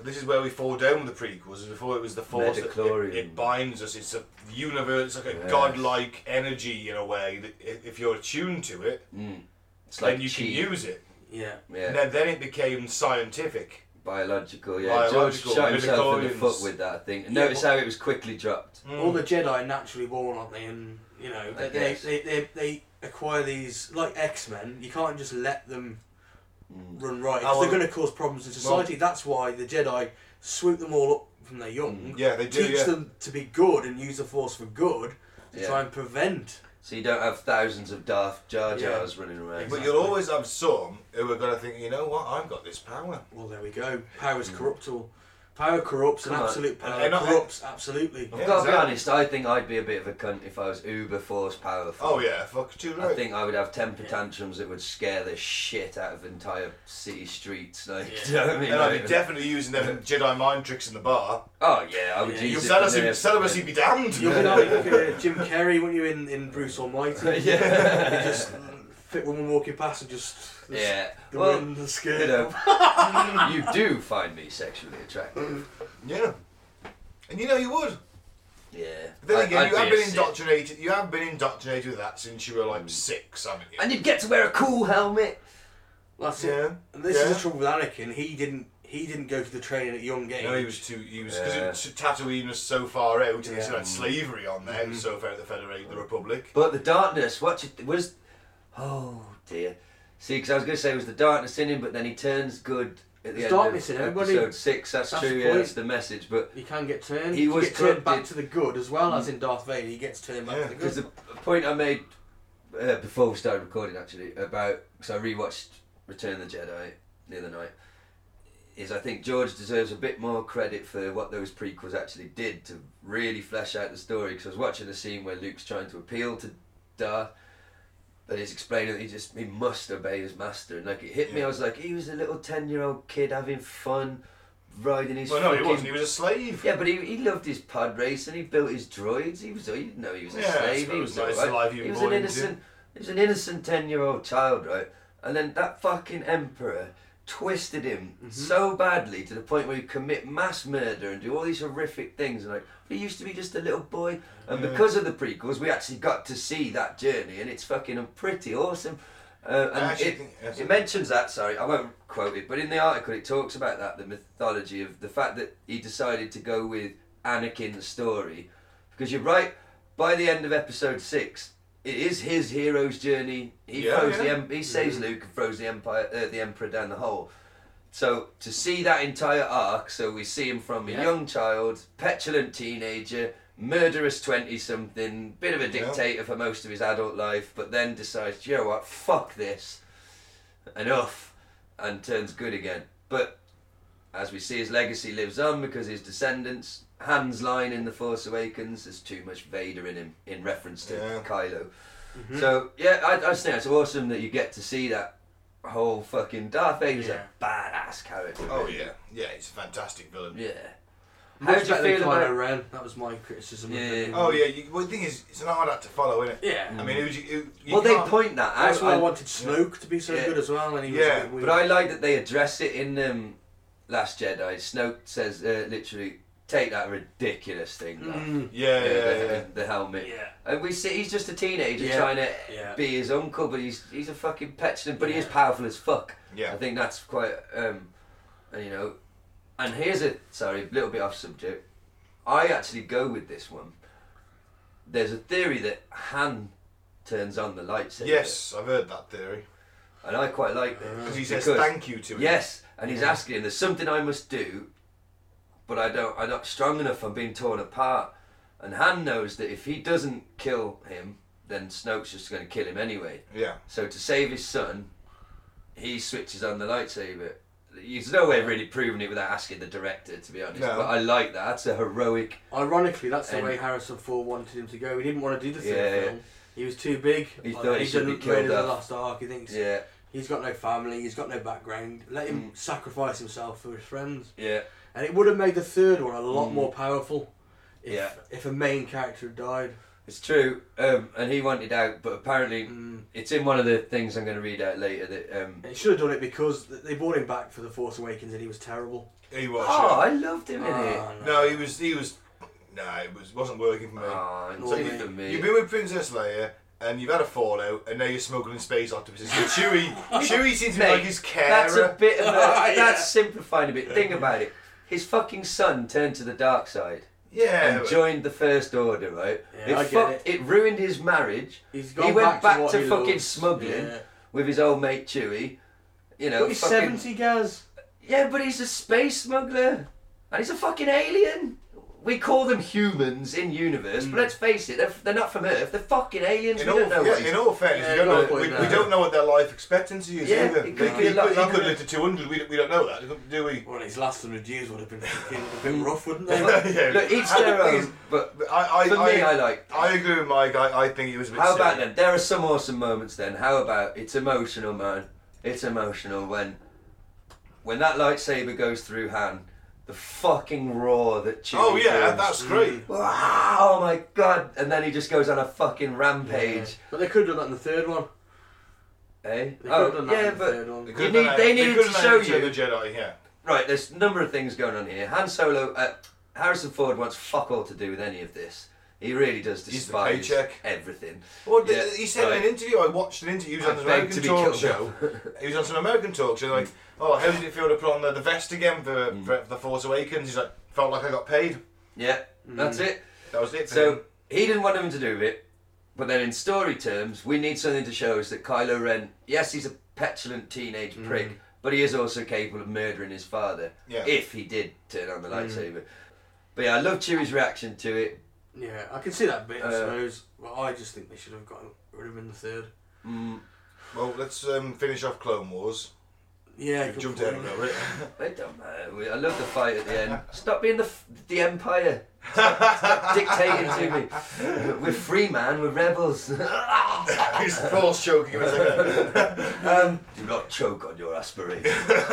B: This is where we fall down with the prequels. is Before it was the force that it,
E: Metachlorian.
B: it binds us. It's a universe, like a
E: Yes.
B: godlike energy in a way. That i- if you're attuned to it,
E: Mm. It's
B: then
E: like
B: you
E: chi.
B: can use it.
C: Yeah.
E: Yeah.
B: And then, then it became scientific.
E: Biological, yeah.
B: Biological,
E: George shot himself in the
B: midichlorians.
E: foot with that thing.
C: Yeah,
E: Notice
C: but-
E: how it was quickly dropped.
B: Mm.
C: All the Jedi are naturally born, aren't they? And you know,
E: I
C: they they,
E: guess.
C: they, they, they acquire these like X Men. You can't just let them run right. 'cause
B: Oh,
C: they're
B: well-
C: going to cause problems in society. That's why the Jedi swoop them all up from their young.
B: Yeah, they do,
C: Teach
B: yeah.
C: them to be good and use the Force for good to
E: Yeah.
C: try and prevent.
E: So you don't have thousands of Darth Jar
C: Yeah.
E: Jars running around.
B: But you'll always have some who are going to think, you know what, I've got this power.
C: Well, there we go. Power's corrupt all. Power corrupts, and
E: Come on.
C: absolute power
B: And- and I-
C: corrupts absolutely.
E: I've got to be honest, I think I'd be a bit of a cunt if I was uber force powerful.
B: Oh yeah, fuck too right.
E: I think I would have temper tantrums that would scare the shit out of entire city streets. Like, do you know what I mean?
B: and
E: Not
B: I'd be
E: even-
B: definitely using them Jedi mind tricks in the bar.
E: oh yeah, I would
C: Yeah,
E: use
B: Your
E: it
B: celibacy,
E: for nerf-
B: celibacy be damned.
C: You'll be like uh, Jim Carrey, weren't you, in, in Bruce Almighty?
E: Yeah.
C: You just fit woman walking past and just.
E: Yeah.
C: The
E: Well,
C: wind, the
E: You,
C: skirt.
E: know, you do find me sexually
B: Mm.
E: attractive.
B: Yeah. And you know you would.
E: Yeah.
B: Then
E: I-
B: again,
E: I'd
B: you have
E: be a Mm.
B: been
E: Sith.
B: indoctrinated. You have been indoctrinated with that since you were like six, haven't you?
E: And you'd get to wear a cool helmet.
C: That's it.
B: Yeah,
C: And this is
B: yeah.
C: the trouble with Anakin. He didn't. He didn't go through the training at a young age.
B: No, he was too. He was because
E: Yeah.
B: Tatooine was so far out, and they still
C: Yeah.
B: had slavery on there. It was
E: Mm-hmm.
B: so far out the Federation, the Republic.
E: But the darkness, what you, was. Oh dear. See, because I was going to say it was the darkness in him, but then he turns good at the
C: There's
E: end
C: darkness
E: of
C: in everybody.
E: episode six. That's,
C: That's
E: true.
C: the
E: yeah,
C: point.
E: that's the message. But
C: You can get turned.
E: He
C: you
E: was
C: get turned back
E: corrupted.
C: to the good as well as in Darth Vader. He gets turned back
B: Yeah,
C: to the
E: Because
C: good.
E: the point I made uh, before we started recording, actually, about because I rewatched Return of the Jedi the other night, is I think George deserves a bit more credit for what those prequels actually did to really flesh out the story. Because I was watching the scene where Luke's trying to appeal to Darth, but it's explaining that he just he must obey his master, and like it hit me, I was like, he was a little ten-year-old kid having fun, riding his.
B: Well, no, he
E: fucking-
B: wasn't. He was a slave.
E: yeah, but he, he loved his pod race and he built his droids. He was he didn't know he was a
B: Yeah, I
E: slave. He
B: suppose
E: was,
B: that is
E: alright.
B: the life you
E: he was
B: born
E: an
B: into.
E: innocent he was an innocent ten year old child, right? And then that fucking emperor twisted him
B: Mm-hmm.
E: so badly to the point where he commit mass murder and do all these horrific things and like he used to be just a little boy and because of the prequels we actually got to see that journey and it's fucking pretty awesome uh,
B: I
E: and
B: actually
E: it,
B: think that's
E: it
B: a-
E: mentions that. Sorry, I won't quote it, but in the article it talks about that the mythology of the fact that he decided to go with Anakin's story, because you're right. By the end of episode six, it is his hero's journey. He
B: Yeah, Mm-hmm.
E: throws the
B: yeah.
E: em- he saves Luke and throws the empire uh, the emperor down the hole. So to see that entire arc, so we see him from a
C: Yeah.
E: young child, petulant teenager, murderous twenty something, bit of a
B: Yeah.
E: dictator for most of his adult life, but then decides, you know what, fuck this, enough, and turns good again. But as we see, his legacy lives on because his descendants, Han's line in The Force Awakens, there's too much Vader in him in reference to
B: Yeah.
E: Kylo. So yeah, I, I just think it's awesome that you get to see that whole fucking Darth Vader's
C: Yeah.
E: a badass character.
B: Oh yeah, yeah. He's a fantastic villain.
E: yeah. How
C: Much
E: do you
C: better than
E: feel about?
C: Kylo Ren. That was my criticism. of
E: Yeah.
C: him.
B: Oh yeah. You, well, the thing is, it's an hard act to follow, isn't it?
C: Yeah.
B: I mean, who'd you, who, you
E: well, they
B: can't-
E: point that out.
C: That's why I,
E: I-
C: wanted Snoke to be so
E: Yeah.
C: good as well, and he was.
B: Yeah,
C: a bit weird.
E: But I like that they address it in um, Last Jedi. Snoke says uh, literally, take that ridiculous thing. Lad.
B: Yeah,
E: Uh,
B: yeah, yeah.
E: the, the helmet.
C: Yeah.
E: And we see he's just a teenager
C: Yeah.
E: trying to
C: Yeah.
E: be his uncle, but he's he's a fucking petulant, but he is powerful as fuck.
B: Yeah.
E: I think that's quite, um, and you know, and here's a sorry, a little bit off subject. I actually go with this one. There's a theory that Han turns on the lightsaber.
B: Yes, I've heard that theory.
E: And I quite like
C: Mm.
E: this.
B: Because he says
E: because-
B: thank you to him.
E: Yes, and he's asking him. There's something I must do, but I don't. I'm not strong enough. I'm being torn apart. And Han knows that if he doesn't kill him, then Snoke's just going to kill him anyway.
B: Yeah.
E: So to save his son, he switches on the lightsaber. There's no way of really proving it without asking the director, to be honest.
B: No.
E: But I like that. That's a heroic.
C: Ironically, that's the
E: And-
C: way Harrison Ford wanted him to go. He didn't want to do the third
E: Yeah.
C: film. He was too big.
E: He
C: Like,
E: thought he
C: he's
E: should
C: done
E: be
C: Raiders of
E: killed
C: the
E: off.
C: Last Ark. He thinks
E: Yeah, Mm.
C: he's got no family. He's got no background. Let him sacrifice himself for his friends.
E: yeah.
C: And it would have made the third one a lot more powerful if,
E: Mm. Yeah.
C: if a main character had died.
E: It's true, um, and he wanted out, but apparently it's in one of the things I'm going to read out later that. Um,
C: They should have done it because th- they brought him back for The Force Awakens and he was terrible.
B: He was.
E: Oh, I loved him in
C: Ah.
B: it. No, he was. He was. No, it was wasn't working for me.
E: Oh. it's
B: you,
E: not Uh, for me.
B: You've been with Princess Leia. And you've had a fallout, and now you're smuggling space octopuses. And Chewie, Chewie seems to be
E: Mate,
B: like his carer.
E: That's a bit of a,
B: Yeah.
E: That's simplifying a bit. Think about it. His fucking son turned to the dark side.
B: Yeah,
E: And
B: but-
E: joined the First Order, right?
B: Yeah, I get
E: it. ruined his marriage.
C: He's
E: he
C: gone
E: went
C: back
E: back,
C: to what
E: to,
C: he
E: fucking
C: loves.
E: smuggling
C: Yeah.
E: with his old mate Chewie. You know,
C: But he's
E: fucking-
C: 70, Gaz.
E: Yeah, but he's a space smuggler. And he's a fucking alien. We call them humans in universe, but let's face it, they're, they're not from Earth. They're fucking aliens.
B: Mm. In
E: we
B: all,
E: don't know
B: yeah,
E: what he's-
B: in all fairness, we, don't know, we, we don't know what their life expectancy is
E: Yeah,
B: either.
E: it could
B: They-
E: be
B: he
E: a lot
B: could, he
E: longer.
B: could live to 200, we, we don't know that, do we?
C: Well, his last 100 years would have been fucking a bit rough, wouldn't they?
B: yeah.
E: Look, each their
B: I-
E: own,
B: is-
E: but
B: I, I,
E: for me, I like-
B: I agree with Mike. I, I think it was a bit.
E: How about
B: silly.
E: then? There are some awesome moments then. How about it's emotional, man? It's emotional when when that lightsaber goes through Han, the fucking roar that Chewie
B: Oh yeah,
E: gives.
B: that's great.
E: Wow, oh my god! And then he just goes on a fucking rampage.
C: But they could have done that in the third one.
E: Eh?
C: They could have
E: Oh,
C: done that
E: yeah,
C: in the
E: but
C: third one. They
E: you
B: Could've
E: need,
B: done
E: they
B: that-
E: needed
B: could've done
E: to show
B: that in
E: you.
B: Return of the Jedi, yeah.
E: Right, there's a number of things going on here. Han Solo, uh, Harrison Ford wants fuck all to do with any of this. He really does
B: He's the
E: despise
B: paycheck.
E: everything.
B: Well, th-
E: Yeah,
B: he said
E: right.
B: in an interview. I watched an interview. He was
E: I
B: on an
E: beg
B: American
E: to be
B: talk
E: killed.
B: show. he was on some American talk show. Like, oh, how did it feel to put on the, the vest again for,
E: Mm.
B: for, the Force Awakens? He's like, felt like I got paid.
E: Yeah, that's
C: Mm.
E: it.
B: That was it. Um, For
E: So
B: him.
E: he didn't want nothing to do with it. But then, in story terms, we need something to show us that Kylo Ren, yes, he's a petulant teenage prick, but he is also capable of murdering his father
B: Yeah.
E: if he did turn on the lightsaber. But yeah, I love Chewie's reaction to it.
C: Yeah, I can see that bit, I
E: Uh,
C: suppose. But I just think they should have gotten rid of him in the third.
B: well, let's um, finish off Clone Wars.
C: Yeah,
B: We've
C: good
B: jumped
C: point.
B: out over it.
E: It don't matter. We- I love the fight at the end. Stop being the f- the Empire. Stop, stop dictating to me. We're free, man. We're rebels.
B: He's force choking him. It's like,
E: Um, Do not choke on your aspirations.
B: Life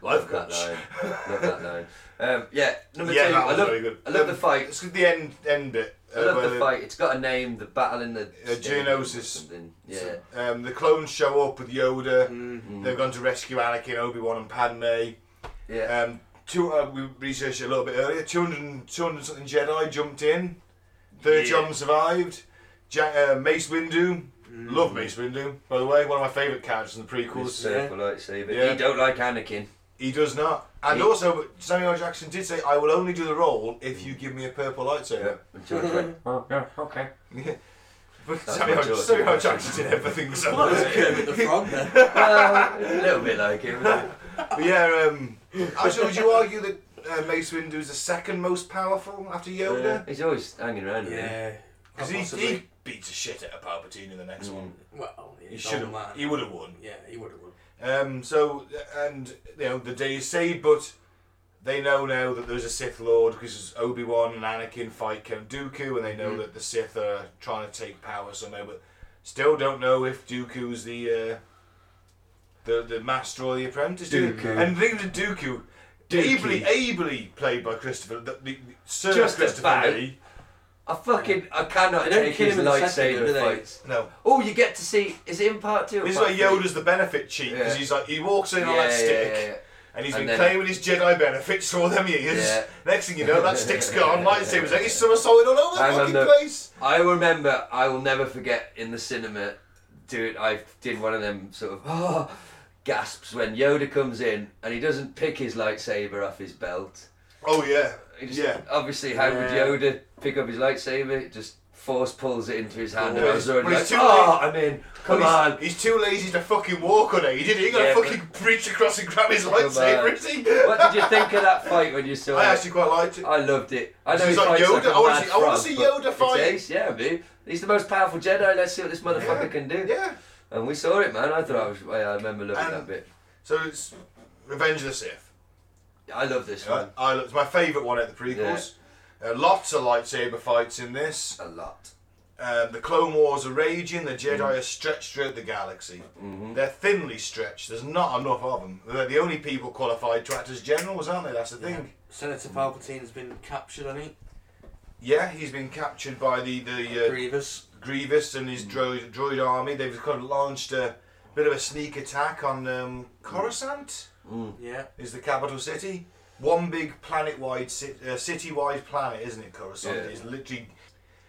E: Love that
B: coach.
E: line. Love that line. Um, yeah, number
B: yeah,
E: two.
B: that
E: I
B: was
E: love,
B: very good.
E: I love
B: Um,
E: the fight.
B: It's the end end bit.
E: I
B: uh, where
E: love the
B: they-
E: fight. It's got a name. The battle in the
B: Uh,
E: stadium
B: Geonosis.
E: or something. Yeah. Mm-hmm.
B: Um, the clones show up with Yoda. They've gone to rescue Anakin, Obi Wan, and Padme.
E: Yeah.
B: Um, two, uh, we researched it a little bit earlier. 200, and- 200 and something Jedi jumped in. Thirty of them survived. Ja- uh, Mace Windu.
E: Mm.
B: Love Mace Windu, by the way. One of my favourite characters in the
E: His
B: prequels.
E: Circle lightsaber.
B: Yeah.
E: He don't like Anakin.
B: He does not. And
E: He-
B: also, Samuel L. Jackson did say, I will only do the role if you give me a purple lightsaber.
E: And George went, oh, yeah, okay.
B: But
E: That's
B: Samuel,
E: what George
B: Samuel L.
E: did.
B: Jackson did everything. So uh,
C: Well, that was Kermit the Frog then.
E: Well, a little bit like him. wasn't it?
B: But yeah, um, actually, would you argue that uh, Mace Windu is the second most powerful after Yoda?
E: He's always hanging around. with him.
C: yeah.
B: Because
C: possibly.
B: he, he beats the shit out of Palpatine in the next
E: Mm.
B: one.
C: Well, oh,
B: He
C: he's
B: should
C: old
B: have.
C: man.
B: He would have won.
C: yeah, he would have won.
B: Um, so and you know the day is saved, but they know now that there's a Sith Lord because Obi Wan and Anakin fight Count Dooku, and they
E: Mm.
B: know that the Sith are trying to take power somehow, but still don't know if Dooku's the uh, the the master or the apprentice. do they?
E: Dooku.
B: And the thing with Dooku, ably ably played by Christopher, the, the, the Sir
E: Just
B: Christopher
E: about.
B: Lee.
E: I fucking I cannot
C: They don't
E: take
C: kill
E: his
C: him in the second, do
E: lightsaber
C: they?
E: fights.
B: No.
E: Oh, you get to see. Is it in part two? or
B: This is
E: part
B: like
E: three?
B: Yoda's the benefit cheat because
E: Yeah.
B: he's like he walks in
E: Yeah,
B: on that
E: yeah,
B: stick.
E: yeah, yeah.
B: And he's
E: And
B: been
E: then-
B: claiming his Jedi benefits for all them years.
E: Yeah.
B: Next thing you know, that stick's gone. Lightsaber's like he's somersaulting all over the
E: Hang on,
B: fucking
E: look.
B: place.
E: I remember, I will never forget in the cinema, dude, I did one of them sort of oh, gasps when Yoda comes in and he doesn't pick his lightsaber off his belt.
B: Oh yeah,
E: He just,
B: yeah.
E: Obviously, how would
C: Yeah.
E: Yoda pick up his lightsaber? Just force pulls it into his hand. and I
B: Well,
E: was already
B: well,
E: like,
B: it's too
E: oh, I'm in. Come
B: he's,
E: on.
B: He's too lazy to fucking walk on it. He did it. He got
E: Yeah,
B: to
E: but-
B: fucking reach across and grab his
E: Come
B: lightsaber.
E: on.
B: Is he?
E: What did you think of that fight when you saw
B: I
E: it?
B: actually quite liked it.
E: I loved it. I know
B: He's
E: he
B: like
E: fights
B: Yoda.
E: like a
B: I wanna
E: mad
B: see- I wanna
E: frog,
B: see
E: but
B: Yoda
E: it's
B: fight.
E: ace, yeah, man. He's the most powerful Jedi. Let's see what this motherfucker
B: Yeah,
E: can do.
B: Yeah.
E: And we saw it, man. I thought I was. Yeah, I remember loving
B: And-
E: that bit.
B: So it's Revenge of the Sith.
E: I love this
B: I,
E: one
B: I, it's my favourite one at the prequels. Uh, lots of lightsaber fights in this.
E: a lot.
B: Um, the Clone Wars are raging. The Jedi are stretched throughout the galaxy. They're thinly stretched. There's not enough of them. They're the only people qualified to act as generals, aren't they? That's the thing.
C: Senator Palpatine's been captured, I think.
B: Yeah, he's been captured by the the uh,
C: Grievous.
B: Grievous and his droid, droid army. They've kind of launched a bit of a sneak attack on um, Coruscant.
C: Yeah.
B: Is the capital city one big planet-wide ci- uh, city-wide planet, isn't it? Coruscant
E: Yeah.
B: is literally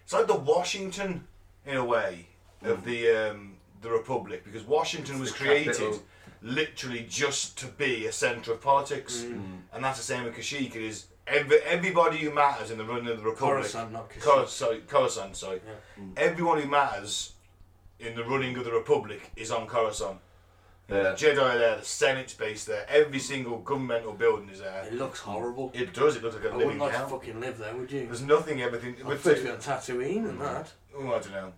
B: it's like the Washington in a way of the um, the Republic because Washington was
E: Mm. the
B: created
E: capital.
B: literally just to be a centre of politics,
E: Mm.
B: and that's the same with Kashyyyk. It is every, everybody who matters in the running of the Republic.
C: Coruscant, not Kashyyyk.
B: Cor- sorry, Coruscant. Sorry, everyone who matters in the running of the Republic is on Coruscant. You know,
E: Yeah.
B: The Jedi are there, the Senate's base there, every single governmental building is there.
C: It looks horrible.
B: It does. It looks like a
C: I
B: living
C: wouldn't like
B: hell.
C: to fucking live there, would you?
B: There's nothing. Everything.
C: I'd prefer to be on Tatooine and that.
B: oh, I don't know.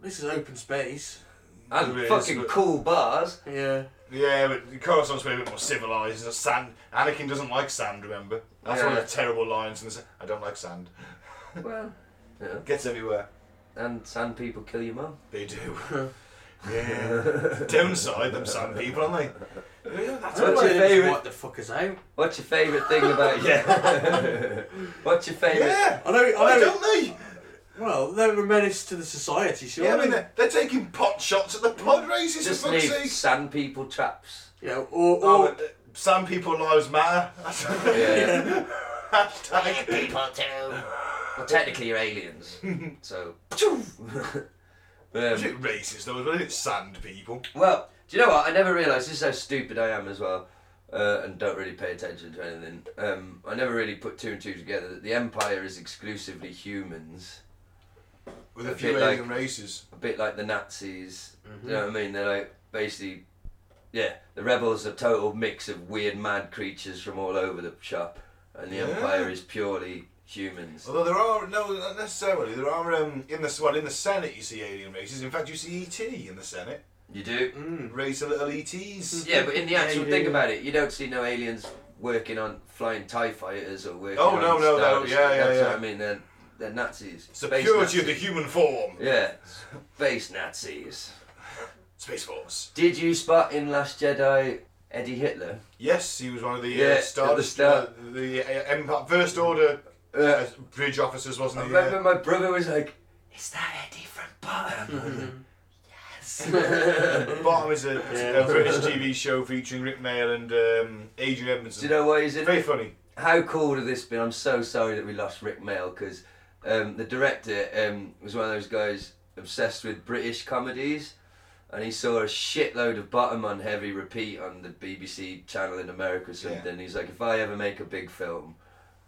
C: This is open space.
E: And
B: There is,
E: fucking
B: but-
E: cool bars.
C: Yeah.
B: Yeah, but Coruscant's way a bit more civilized. It's a sand. Anakin doesn't like sand. Remember, that's one of
E: Yeah.
B: the terrible lines. In the... se- I don't like sand.
E: Well, yeah.
B: Gets everywhere.
E: and sand people kill your mum.
B: They do. yeah. Downside them sand people, aren't they? Yeah, that's
E: What's
B: all
E: your
B: right.
E: favourite-
C: What the fuck is out?
E: What's your favourite thing about yeah? What's your favourite?
B: Yeah.
C: I know. I know.
B: Why don't they?
C: Well, they're a menace to the society, sure.
B: Yeah, I mean they're, they're taking pot shots at the pod races
E: Just
B: for
E: leave
B: fuck's sake.
E: sand people traps.
C: yeah. Or, or
B: Oh, but, uh, some people lives matter.
E: Yeah.
B: Hashtag.
E: people too. Well, technically you're aliens, so. Um,
B: Was it racist though? Was it sand people?
E: Well, do you know what? I never realised this is how stupid I am as well, uh, and don't really pay attention to anything. Um, I never really put two and two together that the Empire is exclusively humans,
B: With
E: A
B: a few
E: bit like-
B: alien races.
E: a bit like the Nazis. You
B: Mm-hmm.
E: know what I mean? They're like basically, yeah, the rebels are a total mix of weird, mad creatures from all over the shop, and the
B: Yeah. Oh.
E: Empire is purely humans.
B: Although there are no, not necessarily. There are um, in the well in the Senate you see alien races. In fact, you see ET in the Senate.
E: You do.
B: Mm-hmm. Race of little E ETs.
E: Yeah, but in the actual
C: Yeah,
E: thing
C: yeah.
E: about it, you don't see no aliens working on flying Tie fighters or working.
B: Oh,
E: on
B: no, no,
E: Star
B: no,
E: Destroy-
B: yeah, yeah,
E: That's
B: yeah.
E: what I mean. They're they're Nazis.
B: It's the
E: Space
B: purity
E: Nazis.
B: of the human form.
E: Yeah, space Nazis.
B: Space Force.
E: Did you spot in Last Jedi Eddie Hitler?
B: Yes, he was one of the
E: Yeah,
B: uh, Star
E: at the start.
B: Destroyer- the uh, Empire First Order uh, bridge officers, wasn't
E: I
B: he?
E: remember
B: Yeah.
E: my brother was like, "Is that Eddie from Bottom?" yes.
B: Bottom is a, it's a
C: Yeah.
B: British TV show featuring Rick Mail and um, Adrian Edmondson.
E: Do you know why he's in
B: Very
E: it?
B: funny.
E: How cool would this been? I'm so sorry that we lost Rick Mail because um, the director um, was one of those guys obsessed with British comedies, and he saw a shitload of Bottom on heavy repeat on the BBC channel in America or something. He's like, if I ever make a big film.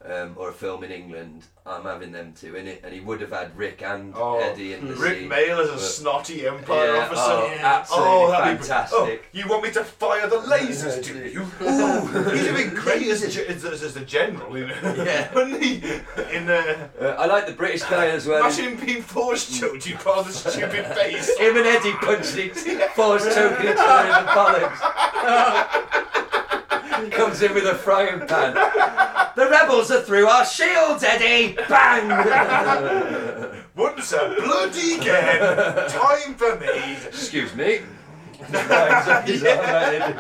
E: Um, or a film in England, I'm having them two in it, and he would have had Rick and
B: Oh,
E: Eddie in the
B: Rick
E: scene.
B: Mail as a
E: but-
B: snotty Empire
E: yeah,
B: officer.
E: oh, absolutely
B: that'd be br-
E: fantastic.
B: oh, you want me to fire the lasers, do you? Ooh, he'd have been great as, ge- as, as, as the general, you know?
E: Yeah.
B: Wouldn't he? In uh,
E: Uh, I like the British guy as well. Mm.
B: Imagine him being force choked, you part of the stupid face.
E: Him and Eddie punched each force choking each other in the bollocks. Comes in with a frying pan. The rebels are through our shields, Eddie! Bang!
B: Once a bloody again, time for me.
E: Excuse me. Finds out he's alright.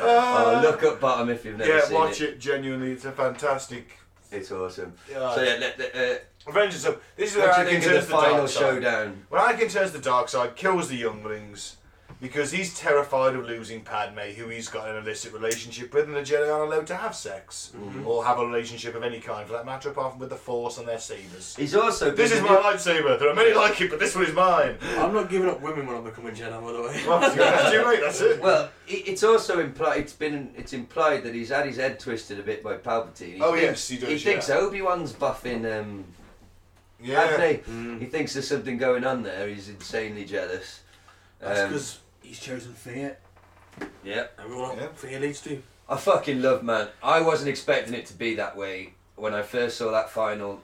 E: Oh, look up bottom if you've never
B: Yeah,
E: seen
B: watch
E: it.
B: it. Genuinely, it's a fantastic.
E: It's awesome.
B: Yeah.
E: So yeah, let, let- uh,
B: Avengers of this is
E: what
B: where
E: do you
B: Anakin
E: think of the
B: turns the
E: final
B: dark side.
E: showdown?
B: When Anakin turns the dark side, kills the younglings because he's terrified of losing Padme, who he's got an illicit relationship with, and the Jedi aren't allowed to have sex or have a relationship of any kind for that matter, apart from with the Force and their sabers.
E: He's also
B: This is
E: been-
B: my lightsaber. There are many like it, but this one is mine.
C: I'm not giving up women when I become a Jedi, by the way.
B: Well, that's too late. That's it.
E: Well, i- it's also implied. It's been. It's implied that he's had his head twisted a bit by Palpatine. He
B: Oh, yes,
E: thinks,
B: he does,
E: He thinks
B: yeah.
E: Obi Wan's buffing. Um,
B: yeah.
E: Padme. He thinks there's something going on there. He's insanely jealous.
C: That's
E: Um,
C: because he's chosen fear.
E: yeah.
C: Everyone
B: Yeah.
C: fear leads to.
E: I fucking love man. I wasn't expecting it to be that way when I first saw that final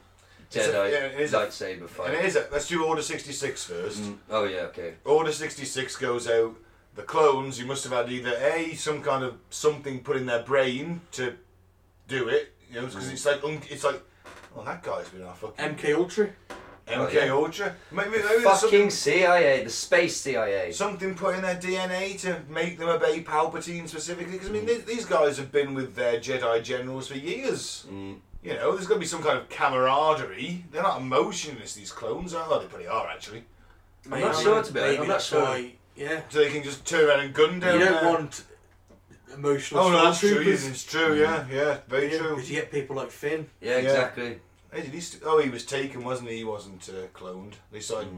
B: a-
E: Jedi
B: yeah, it is a-
E: lightsaber fight.
B: And it is. A, let's do Order sixty six first.
E: Oh yeah, okay.
B: Order 66 goes out. The clones, you must have had either A, some kind of something put in their brain to do it, you know, because it's like, un- it's like, oh, that guy's been our fucking
C: MK Ultra.
B: MK
E: yeah.
B: Ultra. Maybe, maybe there's
E: Fucking
B: something,
E: CIA, the space CIA.
B: something put in their DNA to make them obey
C: Mm.
B: Palpatine specifically, because I mean, th- these guys have been with their Jedi generals for years. You know, there's going to be some kind of camaraderie. They're not emotionless, these clones, are they? Well, They pretty are, actually.
E: I'm not sure, to be honest.
C: Maybe
E: I'm not
C: that's
E: sure.
C: why- yeah.
B: So they can just turn around and gun down.
C: You don't
B: there.
C: want emotional
B: Oh no, that's true.
C: stormtroopers.
B: yeah, It's true. Yeah, yeah, very
C: Yeah,
B: true.
C: Because you get people like Finn.
E: Yeah, exactly.
B: Hey, did he st- oh, he was taken, wasn't he? He wasn't uh, cloned. They started.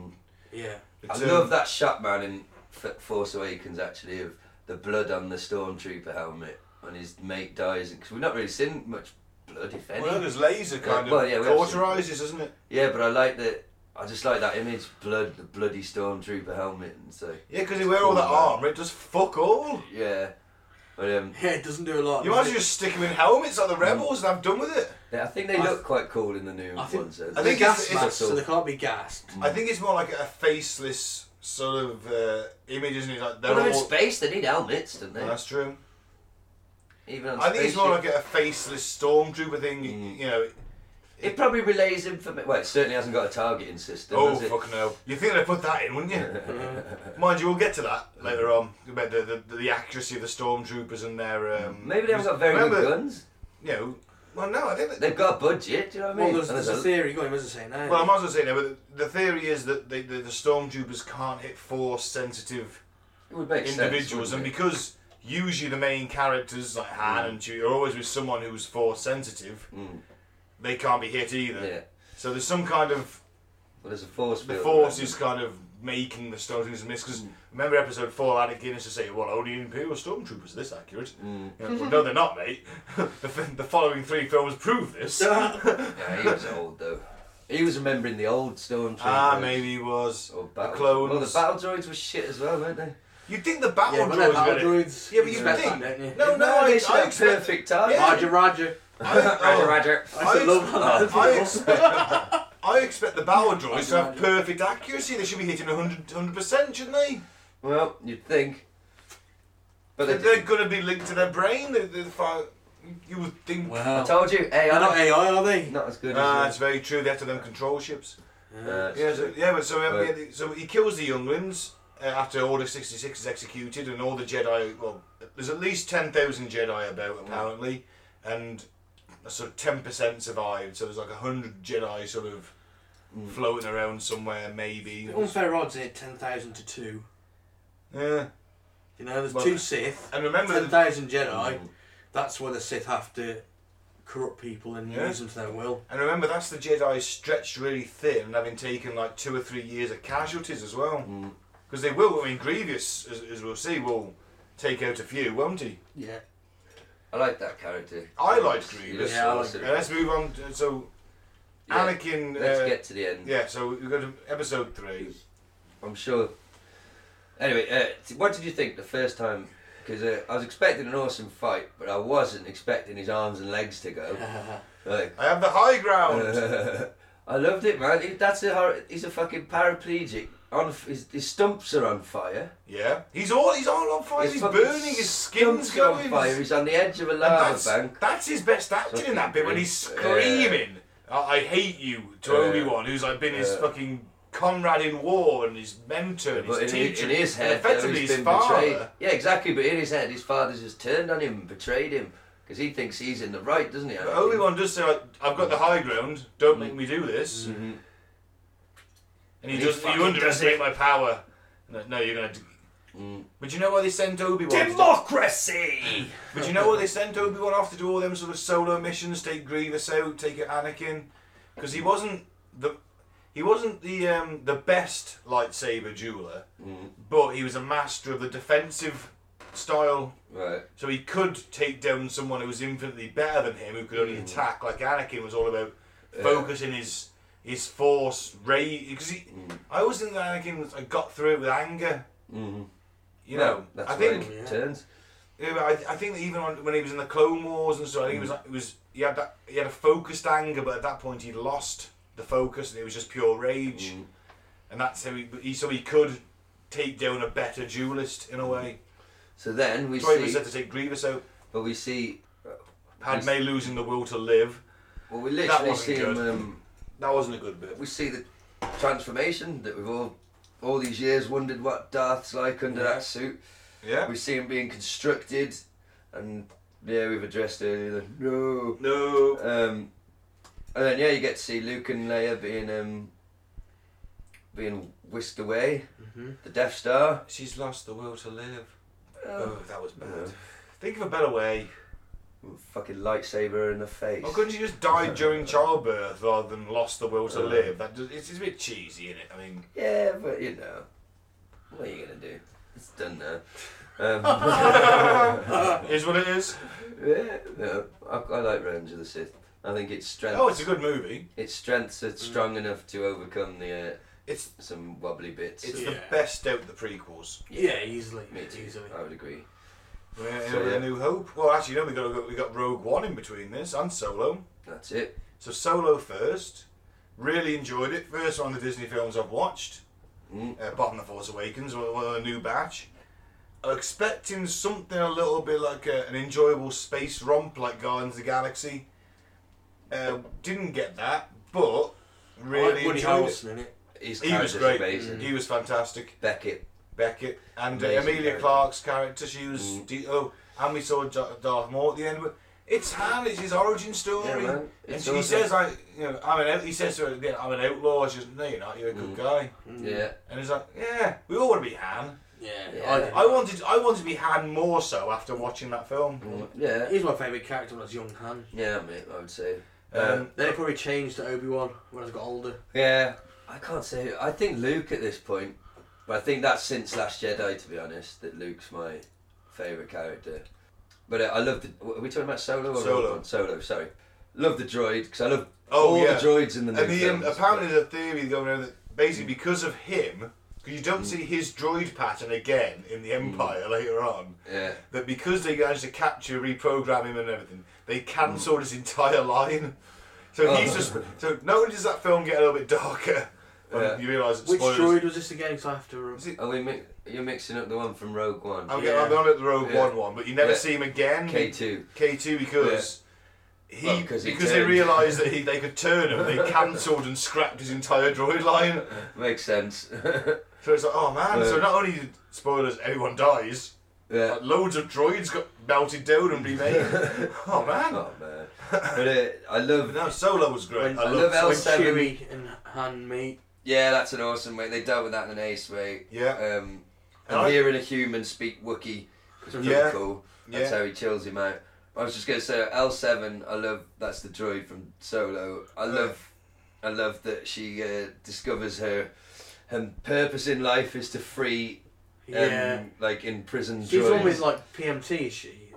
C: Yeah.
B: they
E: I
B: turned-
E: love that shot, man, in F- Force Awakens, actually, of the blood on the stormtrooper helmet when his mate dies. Because we've not really seen much blood, if any.
B: Well, there's laser kind
E: Well,
B: of
E: yeah, we have seen-
B: cauterizes, isn't it?
E: Yeah, but I like that. I just like that image, blood, the bloody stormtrooper helmet, and so.
B: Yeah, because they wear all that armor. It does fuck all.
E: Yeah, but um,
C: Yeah, it doesn't do a lot.
B: You might
C: does
B: as well
C: it?
B: just stick them in helmets like the rebels, and I'm done with it.
E: yeah, I think they
C: I
E: look quite cool in the new
C: I think,
E: ones. though.
B: I think
C: they're
B: it's-
C: gas
B: it's-
C: masks, so they can't be gassed.
B: I think it's more like a faceless sort of uh, image, isn't it? Like they're
E: But they're in
B: all.
E: space, they need helmets, don't they?
B: Well, that's true.
E: Even on
B: I think it's more
E: spaceship.
B: like a faceless stormtrooper thing. you- You know.
E: It probably relays information. Well, it certainly hasn't got a targeting system.
B: Oh
E: has it? Mm-hmm.
B: fuck no! You think they put that in, wouldn't you? Mind you, we'll get to that later on about the, the, the accuracy of the stormtroopers and their. Um,
E: Maybe they haven't got very
B: remember,
E: good guns.
B: You know, well, no, I think. That,
E: They've got a budget. Do you know what I mean?
C: Well, there's,
E: And
C: there's a theory going, isn't there? Now.
B: well, I might as well say no, but the theory is that they, the, the stormtroopers can't hit force-sensitive
E: It would make
B: individuals,
E: sense,
B: and
E: wouldn't it? Mm.
B: because usually the main characters like Han and Chewie are always with someone who's force-sensitive, they can't be hit either.
E: Yeah.
B: So there's some kind of
E: well, there's a force.
B: the
E: field,
B: Force
E: right?
B: is kind of making the Stormtroopers miss because remember episode four, Alec Guinness is saying, "Well, only Imperial Stormtroopers are this accurate." You know, well, no, they're not, mate. the, f- the following three films prove this.
C: Ah,
E: Yeah, he was old though. He was remembering the old stormtroopers.
B: ah, maybe he was
E: Or
B: the
E: battle,
B: clones.
E: Well, the battle droids were shit as well, weren't they?
B: You'd think the battle
C: Yeah, but they're
B: droids.
C: battle
B: better-
C: droids.
B: Yeah, but
C: You
B: you would
C: expect
B: think.
C: that, don't you?
B: No, no, I,
E: they should
B: I
E: have
B: expect.
E: perfect target.
B: Yeah.
C: Roger, Roger.
E: Roger,
B: oh,
E: Roger.
C: I used to
B: I-
C: love that.
B: I expect. I expect the battle droids to have
C: Roger.
B: perfect accuracy. They should be hitting 100 percent, shouldn't they?
E: Well, you'd think. But they
B: They're, they're
E: didn't.
B: going to be linked to their brain. They- they're far- you would think.
E: I told you, AI.
C: They're not AI, are they?
E: not as good
B: Ah,
E: as
B: it's very true. They have to them control ships.
E: you. Uh,
B: Yeah, so, yeah, but so uh,
E: Right.
B: yeah, so he kills the younglings uh, after Order sixty six is executed, and all the Jedi. Well, there's at least ten thousand Jedi about apparently, and sort of ten percent survived. So there's like hundred Jedi sort of floating around somewhere, maybe.
C: Unfair odds in it, 10,000 to 2.
B: Yeah,
C: You know, there's
B: Well,
C: two Sith,
B: and remember, that-
C: 10,000 Jedi.
E: Mm.
C: That's why the Sith have to corrupt people and
B: Yeah.
C: use them to their will.
B: and remember that's the Jedi stretched really thin, and having taken like two or three years of casualties as well, because they will. I mean, Grievous, as, as we'll see, will take out a few, won't he?
C: Yeah.
E: I like that character.
B: I liked
E: He
B: Grievous.
E: looks
C: Yeah, I liked
E: awesome.
B: Uh, let's move on. To, so,
E: Yeah,
B: Anakin.
E: Let's
B: uh,
E: get to the end.
B: yeah, so we have got to episode three.
E: I'm sure. Anyway, uh, t- what did you think the first time? Because uh, I was expecting an awesome fight, but I wasn't expecting his arms and legs to go. like,
B: I have the high
E: Uh,
B: ground.
E: I loved it, man. He- That's a hor- he's a fucking paraplegic. On f- his, his stumps are on fire.
B: yeah, he's all he's all on fire.
E: His
B: He's
E: fucking
B: burning. His skin's
E: stumps are
B: going.
E: on fire. He's on the edge of a
B: And
E: lava
B: that's,
E: bank.
B: that's his best acting in that bit when he's
E: Fucking-
B: screaming, I, "I hate you" to
E: Yeah.
B: Obi Wan, who's like been his
E: Yeah.
B: fucking comrade in war and his mentor and
E: But
B: his
E: in,
B: teacher,
E: in his
B: and
E: head,
B: effectively
E: though, he's
B: his
E: been
B: father.
E: betrayed. Yeah, exactly. But in his head, his father's just turned on him, and betrayed him, because he thinks he's in the right, doesn't he?
B: But
E: Anakin?
B: Obi Wan does say, like, "I've got the high ground. Don't make me do this." And he,
E: And Mm-hmm. he
B: does.
E: fucking
B: You underestimate my power. No, no, you're gonna. Do...
E: Mm.
B: But you know why they sent Obi Wan?
A: Democracy!
B: But you know why they sent Obi Wan off to do all them sort of solo missions, take Grievous out, take Anakin, because he wasn't the. He wasn't the um, the best lightsaber jeweler,
E: Mm.
B: but he was a master of the defensive style
E: Right.
B: so he could take down someone who was infinitely better than him, who could
E: Mm.
B: only attack. Like Anakin was all about focusing his his force ray. Because he,
E: Mm.
B: I always think that Anakin was, I got through it with anger. You know,
E: Mm-hmm. that's
B: I
E: where
B: think
E: it turns.
B: yeah, but I, I think that even on, when he was in the Clone Wars and stuff, I think he was it was he had that he had a focused anger, but at that point he lost the focus and it was just pure rage.
E: Mm.
B: And that's how he, he so he could take down a better duelist in a way.
E: So then we
B: That's why he was
E: see,
B: said to take Grievous out.
E: but we see,
B: Padme losing the will to live.
E: well, we literally
B: wasn't
E: see him.
B: good.
E: Um,
B: That wasn't a good bit.
E: we see the transformation that we've all, all these years wondered what Darth's like under that suit.
B: Yeah.
E: We see him being constructed, and yeah, we've addressed earlier. The, no.
B: no.
E: Um, And then yeah, you get to see Luke and Leia being um, being whisked away. The Death Star.
B: She's lost the will to live.
E: Oh.
B: Oh, that was bad.
E: Yeah.
B: Think of a better way.
E: Fucking lightsaber her in the face.
B: Or couldn't she just die during childbirth rather than lost the will to
E: Uh.
B: live? That just, it's, it's a bit cheesy, is it? I mean,
E: Yeah, but you know, what are you gonna do? It's done now. Um,
B: is what it is.
E: yeah, no, I, I like Revenge of the Sith. I think its strength.
B: Oh, it's a good Mm. movie.
E: Its strengths are strong enough to overcome the. Uh,
B: It's-
E: some wobbly bits.
B: It's the
C: Yeah.
B: best out of the prequels.
C: Yeah, easily.
E: Me too. Uh,
C: Easily.
E: I would agree.
B: Yeah,
E: So, yeah.
B: A New Hope. Well, actually, no, we got we got Rogue One in between this and Solo.
E: That's it.
B: So Solo first. Really enjoyed it. First one of the Disney films I've watched.
E: Mm.
B: Uh, apart from The Force Awakens, one one of the new batch. Expecting something a little bit like a, an enjoyable space romp like Guardians of the Galaxy. Uh, didn't get that, but really
C: Like Woody
B: enjoyed it.
C: Harrelson in it.
E: His
B: He was
E: character's
B: great. Mm.
E: amazing.
B: He was fantastic.
E: Beckett.
B: Beckett and uh,
E: Amazing
B: Amelia
E: character. Mm.
B: Clark's character. She was de- oh, and we saw Jo- Darth Maul at the end. But it's Han. It's his origin story.
E: Yeah, man.
B: and
E: It's
B: she
E: awesome.
B: says, "I, you know, I'm an." Out- he says to her, yeah, "I'm an outlaw." She says, "No, you're not. You're a
E: Mm.
B: good guy."
E: Yeah.
B: And he's like, "Yeah, we all want to be Han."
C: Yeah.
E: Yeah.
B: I wanted, I wanted to be Han more so after watching that
E: Mm.
B: film.
C: I,
E: Yeah.
C: he's my favourite character when I was young Han.
E: Yeah, mate. I would say. Um,
B: Um,
C: Then it probably changed to Obi Wan when I got older.
E: Yeah, I can't say. Who. I think Luke at this point, but I think that's since Last Jedi. To be honest, that Luke's my favourite character. But uh, I, I love the. w- Are we talking about Solo? Or
B: Solo.
E: Rogue One? Solo. Sorry. Love the droid because I love
B: Oh,
E: all
B: yeah.
E: the droids in the new
B: and the, um,
E: films,
B: apparently, there's a theory going around that
E: Mm.
B: basically because of him, because you don't see his droid pattern again in the Empire later on.
E: but- Mm. yeah.
B: that because they managed to capture, reprogram him, and everything, they cancelled his entire line. So he's
E: Mm. Oh.
B: just so not only does that film get a little bit darker when
E: Yeah.
B: you realise it's
C: Which
B: spoilers.
C: droid was this again? 'Cause I have to. Re-
B: Is it-
E: Are we mi- you're mixing up the one from Rogue One?
B: I'm
C: Yeah.
B: getting I'm on at the Rogue
E: Yeah.
B: One one, but you never
E: Yeah.
B: see him again.
E: K two.
B: K two because. He,
E: Well,
B: because
E: 'cause he
B: they
E: turned.
B: realised that he, they could turn him, they cancelled and scrapped his entire droid line.
E: Makes sense.
B: So it's like, oh man! So
E: Yeah.
B: not only did- spoilers, everyone dies,
E: yeah.
B: but loads of droids got melted down and remade. oh man!
E: Oh man. But uh, I love.
B: But no, Solo was great.
C: When-
B: I,
C: I
B: loved
E: love
B: Solo.
E: L
C: when
E: seven.
C: Chewie and Han meet.
E: Yeah, that's an awesome way. They dealt with that in an ace way.
B: Yeah.
E: Um,
B: And
E: and
B: I-
E: hearing a human speak Wookiee was pretty
B: Yeah. Um,
E: cool. That's
B: Yeah.
E: how he chills him out. I was just gonna say L seven. I love that's the droid from Solo. I love, I love that she uh, discovers her, her purpose in life is to free, um,
C: Yeah.
E: like imprisoned
C: She's
E: droids.
C: one with like PMT. Is she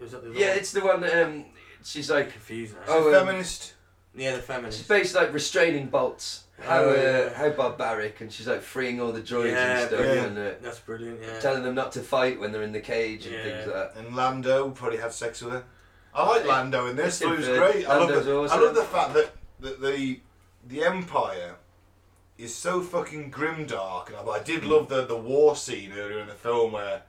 C: was that the other
E: yeah,
C: one?
E: it's the one that um, she's like
C: confused. now.
E: Oh, um,
B: feminist.
C: yeah, the
E: She's
C: feminist.
E: based like restraining bolts. How
C: Oh,
E: uh,
C: yeah.
E: how barbaric, and she's like freeing all the droids
C: Yeah,
E: and stuff,
B: yeah.
E: and uh,
C: That's brilliant. Yeah.
E: telling them not to fight when they're in the cage and things like that.
B: And Lando probably had sex with her. I like
E: Yeah.
B: Lando in this. He was
E: Yeah,
B: great. I love,
E: Lando's
B: the, I
E: awesome.
B: love the fact that, that the the Empire is so fucking grimdark. And I, but I
E: Hmm.
B: did love the, the war scene earlier in the film where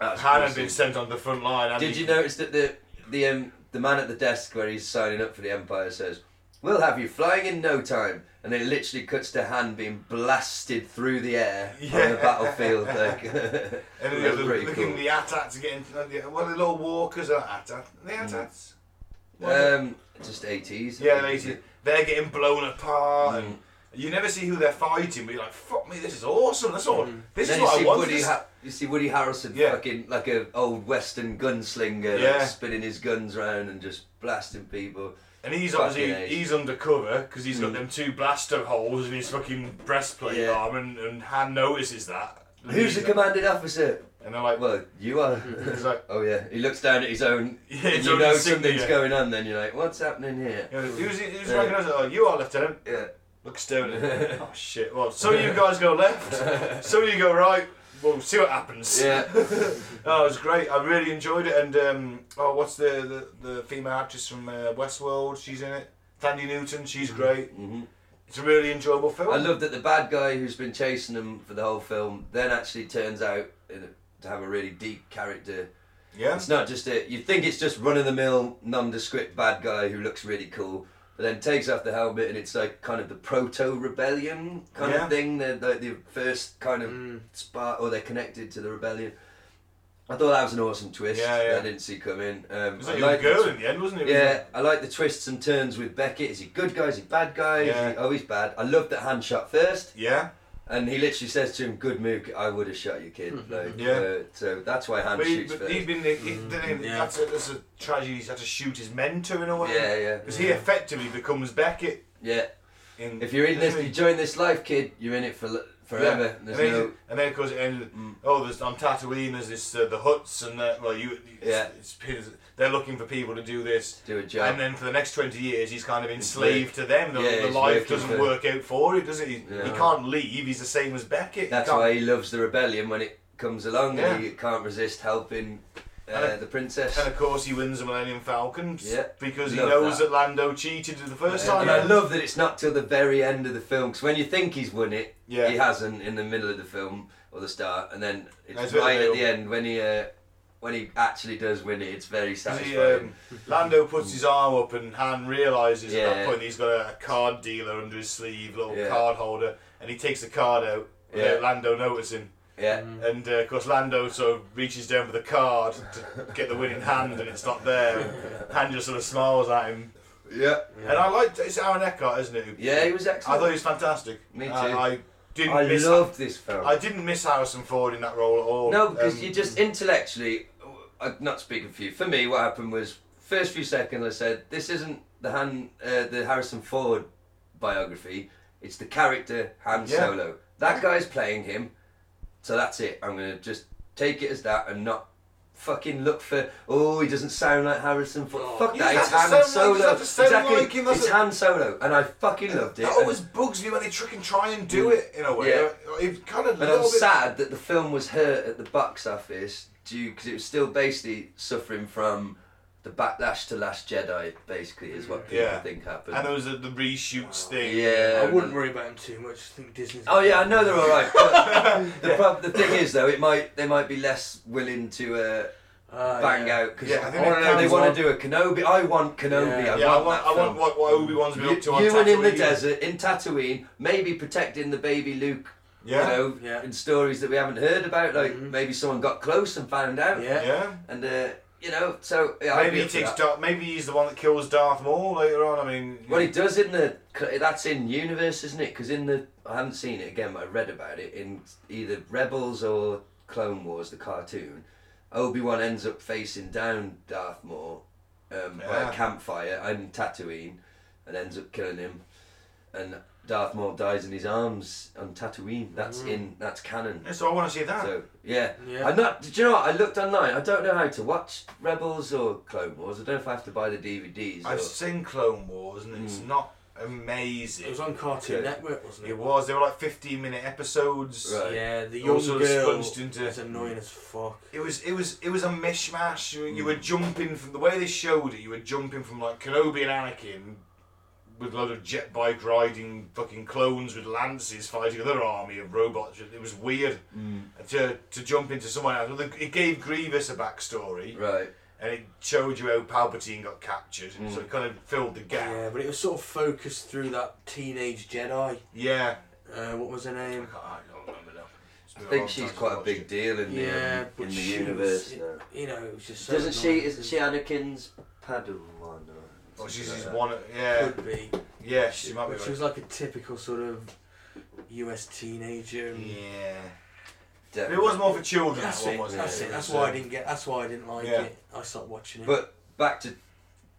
E: That's
B: Han had
E: awesome.
B: been sent on the front line. and
E: Did
B: he-
E: you notice that the the um, the man at the desk where he's signing up for the Empire says, "We'll have you flying in no time," and it literally cuts to Han being blasted through the air on
B: Yeah.
E: the battlefield. Like, and
B: And the other, looking the Atats again. Like the, well, the little walkers are Atats. The
E: Mm.
B: Atats.
E: um, just eighties.
B: Yeah, they, they're getting blown apart, and Mm. you never see who they're fighting. But you're like, fuck me, this is awesome. That's all. This is
E: Mm. then you
B: what
E: see
B: I wanted.
E: Woody
B: This-
E: ha- you see Woody Harrelson
B: Yeah.
E: fucking like a old western gunslinger like,
B: Yeah.
E: spinning his guns round and just blasting people.
B: And he's
E: Fucking
B: obviously
E: Asian.
B: he's undercover because he's got them two blaster holes in his fucking breastplate
E: Yeah.
B: arm, and, and Han notices that.
E: Who's the commanding officer?
B: And they're like,
E: Well, you are.
B: he's like,
E: oh yeah, he looks down at his own.
B: Yeah,
E: and
B: his
E: you
B: own
E: know
B: insignia.
E: something's going on. Then you're like, what's happening here?
B: you know, who's who's
E: Yeah.
B: recognised? Oh, you are Lieutenant.
E: Yeah.
B: Looks down. at him. oh shit! Well, some of you guys go left, some of you go right. We'll see what happens.
E: Yeah.
B: Oh, it was great. I really enjoyed it. And um, oh, what's the, the, the female actress from uh, Westworld? She's in it. Tandy Newton. She's great.
E: Mhm.
B: It's a really enjoyable film.
E: I love that the bad guy who's been chasing him for the whole film then actually turns out uh, to have a really deep character.
B: Yeah.
E: It's not just a. You think it's just run of the mill, nondescript bad guy who looks really cool, but then takes off the helmet and it's like kind of the proto rebellion kind
B: Yeah. Mm.
E: of thing. They're like the first kind of spark, or they're connected to the rebellion. I thought that was an awesome twist
B: Yeah,
E: that
B: yeah.
E: I didn't see coming. Um,
B: was
E: I
B: like a
E: liked
B: girl
E: twi-
B: in the end, wasn't it? It was
E: Yeah,
B: like-
E: I like the twists and turns with Beckett. Is he good guy? Is he bad guy? Is
B: Yeah.
E: he, oh, he's bad. I loved that hand shot first.
B: Yeah.
E: And he literally says to him, "Good move. I would have shot you, kid." Like,
B: Hmm. Yeah.
E: uh, so that's why hand
B: But he,
E: shoots
B: but
E: first.
B: he'd been, he,
E: Mm-hmm.
B: then he- that's, a, that's a tragedy. He's had to shoot his mentor in a way.
E: Yeah, yeah.
B: Because he
E: Yeah.
B: effectively becomes Beckett.
E: Yeah.
B: In,
E: if you're in this,
B: doesn't he?
E: you join this life, kid. You're in it for l- forever.
B: Yeah. And,
E: There's
B: then,
E: no. Mm.
B: and then of course it ends with, oh, there's, I'm Tatooine, there's this, uh, the huts, and that, well, you,
E: Yeah.
B: it's, it's- they're looking for people to do this.
E: Do a job.
B: And then for the next 20 years, he's kind of enslaved
E: work.
B: to them. The,
E: Yeah,
B: the
E: he's
B: life
E: working
B: doesn't
E: for-
B: work out for it, does it? He, he
E: Yeah.
B: can't leave, he's the same as Beckett.
E: That's
B: he can't-
E: why he loves the rebellion when it comes along,
B: Yeah.
E: and he can't resist helping
B: And
E: uh,
B: a-
E: the princess.
B: And of course, he wins the Millennium Falcon
E: Yeah.
B: because he
E: Love
B: knows
E: that.
B: that. Lando cheated the first
E: Yeah,
B: time.
E: And I love that it's not till the very end of the film because when you think he's won it,
B: Yeah.
E: he hasn't in the middle of the film or the start, and then it's
B: That's
E: right
B: really
E: at the
B: cool.
E: end when he uh, when he actually does win it. It's very
B: He,
E: satisfying.
B: um, Lando puts his arm up, and Han realizes at that
E: Yeah.
B: point he's got a, a card dealer under his sleeve, little
E: Yeah.
B: card holder, and he takes the card out without
E: Yeah.
B: Lando noticing.
E: yeah,
B: And uh, of course, Lando sort of reaches down for the card to get the winning hand, and it's not there. And Han just sort of smiles at him.
E: yeah.
B: And I liked it's Aaron Eckhart, isn't it? who-
E: Yeah, he was
B: I
E: excellent.
B: thought he was fantastic.
E: Me
B: And
E: too.
B: I didn't
E: I
B: miss.
E: loved this film.
B: I didn't miss Harrison Ford in that role at all.
E: No, because
B: Um,
E: you just intellectually, uh, I'm not speaking for you. For me, what happened was first few seconds I said, "This isn't the Han, uh, the Harrison Ford biography. It's the character Han
B: Yeah.
E: Solo. That guy's playing him. So that's it. I'm gonna just take it as that and not." Fucking look for oh he doesn't sound like Harrison Ford. Fuck
B: Oh, You
E: that,
B: just
E: it's
B: have
E: Han
B: to sound like- you
E: Solo.
B: just have to sound
E: exactly,
B: like him, that's
E: it's
B: it.
E: Han Solo, and I fucking loved it.
B: That
E: and- Mm.
B: always bugs me when they trick and try and do it in a way.
E: Yeah.
B: It kind of.
E: And I'm sad that the film was hurt at the box office due because it was still basically suffering from the backlash to Last Jedi. Basically, is what people
B: Yeah.
E: think happened.
B: And there was the, the reshoots thing.
E: yeah.
C: I wouldn't worry about him too much. I think Disney's.
E: Um, Oh yeah, I know they're all right. But the, prob- the thing is, though, it mimight they might be less willing to uh,
C: Ah,
E: bang
C: yeah.
E: out because
B: Yeah, I think
E: I
B: it
E: don't know. They
B: counts
E: want
B: on-
E: to do a Kenobi. I want Kenobi.
C: Yeah.
E: I,
B: Yeah, I
E: want
B: want,
E: that
B: I want
E: film.
B: what, what Obi Wan's been
E: You,
B: up to on
E: you and in the
B: Tatooine.
E: desert in Tatooine, maybe protecting the baby Luke.
B: Yeah.
E: You know,
C: Yeah. Mm-hmm.
E: in stories that we haven't heard about, like maybe someone got close and found out.
C: Yeah.
B: Yeah.
E: And uh, you know, so yeah, I'd
B: Maybe
E: be
B: he
E: up for
B: takes
E: that.
B: Darth, Maybe he's the one that kills Darth Maul later on. I mean,
E: Well, he does in the that's in universe, isn't it? Because in the I haven't seen it again, but I read about it in either Rebels or Clone Wars, the cartoon. Obi Wan ends up facing down Darth Maul um, by
B: Yeah.
E: a campfire and Tatooine, and ends up killing him. And Darth Maul dies in his arms on Tatooine. That's
B: Mm.
E: in that's canon.
B: Yeah, so I want to see that.
E: So yeah,
C: Yeah.
E: I'm not. Do you know? What? I looked online. I don't know how to watch Rebels or Clone Wars. I don't know if I have to buy the DVDs.
B: I've
E: or-
B: seen Clone Wars and it's
E: Mm.
B: not amazing.
C: It was on Cartoon
E: Yeah.
C: Network, wasn't it?
B: It was. They were like 15 minute episodes.
E: Right.
C: Yeah, the young
B: Also
C: girl
B: sponged into-
C: was annoying as fuck.
B: It was it was it was a mishmash. You, you were jumping from the way they showed it. You were jumping from like Kenobi and Anakin with a lot of jet bike riding fucking clones with lances fighting another army of robots. It was weird
E: Mm.
B: to to jump into someone else. Well, It gave Grievous a backstory
E: Right.
B: and it showed you how Palpatine got captured.
E: Mm.
B: So it kind of filled the gap.
C: Yeah, but it was sort of focused through that teenage Jedi.
B: Yeah.
C: Uh, what was her name?
B: I don't remember now. It's been
E: I
B: a long
E: think she's
B: time
E: quite a
B: since I
E: big
B: watched it.
E: deal in the
C: Yeah,
E: um,
C: but
E: in the
C: she
E: universe.
C: was-
E: now.
C: You know, it was just. So
E: Doesn't she?
C: annoying.
E: Isn't she Anakin's Padawan?
B: Oh,
E: Or
B: she's
E: something
B: just
E: like
B: one. of- Yeah,
C: Could be.
B: yeah, she might be.
C: But she was like a typical sort of US teenager. And
B: yeah,
E: that.
B: it was more for children.
C: That's
B: that one
C: it.
B: wasn't
C: That's
B: it?
C: it. That's
B: was,
C: why
B: um,
C: I didn't get. That's why I didn't like
B: Yeah.
C: it. I stopped watching it.
E: But back to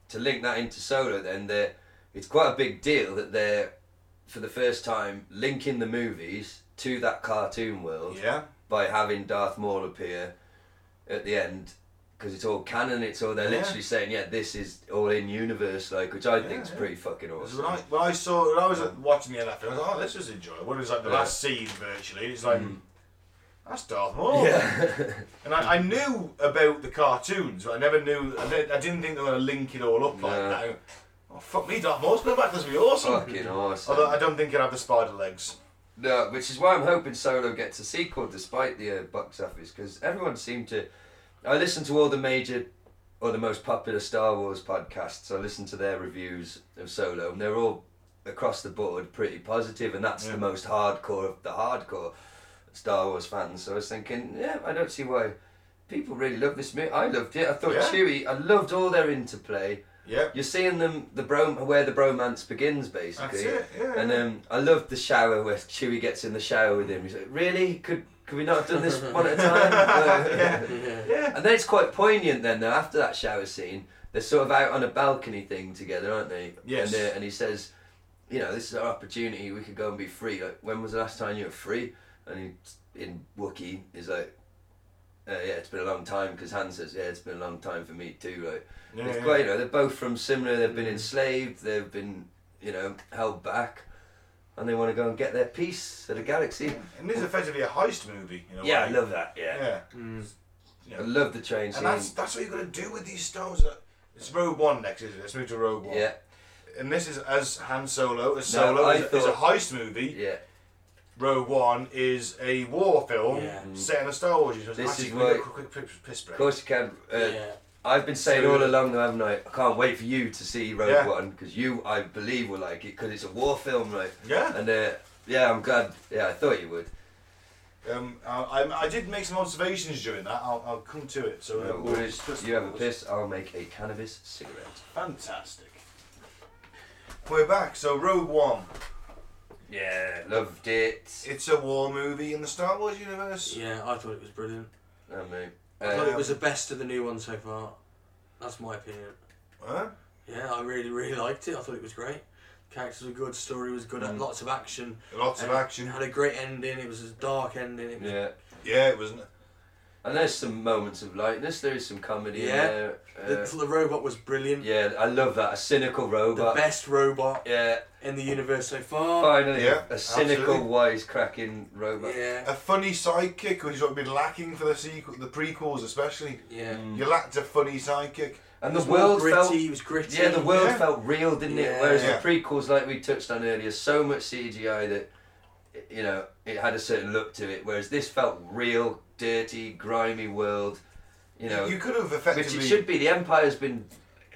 E: to link that into Solo, then they're, it's quite a big deal that they're for the first time linking the movies to that cartoon world.
B: Yeah.
E: by having Darth Maul appear at the end because it's all canon. It's all they're
B: Yeah.
E: literally saying, yeah, this is all in universe, like which I think is
B: yeah.
E: pretty fucking awesome.
B: When I, when I saw when I was like, watching the NFL, I was like, oh, this was enjoyable. When it was like the
E: Yeah.
B: last scene virtually, it's like that's Darth Maul. and I, I knew about the cartoons, but I never knew. I, didn't- I didn't think they were going to link it all up like
E: No.
B: that. Oh fuck me, Darth Maul's coming back. This will be awesome.
E: Fucking awesome.
B: Although I don't think it'll have the spider legs.
E: No, which is why I'm hoping Solo gets a sequel despite the uh, box office because everyone seemed to. I listened to all the major or the most popular Star Wars podcasts. I listened to their reviews of Solo, and they're all across the board pretty positive, and that's the most hardcore of the hardcore Star Wars fans. So I was thinking, yeah, I don't see why people really love this movie. I loved it. I thought
B: Yeah.
E: Chewie. I loved all their interplay.
B: Yeah.
E: You're seeing them the brom where the bromance begins basically.
B: That's it, yeah,
E: And
B: yeah.
E: um, I loved the shower where Chewie gets in the shower with him. He's like, really? Could could we not have done this one at a time?
B: Yeah. Yeah.
E: And then it's quite poignant then though after that shower scene. They're sort of out on a balcony thing together, aren't they?
B: Yes.
E: And, uh, and he says, you know, this is our opportunity. We could go and be free. Like, when was the last time you were free? And he, in Wookiee, he's like, uh, yeah, it's been a long time because Han says, yeah, it's been a long time for me too. Like,
B: Yeah,
E: it's
B: yeah. Mm.
E: quite, you know, they're both from similar. They've been enslaved. They've been, you know, held back, and they want to go and get their piece of the galaxy.
B: And this is effectively a heist movie. In a
E: Yeah, I
B: way.
E: love that. Yeah. Mm.
B: Yeah.
E: I love the train scene.
B: And that's that's what you're gonna do with these stones. Uh, It's Rogue One next, isn't it? Let's move to Rogue One.
E: yeah,
B: And this is as Han Solo. As
E: No,
B: Solo
E: I
B: is, a- is a
E: thought-
B: heist movie.
E: yeah.
B: Rogue One is a war film
C: Yeah.
B: set in a Star Wars universe.
E: This
B: Actually,
E: is
B: can we get
E: why-
B: a quick, quick piss- piss break.
E: Of course you can. Uh,
C: Yeah.
E: I've been saying
B: So-
E: all along, though, haven't I? I can't wait for you to see Rogue
B: Yeah.
E: One because you, I believe, will like it because it's a war film, right?
B: Yeah.
E: And uh, yeah, I'm glad. Yeah, I thought you would.
B: Um, I, I, I did make some observations during that. I'll, I'll come to it. So uh,
E: Uh,
B: we'll
E: whereas
B: discuss
E: you have a
B: those.
E: piss, I'll make a cannabis cigarette.
B: Fantastic. We're back. So Rogue One.
E: Yeah, loved it.
B: It's a war movie in the Star Wars universe.
C: Yeah, I thought it was brilliant.
E: I mean,
C: I thought
E: uh,
B: Um,
C: it was the best of the new one so far. That's my opinion.
B: Huh?
C: Yeah, I really, really liked it. I thought it was great. Characters were good, story was good, had lots of action.
B: Mm. Lots of
C: and
B: action.
C: Had a great ending. It was a dark ending. It was,
E: yeah.
B: Yeah, it wasn't.
E: And there's some moments of lightness. There is some comedy
C: Yeah.
E: in there.
C: the,
E: Uh,
C: the robot was brilliant.
E: yeah, I love that. A cynical
C: the
E: robot.
C: best robot
E: Yeah,
C: in the universe so far.
E: finally,
B: Yeah,
E: a cynical,
B: absolutely.
E: wisecracking robot.
C: Yeah,
B: A funny sidekick, which is what we've been lacking for the sequel, the prequels especially.
C: yeah.
B: You lacked a funny sidekick.
E: And
C: It
E: the
C: was more
E: world
C: gritty.
E: felt
C: It was gritty.
E: Yeah, the world
B: Yeah.
E: felt real, didn't
C: Yeah.
E: it? Whereas
B: Yeah.
E: the prequels, like we touched on earlier, so much CGI that you know it had a certain look to it. Whereas this felt real, dirty, grimy world. You know,
B: You could have
E: which it
B: effectively.
E: should be. The Empire's been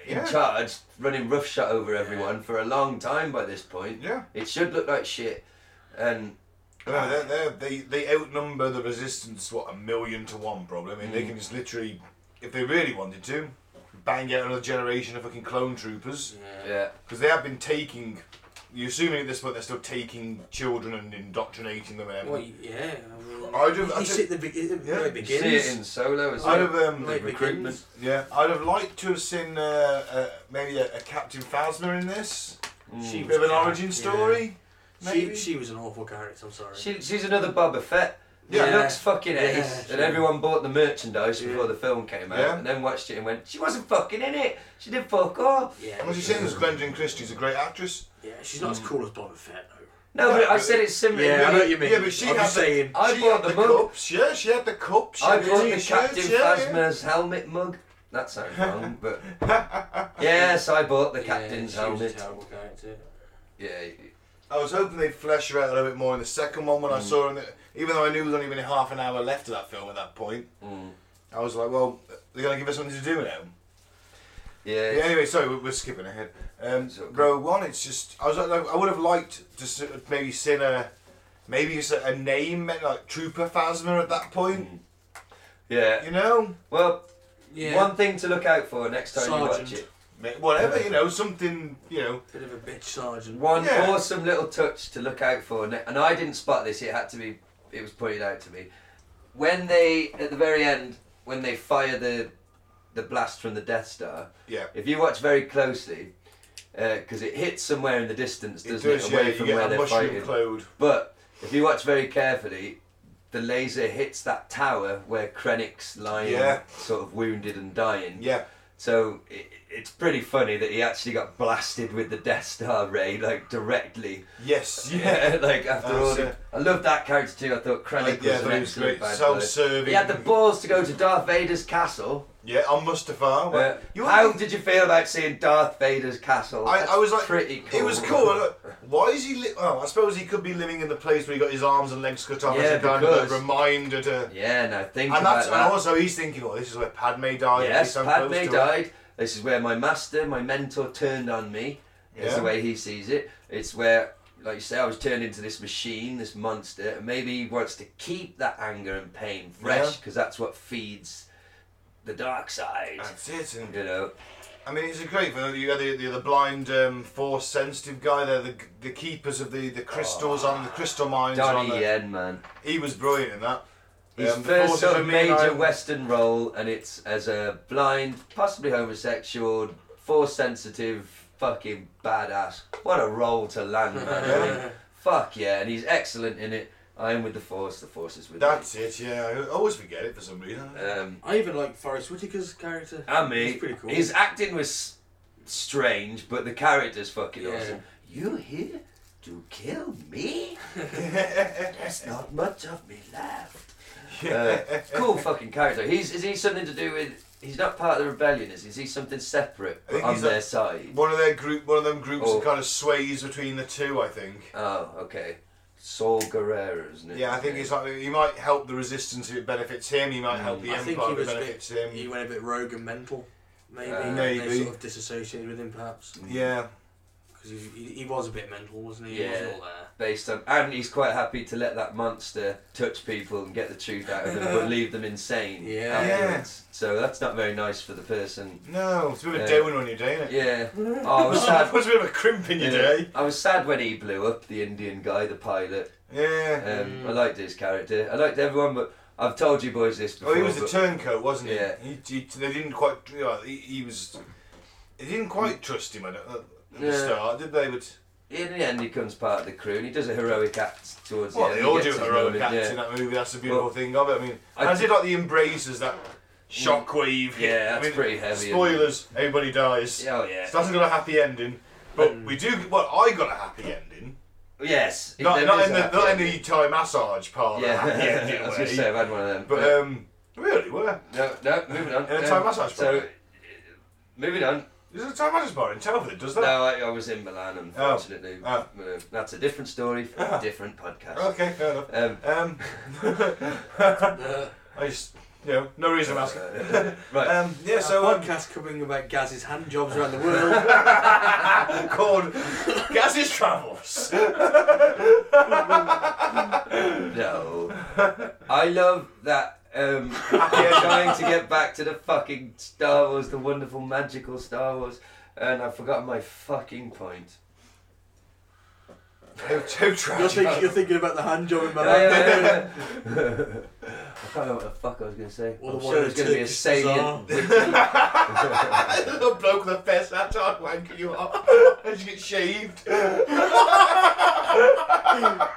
E: in
B: Yeah.
E: charge, running roughshod over everyone for a long time by this point.
B: Yeah.
E: it should look like shit. And
B: No, they're, they're, they they outnumber the resistance what a million to one, probably. I mean, they can just literally, if they really wanted to, bang out another generation of fucking clone troopers
E: yeah,
B: because they have been taking. You're assuming at this point they're still taking children and indoctrinating them. And
C: Well,
B: everything.
C: yeah. well,
B: I do-
C: You,
B: I
C: you
B: do-
C: see it the be- it-
B: Yeah.
C: where it
E: you
C: begins.
E: see it in Solo as
B: I'd
E: well.
B: have um,
C: where it
E: recruitment.
C: begins.
B: yeah, I'd have liked to have seen uh, uh, maybe a, a Captain Phasma in this.
C: She
B: A Mm. bit of an
C: crap,
B: origin
C: yeah.
B: story.
C: She,
B: maybe?
C: she was an awful character. I'm sorry.
E: She, she's another Boba Fett.
B: Yeah.
E: She looks fucking
C: Yeah,
E: ace.
C: she-
E: and everyone bought the merchandise before
C: Yeah.
E: the film came out
B: Yeah.
E: and then watched it and went, she wasn't fucking in it. She did fuck off.
C: yeah,
B: I'm just saying, Mm. this Glendon Christie's a great actress.
C: yeah, she's not as cool as Boba Fett though.
E: No,
B: Yeah,
E: but I
B: but-
E: said it's similar.
C: Yeah, I know
E: I,
C: what you mean.
B: Yeah, but she
C: I'm
B: had
C: just
B: the-
C: saying.
E: I
B: she
E: bought
B: had
E: the mug.
B: cups. Yeah, she had the cups. She had
E: bought the
B: t-shirts,
E: Captain
B: yeah, yeah.
E: Phasma's helmet mug. That sounds wrong, but yes, I bought the captain's
C: yeah, she was a
E: helmet.
C: terrible character.
E: Yeah,
B: I was hoping they'd flesh her out a little bit more in the second one when
C: Mm.
B: I saw her. in the- Even though I knew there was only been half an hour left of that film at that point,
C: Mm.
B: I was like, well, they're going to give us something to do now.
E: yeah.
B: Yeah, anyway, sorry, we're, we're skipping ahead. Um,
E: It's okay.
B: Rogue One, it's just I was like, I would have liked to s- maybe seen a maybe it's a, a name like Trooper Phasma at that point.
E: yeah.
C: Mm.
B: You know,
E: Well,
C: Yeah,
E: one thing to look out for next time you
C: Sergeant.
E: watch it.
B: Ma- whatever you know, something you know.
C: bit of a bitch sergeant.
E: One
B: Yeah.
E: awesome little touch to look out for, ne- and I didn't spot this. It had to be. It was pointed out to me when they at the very end when they fire the the blast from the Death Star.
B: Yeah.
E: If you watch very closely, because it hits somewhere in the distance,
B: It
E: doesn't it?
B: does,
E: away
B: yeah. You
E: from
B: get
E: where
B: that
E: they're
B: mushroom
E: fighting.
B: cloud.
E: But if you watch very carefully, the laser hits that tower where Krennic's lying,
B: Yeah.
E: sort of wounded and dying.
B: Yeah,
E: So it, it's pretty funny that he actually got blasted with the Death Star ray like directly.
B: yes, yeah.
E: Yeah, like after all,
B: That's
E: the,
B: it.
E: I loved that character too. I thought Krennic
B: yeah,
E: was an
B: but he was great,
E: excellent bad
B: self-serving.
E: guy. He had the balls to go to Darth Vader's castle.
B: Yeah, on Mustafar.
E: Uh,
B: Well, you
E: how did you feel about seeing Darth Vader's castle?
B: I, I was
E: That's
B: like,
E: pretty cool.
B: it was cool. I was like, Why is he? Li- oh, I suppose he could be living in the place where he got his arms and legs cut off as
E: Yeah,
B: a kind of
E: because-
B: a reminder to.
E: yeah, no, think
B: And
E: about
B: that's
E: that.
B: and also he's thinking, oh, this is where Padme died.
E: yes,
B: this I'm close to
E: Padme
B: her."
E: died. This is where my master, my mentor, turned on me. It's the
B: Yeah.
E: way he sees it. It's where, like you say, I was turned into this machine, this monster. And maybe he wants to keep that anger and pain fresh
B: Yeah.
E: because that's what feeds the dark side.
B: That's it. And,
E: you know,
B: I mean, it's a great film. You got the, the, the blind, um, force sensitive guy there, the, the keepers of the, the crystals on the crystal mines.
E: Donnie
B: on the,
E: Yen, man.
B: He was brilliant in that.
E: His
B: Um, the
E: first
B: Forces
E: sort of
B: Me and I-
E: major Western role, and it's as a blind, possibly homosexual, force sensitive, fucking badass. What a role to land, man. I mean, fuck yeah, and he's excellent in it. I am with the force, the force is with
B: That's it, yeah. I always forget it for some reason.
E: me. Um,
C: I even like Forrest Whitaker's character.
E: and me.
C: He's pretty cool.
E: His acting was s- strange, but the character's fucking
C: Yeah.
E: awesome. You here to kill me? There's not much of me left. Uh, cool fucking character. He's is he something to do with? He's not part of the rebellion, is he? Is he something separate
B: I think
E: on
B: he's
E: their
B: a-
E: side?
B: One of their group, one of them groups
E: Oh.
B: that kind of sways between the two. I think.
E: Oh, okay. Saul Guerrero, isn't it?
B: Yeah, I think
E: Yeah.
B: it's like he might help the resistance if it benefits him. He might help the
C: Mm, I think
B: empire
C: he
B: if it
C: was a bit.
B: benefits him.
C: He went a bit rogue and mental. Maybe,
B: Uh,
C: and
B: maybe.
C: they sort of disassociated with him, perhaps.
B: Yeah,
C: Because he, he, he was a bit mental, wasn't he? He
E: Yeah.
C: was all there.
E: Based on, and he's quite happy to let that monster touch people and get the truth out of them, but leave them insane.
C: Yeah.
E: afterwards. So that's not very nice for the person.
B: no, it's a bit of a
E: Yeah.
B: down on your day, isn't it?
E: Yeah. Oh, I was sad.
B: Puts a bit of a crimp in your day.
E: I was sad when he blew up the Indian guy, the pilot. Um,
B: Yeah.
E: I liked his character. I liked everyone, but I've told you boys this before.
B: Oh, he was the
E: but
B: turncoat, wasn't he?
E: Yeah.
B: He, he- they didn't quite. You know, he, he was. They didn't quite trust him. I don't, at the
E: Yeah.
B: start, did they? But
E: in the end, he becomes part of the crew, and he does a heroic act towards
B: well,
E: the
B: they
E: end.
B: all
E: He
B: do
E: gets his
B: heroic
E: moment,
B: acts
E: yeah.
B: in that movie. That's the beautiful
E: Well,
B: thing of it. I mean, I,
E: I-
B: and I did like the embraces that shockwave. hit.
E: Yeah,
B: I
E: that's
B: mean,
E: pretty heavy, isn't it?
B: Spoilers: everybody dies.
E: Yeah, oh, yeah.
B: So hasn't got a happy ending, but we do. Well, I got a happy ending.
E: Yes. he-
B: Not,
E: there
B: not
E: is
B: in
E: a
B: the
E: happy
B: not in
E: ending.
B: the Thai massage part.
E: Yeah,
B: Yeah, happy ending
E: I was
B: way.
E: going to say I've had one of them.
B: But um, really, were
E: no, no, moving on.
B: In a
E: Um,
B: Thai massage
E: So,
B: bar.
E: uh, moving on.
B: there's a Thai massage bar in Telford that does that.
E: No, I, I was in Milan, unfortunately.
B: Oh. Ah.
E: Uh, That's a different story for a different podcast.
B: Okay, fair enough.
E: Um,
B: Um, I just, you know, no reason I'm asking.
E: right.
B: Um, yeah,
C: So
B: so um,
C: podcast coming about Gaz's hand jobs around the world.
B: called Gaz's Travels.
E: No. I love that. Um, yeah, trying to get back to the fucking Star Wars, the wonderful magical Star Wars, and I've forgotten my fucking point.
B: How, how
C: you're,
B: tragic.
C: thinking, you're thinking about the hand job in my
E: Yeah, yeah,
C: life.
E: yeah, yeah. I can't uh, remember what the fuck I was going to say.
C: Or the
E: I'm
C: one
E: sure
C: in
E: it's going to be a
C: Turkish
E: salient.
B: the bloke with the best hat on wanking you up as you get shaved.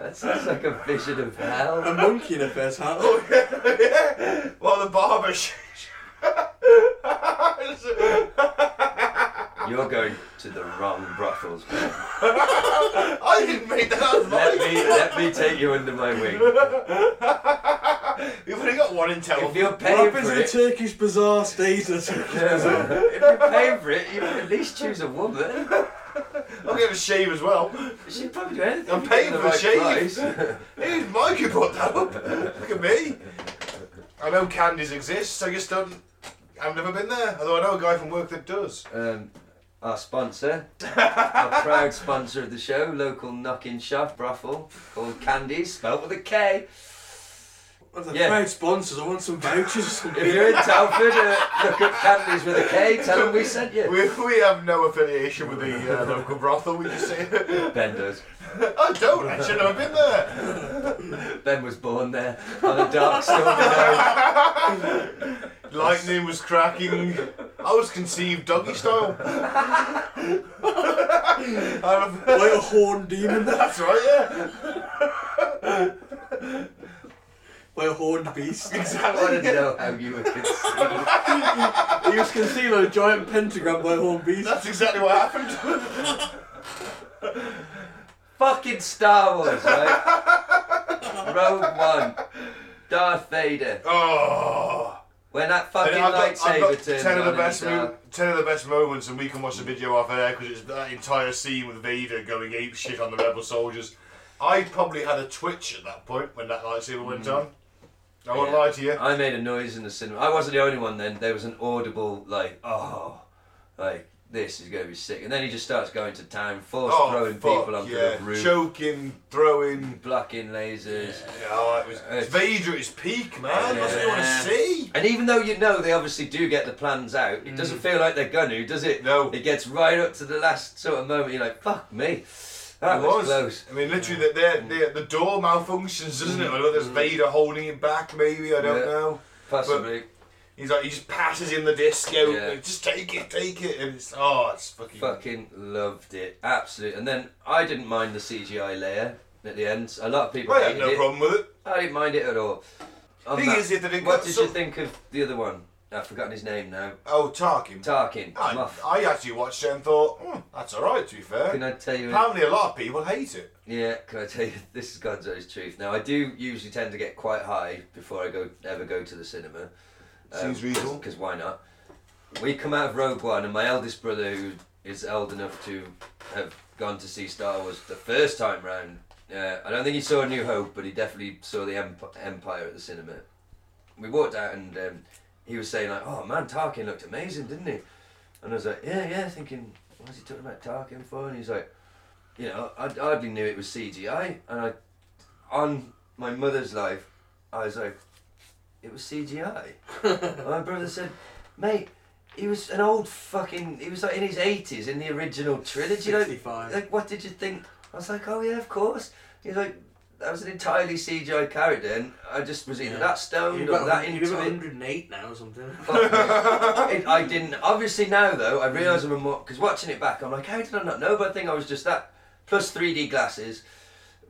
E: That sounds like a vision of
C: A
E: hell.
C: monkey in a first hat.
B: While the barber shaves.
E: You're going to the wrong brothels. man.
B: I didn't make that out of
E: Let
B: mine.
E: me let me take you under my wing.
B: We've only got one in
E: If
B: Telford.
E: you're
C: What
E: paying
C: happens
E: for
C: in a
E: it,
C: Turkish bazaar stays in a Turkish bazaar.
E: if you're paying for it, you at least choose a woman.
B: I'm going to shave as well.
E: She'd probably do anything.
B: I'm
E: to
B: paying
E: get
B: for a
E: the right price.
B: Here's Mike who put that up. Look at me. I know candies exist. I just don't. I've never been there. Although I know a guy from work that does.
E: um, our sponsor, our proud sponsor of the show, local knocking shop brothel called Candies, spelt with a K.
C: One of the
E: Yeah.
C: proud sponsors. I want some vouchers or
E: If
C: something.
E: you're in Telford, uh, look up Candies with a K. Tell them we sent you.
B: We, we have no affiliation with the uh, local brothel. We just say
E: Ben does.
B: I don't. I should have been there.
E: Ben was born there on a dark stormy night.
B: Lightning was cracking. I was conceived doggy style. I'm a-
C: Like a horned demon.
B: Um, that's right. Yeah.
C: By a horned beast.
E: I want to know how you were conceived.
C: He was concealed on a giant pentagram by a horned beast.
B: That's exactly what happened.
E: Fucking Star Wars, right? Rogue One, Darth Vader.
B: Oh.
E: When that
B: And
E: fucking
B: I've got- I've
E: lightsaber
B: got
E: turns
B: ten of
E: on
B: the
E: uh, and he's
B: best mo-
E: dark.
B: ten of the best moments, and we can watch the video off air because it's that entire scene with Vader going ape shit on the rebel soldiers. I probably had a twitch at that point when that lightsaber went on. I won't
E: Yeah.
B: lie to you.
E: Mm. I made a noise in the cinema. I wasn't the only one then. There was an audible like, oh, like this is going to be sick. And then he just starts going to town, force
B: Oh,
E: throwing
B: fuck,
E: people onto
B: yeah.
E: the roof.
B: Choking, throwing.
E: Blocking lasers.
B: Oh, it was Vader at his peak, man. That's what you want to
E: Yeah.
B: see.
E: And even though you know they obviously do get the plans out, it
B: Mm.
E: doesn't feel like they're going to, does it? No. It gets right up to the last sort of moment. You're like, fuck me. That
B: It
E: was,
B: was.
E: close. Mm.
B: I mean, literally, the, the, the, the door malfunctions, doesn't it? Like, there's Vader holding it back, maybe. I don't
E: Yeah,
B: know.
E: possibly.
B: But he's like, he just passes in the disc out.
E: Yeah.
B: Like, just take it, take it. And it's, oh, it's fucking.
E: Fucking loved it. Absolute. And then I didn't mind the CGI layer at the end. A lot of people
B: I had
E: hated
B: no
E: it.
B: problem with it.
E: I didn't mind it at all. On
B: Thing
E: that-
B: is, if they didn't
E: what
B: cut
E: did you
B: some-
E: think of the other one? I've forgotten his name now.
B: Oh, Tarkin.
E: Tarkin.
B: I,
E: Moff.
B: I actually watched it and thought, hmm, that's alright, to be fair.
E: Can I tell you-
B: Apparently, a lot of people hate it.
E: Yeah, can I tell you, this is God's honest truth. Now, I do usually tend to get quite high before I go ever go to the cinema.
B: Seems reasonable.
E: Because why not? We come out of Rogue One, and my eldest brother, who is old enough to have gone to see Star Wars the first time round, uh, I don't think he saw New Hope, but he definitely saw the Emp- Empire at the cinema. We walked out, and um, he was saying like, "Oh man, Tarkin looked amazing, didn't he?" And I was like, "Yeah, yeah," thinking, "What's he talking about Tarkin for?" And he's like you know, I hardly knew it was CGI, and I, on my mother's life, I was like, it was CGI. And my brother said, mate, he was an old fucking, he was like in his eighties in the original trilogy. Like,
C: 65.
E: like, what did you think? I was like, oh yeah, of course. He's like, that was an entirely CGI character, and I just was either that stoned
C: You've
E: or
C: got
E: that
C: you've
E: into
C: got
E: it.
C: 108 now or something.
E: it, I didn't. Obviously now though, I realise I'm a more because watching it back, I'm like, how did I not know? But I think I was just that plus 3D glasses.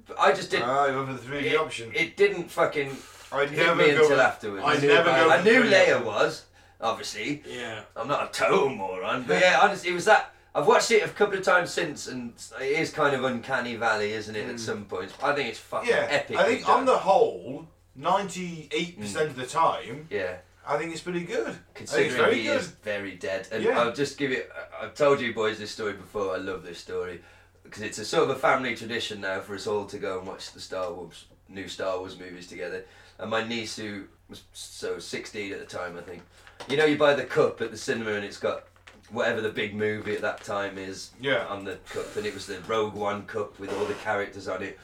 E: But I just didn't.
B: Ah, you remember the 3D option.
E: It didn't fucking
B: I
E: hit
B: never
E: me
B: go
E: until
B: with-
E: afterwards.
B: I never go
E: I
B: with
E: knew
B: 3D
E: Leia
B: option.
E: was obviously.
C: Yeah.
E: I'm not a total moron, but yeah, honestly, it was that. I've watched it a couple of times since, and it is kind of uncanny valley, isn't it? At some points, I think it's fucking
B: Hmm. Yeah,
E: epic. Mm.
B: I think on the whole, 98% of the time,
E: yeah.
B: I think it's pretty good.
E: considering
B: I think it's
E: he
B: very good.
E: is very dead. And
B: Yeah.
E: I'll just give it. I- I've told you boys this story before. I love this story because it's a sort of a family tradition now for us all to go and watch the Star Wars new Star Wars movies together. And my niece, who was so 16 at the time, I think, you know, you buy the cup at the cinema and it's got whatever the big movie at that time is
B: Yeah.
E: on the cup, and it was the Rogue One cup with all the characters on it.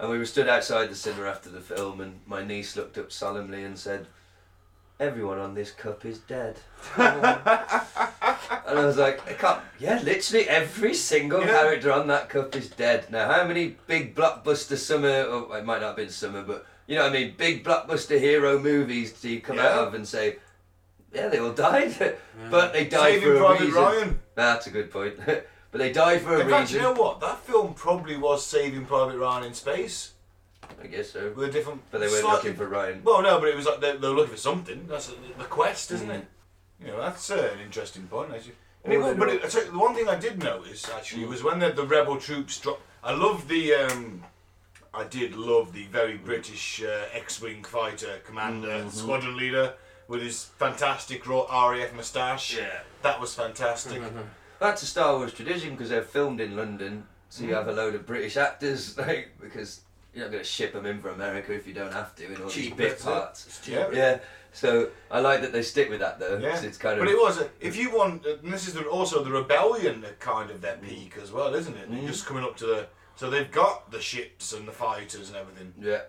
E: And we were stood outside the cinema after the film, and my niece looked up solemnly and said, everyone on this cup is dead. and I was like, I can't. Yeah, literally every single character on that cup is dead. Now, how many big blockbuster summer, or it might not have been summer, but you know what I mean, big blockbuster hero movies do you come
B: Yeah.
E: out of and say, yeah, they all died, but they died
B: Saving
E: for a
B: Private
E: reason.
B: Ryan.
E: That's a good point. but they died for a
B: In
E: reason.
B: fact, you know what? That film probably was Saving Private Ryan in space
E: I guess so.
B: with a different.
E: But they weren't
B: slightly-
E: looking for Ryan.
B: Well, no, but it was like they, they were looking for something. That's the quest, isn't it? You know, that's uh, an interesting point. Actually. Hmm. And it,
E: Or
B: was-
E: they
B: but
E: do
B: it, I tell you, the one thing I did notice actually was when the, the rebel troops dropped. I love the. Um, I did love the very British uh, X-wing fighter commander, squadron leader, with his fantastic raw RAF moustache.
E: Yeah.
B: that was fantastic.
E: That's a Star Wars tradition because they're filmed in London, so
B: Mm.
E: you have a load of British actors, like because you're not going to ship them in for America if you don't have to in all
C: Cheap,
E: these bit
C: that's it.
E: parts.
B: cheap.
E: Yeah, so I like that they stick with that though.
B: Yeah.
E: 'cause it's kind of
B: but it was a, if you want. And this is the, also the rebellion that kind of their
E: Mm.
B: peak as well, isn't it? They're Just coming up to the so they've got the ships and the fighters and everything.
E: Yeah.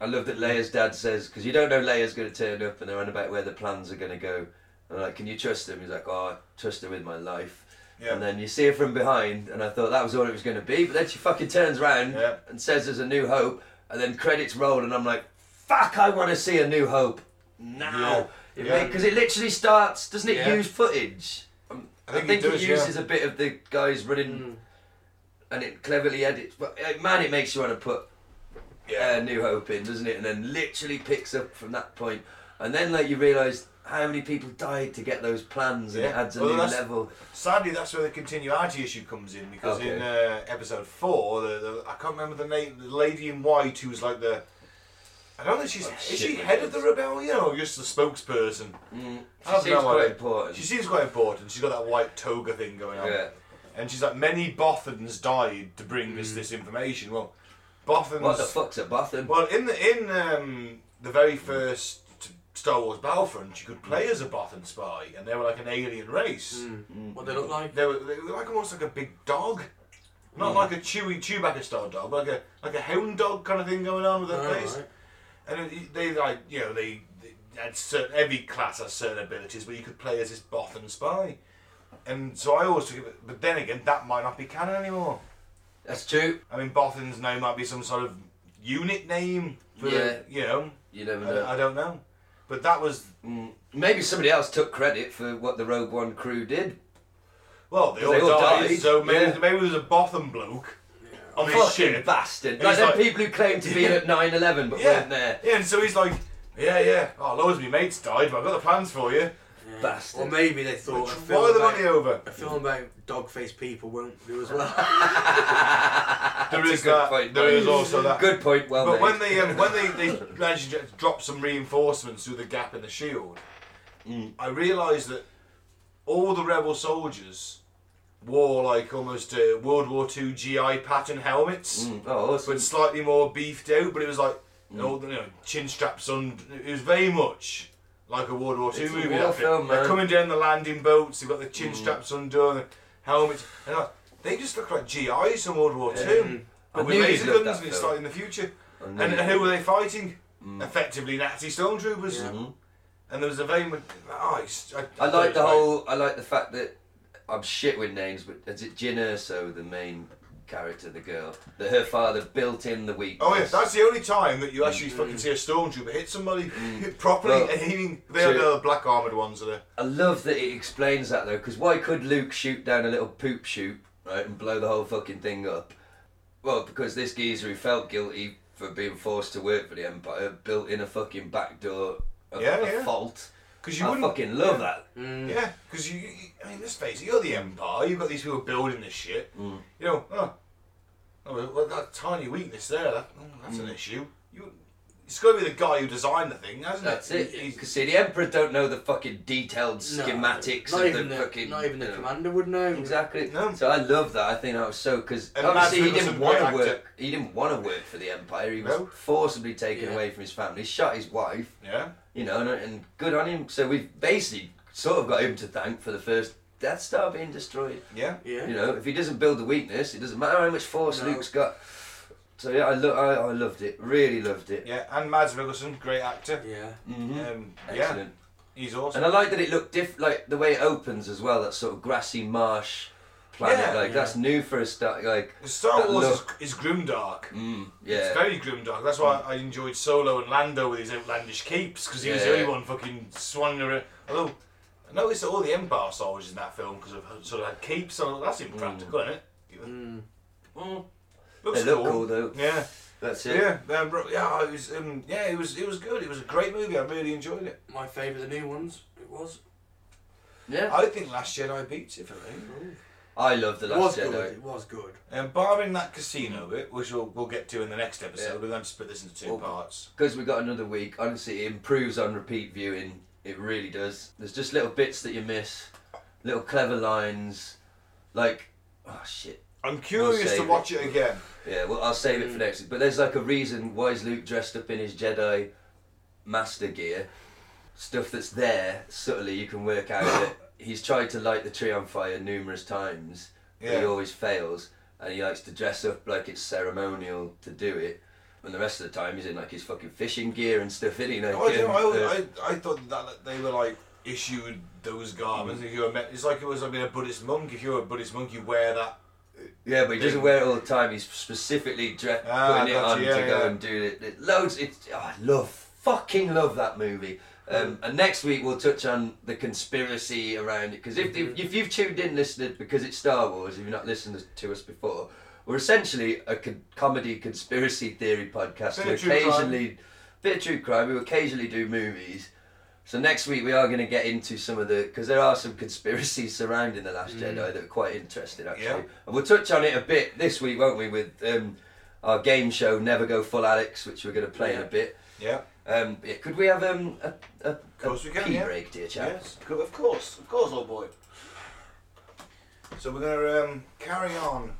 E: I love that Leia's dad says, because you don't know Leia's going to turn up and they're on about where the plans are going to go. And I'm like, can you trust him? He's like, oh, I trust her with my life.
B: Yeah.
E: And then you see her from behind, and I thought that was all it was going to be. But then she fucking turns round
B: Yeah.
E: and says there's a new hope. And then credits roll, and I'm like, fuck, I want to see a new hope now.
B: Yeah.
E: Because
B: Yeah.
E: it, literally starts, doesn't it
B: Yeah.
E: use footage? Um,
B: I
E: I
B: think
E: think,
B: it
E: it,
B: does, yeah.
E: uses a bit of the guys running, and it cleverly edits. But uh, man, it makes you want to put uh, New Hope in, doesn't it? And then literally picks up from that point, and then like you realise how many people died to get those plans, and it
B: Yeah.
E: adds a
B: Well,
E: new
B: that's-
E: level.
B: Sadly, that's where the continuity issue comes in because in uh, episode four, the, the, I can't remember the name, the lady in white who's like the. I don't know. if She's is
E: Oh, shit,
B: she
E: my Mm,
B: head of the rebellion or just the spokesperson? I
E: She
B: have
E: seems
B: no
E: quite
B: idea.
E: important.
B: She seems quite important. She's got that white toga thing going on.
E: Yeah.
B: And she's like, many Bothans died to bring us
E: Mm.
B: this information. Well, Bothans.
E: What the fuck's a Botham?
B: Well, in the in um, the very first Star Wars Battlefront, you could play as a Bothan spy, and they were like an alien race.
C: What they look like?
B: They were, they were like almost like a big dog, not
C: Mm.
B: like a chewy Chewbacca style dog, but like a like a hound dog kind of thing going on with their
C: Oh,
B: face.
C: right.
B: And it, they like you know they, they had certain, every class has certain abilities, but you could play as this Bothan spy. And so I always took it, but then again, that might not be canon anymore.
E: That's true.
B: I mean, Bothan's name might be some sort of unit name for
E: Yeah.
B: the, you know.
E: You never
B: I-
E: know.
B: I don't know. But that was
E: Maybe somebody else took credit for what the Rogue One crew did.
B: Well, they all,
E: They all
B: died,
E: died,
B: so maybe,
E: yeah.
B: maybe there's a Botham bloke on this
E: Fucking
B: ship.
E: bastard.
B: And
E: Like
B: he's
E: them people who claimed to be at 9-11 but
B: yeah,
E: weren't there.
B: Yeah, and so he's like, yeah, yeah, oh, loads of my mates died, but I've got the plans for you.
E: Bastard.
C: Or maybe they thought a
B: Why are
C: film,
B: the
C: about,
B: money over?
C: a film about dog-faced people won't do as well.
B: There is
E: good
B: that.
E: point,
B: there
E: mate.
B: is also that.
E: Good point, well
B: But
E: made.
B: when they um, when they they managed to drop some reinforcements through the gap in the shield,
E: Mm.
B: I realised that all the rebel soldiers wore like almost uh, World War Two GI pattern helmets.
E: Oh, awesome.
B: but slightly more beefed out. But it was like you know, you know, chin straps on. It was very much like a World War Two
E: It's a
B: movie.
E: war
B: outfit.
E: film,
B: They're
E: man. Mm.
B: coming down the landing boats. They've got the chin straps undone, the helmets, and like, they just look like GIs in World War Two. But
E: I
B: with
E: knew you'd
B: laser
E: love
B: guns,
E: that
B: and it's
E: film. Mm.
B: like in the future. And,
E: knew you'd
B: who were they fighting? Effectively, Nazi stormtroopers. And there was a very much. Oh, it's-
E: I like the whole. I like the fact that I'm shit with names, but is it Jyn Erso, the main character, the girl, that her father built in the weakness?
B: Oh yeah, that's the only time that you actually fucking see a stormtrooper hit somebody properly.
E: Mm. Well,
B: aiming. They are
E: true.
B: the black armored ones, are they?
E: I love that it explains that though, because why could Luke shoot down a little poop chute, right, and blow the whole fucking thing up? Well, because this geezer who felt guilty for being forced to work for the Empire built in a fucking backdoor, a,
B: Yeah,
E: a
B: yeah.
E: fault.
B: Because you
E: I
B: wouldn't.
E: fucking love that.
C: Mm.
B: Yeah, because you, you- I mean, let's face it, you're the empire. You've got these people building this shit.
E: Mm.
B: You know, oh, oh, well, well, that tiny weakness there. That, oh, that's
E: Mm.
B: an issue. You, it's got to be the guy who designed the thing, hasn't
E: That's
B: it?
E: it. Because see, the Emperor don't know the fucking detailed schematics
C: not
E: of the
C: even the,
E: fucking.
C: not even the
E: you know.
C: commander would know.
E: Exactly.
B: No.
E: So I love that. I think that was so because
B: And
E: obviously
B: Mads
E: he didn't
B: Mikkelsen,
E: want
B: great
E: to
B: actor.
E: work. He didn't want to work for the Empire. He was
B: No.
E: forcibly taken
C: Yeah.
E: away from his family. Shot his wife.
B: Yeah.
E: You know, and, and good on him. So we've basically sort of got him to thank for the first Death Star being destroyed.
B: Yeah.
C: Yeah.
E: You know, if he doesn't build the weakness, it doesn't matter how much force
C: No.
E: Luke's got. So yeah, I, lo- I I loved it. Really loved it.
B: Yeah. And Mads Mikkelsen, great actor.
C: Yeah.
B: Um, yeah.
E: Mm-hmm. Excellent.
B: He's awesome.
E: And I like that it looked diff like the way it opens as well. That sort of grassy marsh planet.
B: Yeah.
E: like that's new for a start. Like
B: Star
E: that
B: Wars
E: look.
B: is, is grimdark.
E: yeah.
B: Mm. It's very grimdark. That's why I enjoyed Solo and Lando with his outlandish capes because he was the
E: Yeah.
B: only one fucking swanning around. Although I noticed that all the Empire soldiers in that film because of sort of had capes on. That's impractical, isn't it? Mm. Looks
E: They look cool, though.
B: Yeah,
E: That's it.
B: yeah, um, bro- yeah. It was, um, yeah, it was, it was good. It was a great movie. I really enjoyed it.
C: My favourite, the new ones. It was.
E: Yeah.
B: I think Last Jedi beats it for me.
E: I love the
C: It was
E: Last
C: good.
E: Jedi.
C: It was good.
B: And barring that casino bit, which we'll, we'll get to in the next episode, we're going to split this into two
E: Well,
B: parts.
E: Because we got another week. Honestly, it improves on repeat viewing. It really does. There's just little bits that you miss, little clever lines, like oh shit.
B: I'm curious to
E: save
B: watch
E: it.
B: it again.
E: Yeah, well, I'll save
B: Hmm.
E: it for next. But there's like a reason why is Luke dressed up in his Jedi master gear? Stuff that's there subtly you can work out that he's tried to light the tree on fire numerous times, but he
B: Yeah.
E: always fails, and he likes to dress up like it's ceremonial to do it. And the rest of the time he's in like his fucking fishing gear and stuff, isn't he? Like,
B: Oh, I, don't
E: um,
B: know, I,
E: uh,
B: always- I, I thought that, that they were like issued those garments. If you were, met- it's like it was. I mean, a Buddhist monk. If you're a Buddhist monk, you wear that.
E: Yeah, but he doesn't wear it all the time. He's specifically dre-
B: Ah,
E: putting it
B: gotcha,
E: on
B: yeah,
E: to go
B: yeah.
E: and do it. It- Loads. It's oh, I love, fucking love that movie. Um,
B: Mm.
E: and next week we'll touch on the conspiracy around it because if, the-
B: Mm-hmm.
E: if you've tuned in, listened because it's Star Wars, if you've not listened to us before, we're essentially a con- comedy conspiracy theory podcast.
B: Bit
E: we
B: of true crime.
E: occasionally bit of true crime. We occasionally do movies. So next week we are going to get into some of the because there are some conspiracies surrounding the Last Jedi that are quite interesting actually,
B: Mm. Yeah.
E: and we'll touch on it a bit this week, won't we? With um, our game show Never Go Full Alex, which we're going to play in a bit.
B: Yeah.
E: Um, yeah, could we have um, a, a, a
B: course we can,
E: pee
B: yeah.
E: break, dear chaps?
B: Yes. Of course. Of course, old boy. So we're gonna um, carry on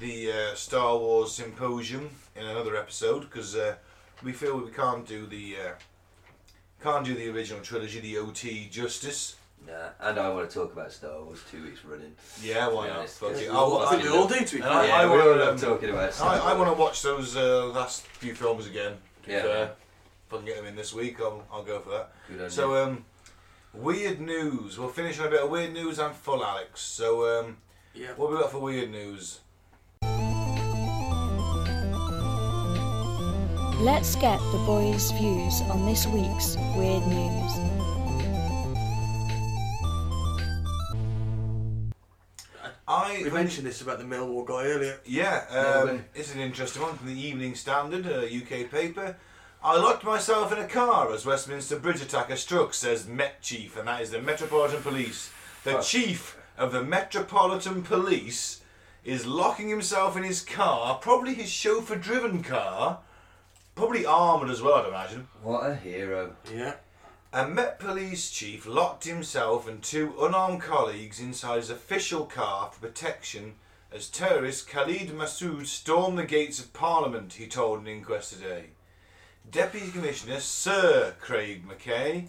B: the uh, Star Wars symposium in another episode because uh, we feel we can't do the uh, Can't do the original trilogy, the OT justice.
E: Nah, and I want to talk about Star Wars two weeks running.
B: Yeah, why
E: To be
B: not?
E: honest,
B: Fuck
E: because
B: it.
E: we
B: I-
E: all
B: I
E: like
B: think we
E: it.
B: all do, to be fair.
E: And I- I
B: Yeah,
E: wanna
B: we all,
E: love
B: um,
E: talking about Star
B: I, I
E: Wars.
B: want to watch those uh, last few films again. To
E: Yeah.
B: be fair. If I can get them in this week, I'll, I'll go for that.
E: Good on
B: so,
E: you.
B: um, weird news. We'll finish on a bit of weird news and full Alex. So, um,
C: yeah.
B: what we got for weird news?
D: Let's get the boys' views on this week's weird news.
B: I
C: we mentioned this about the Millwall guy earlier.
B: Yeah, um, it's an interesting one from the Evening Standard, a UK paper. I locked myself in a car as Westminster Bridge attacker struck, says Met Chief, and that is the Metropolitan Police. The
E: Fuck.
B: Chief of the Metropolitan Police is locking himself in his car, probably his chauffeur driven car, probably armoured as well, I'd imagine.
E: What a hero.
C: Yeah.
B: A Met Police chief locked himself and two unarmed colleagues inside his official car for protection as terrorist Khalid Massoud stormed the gates of Parliament, he told an inquest today. Deputy Commissioner Sir Craig McKay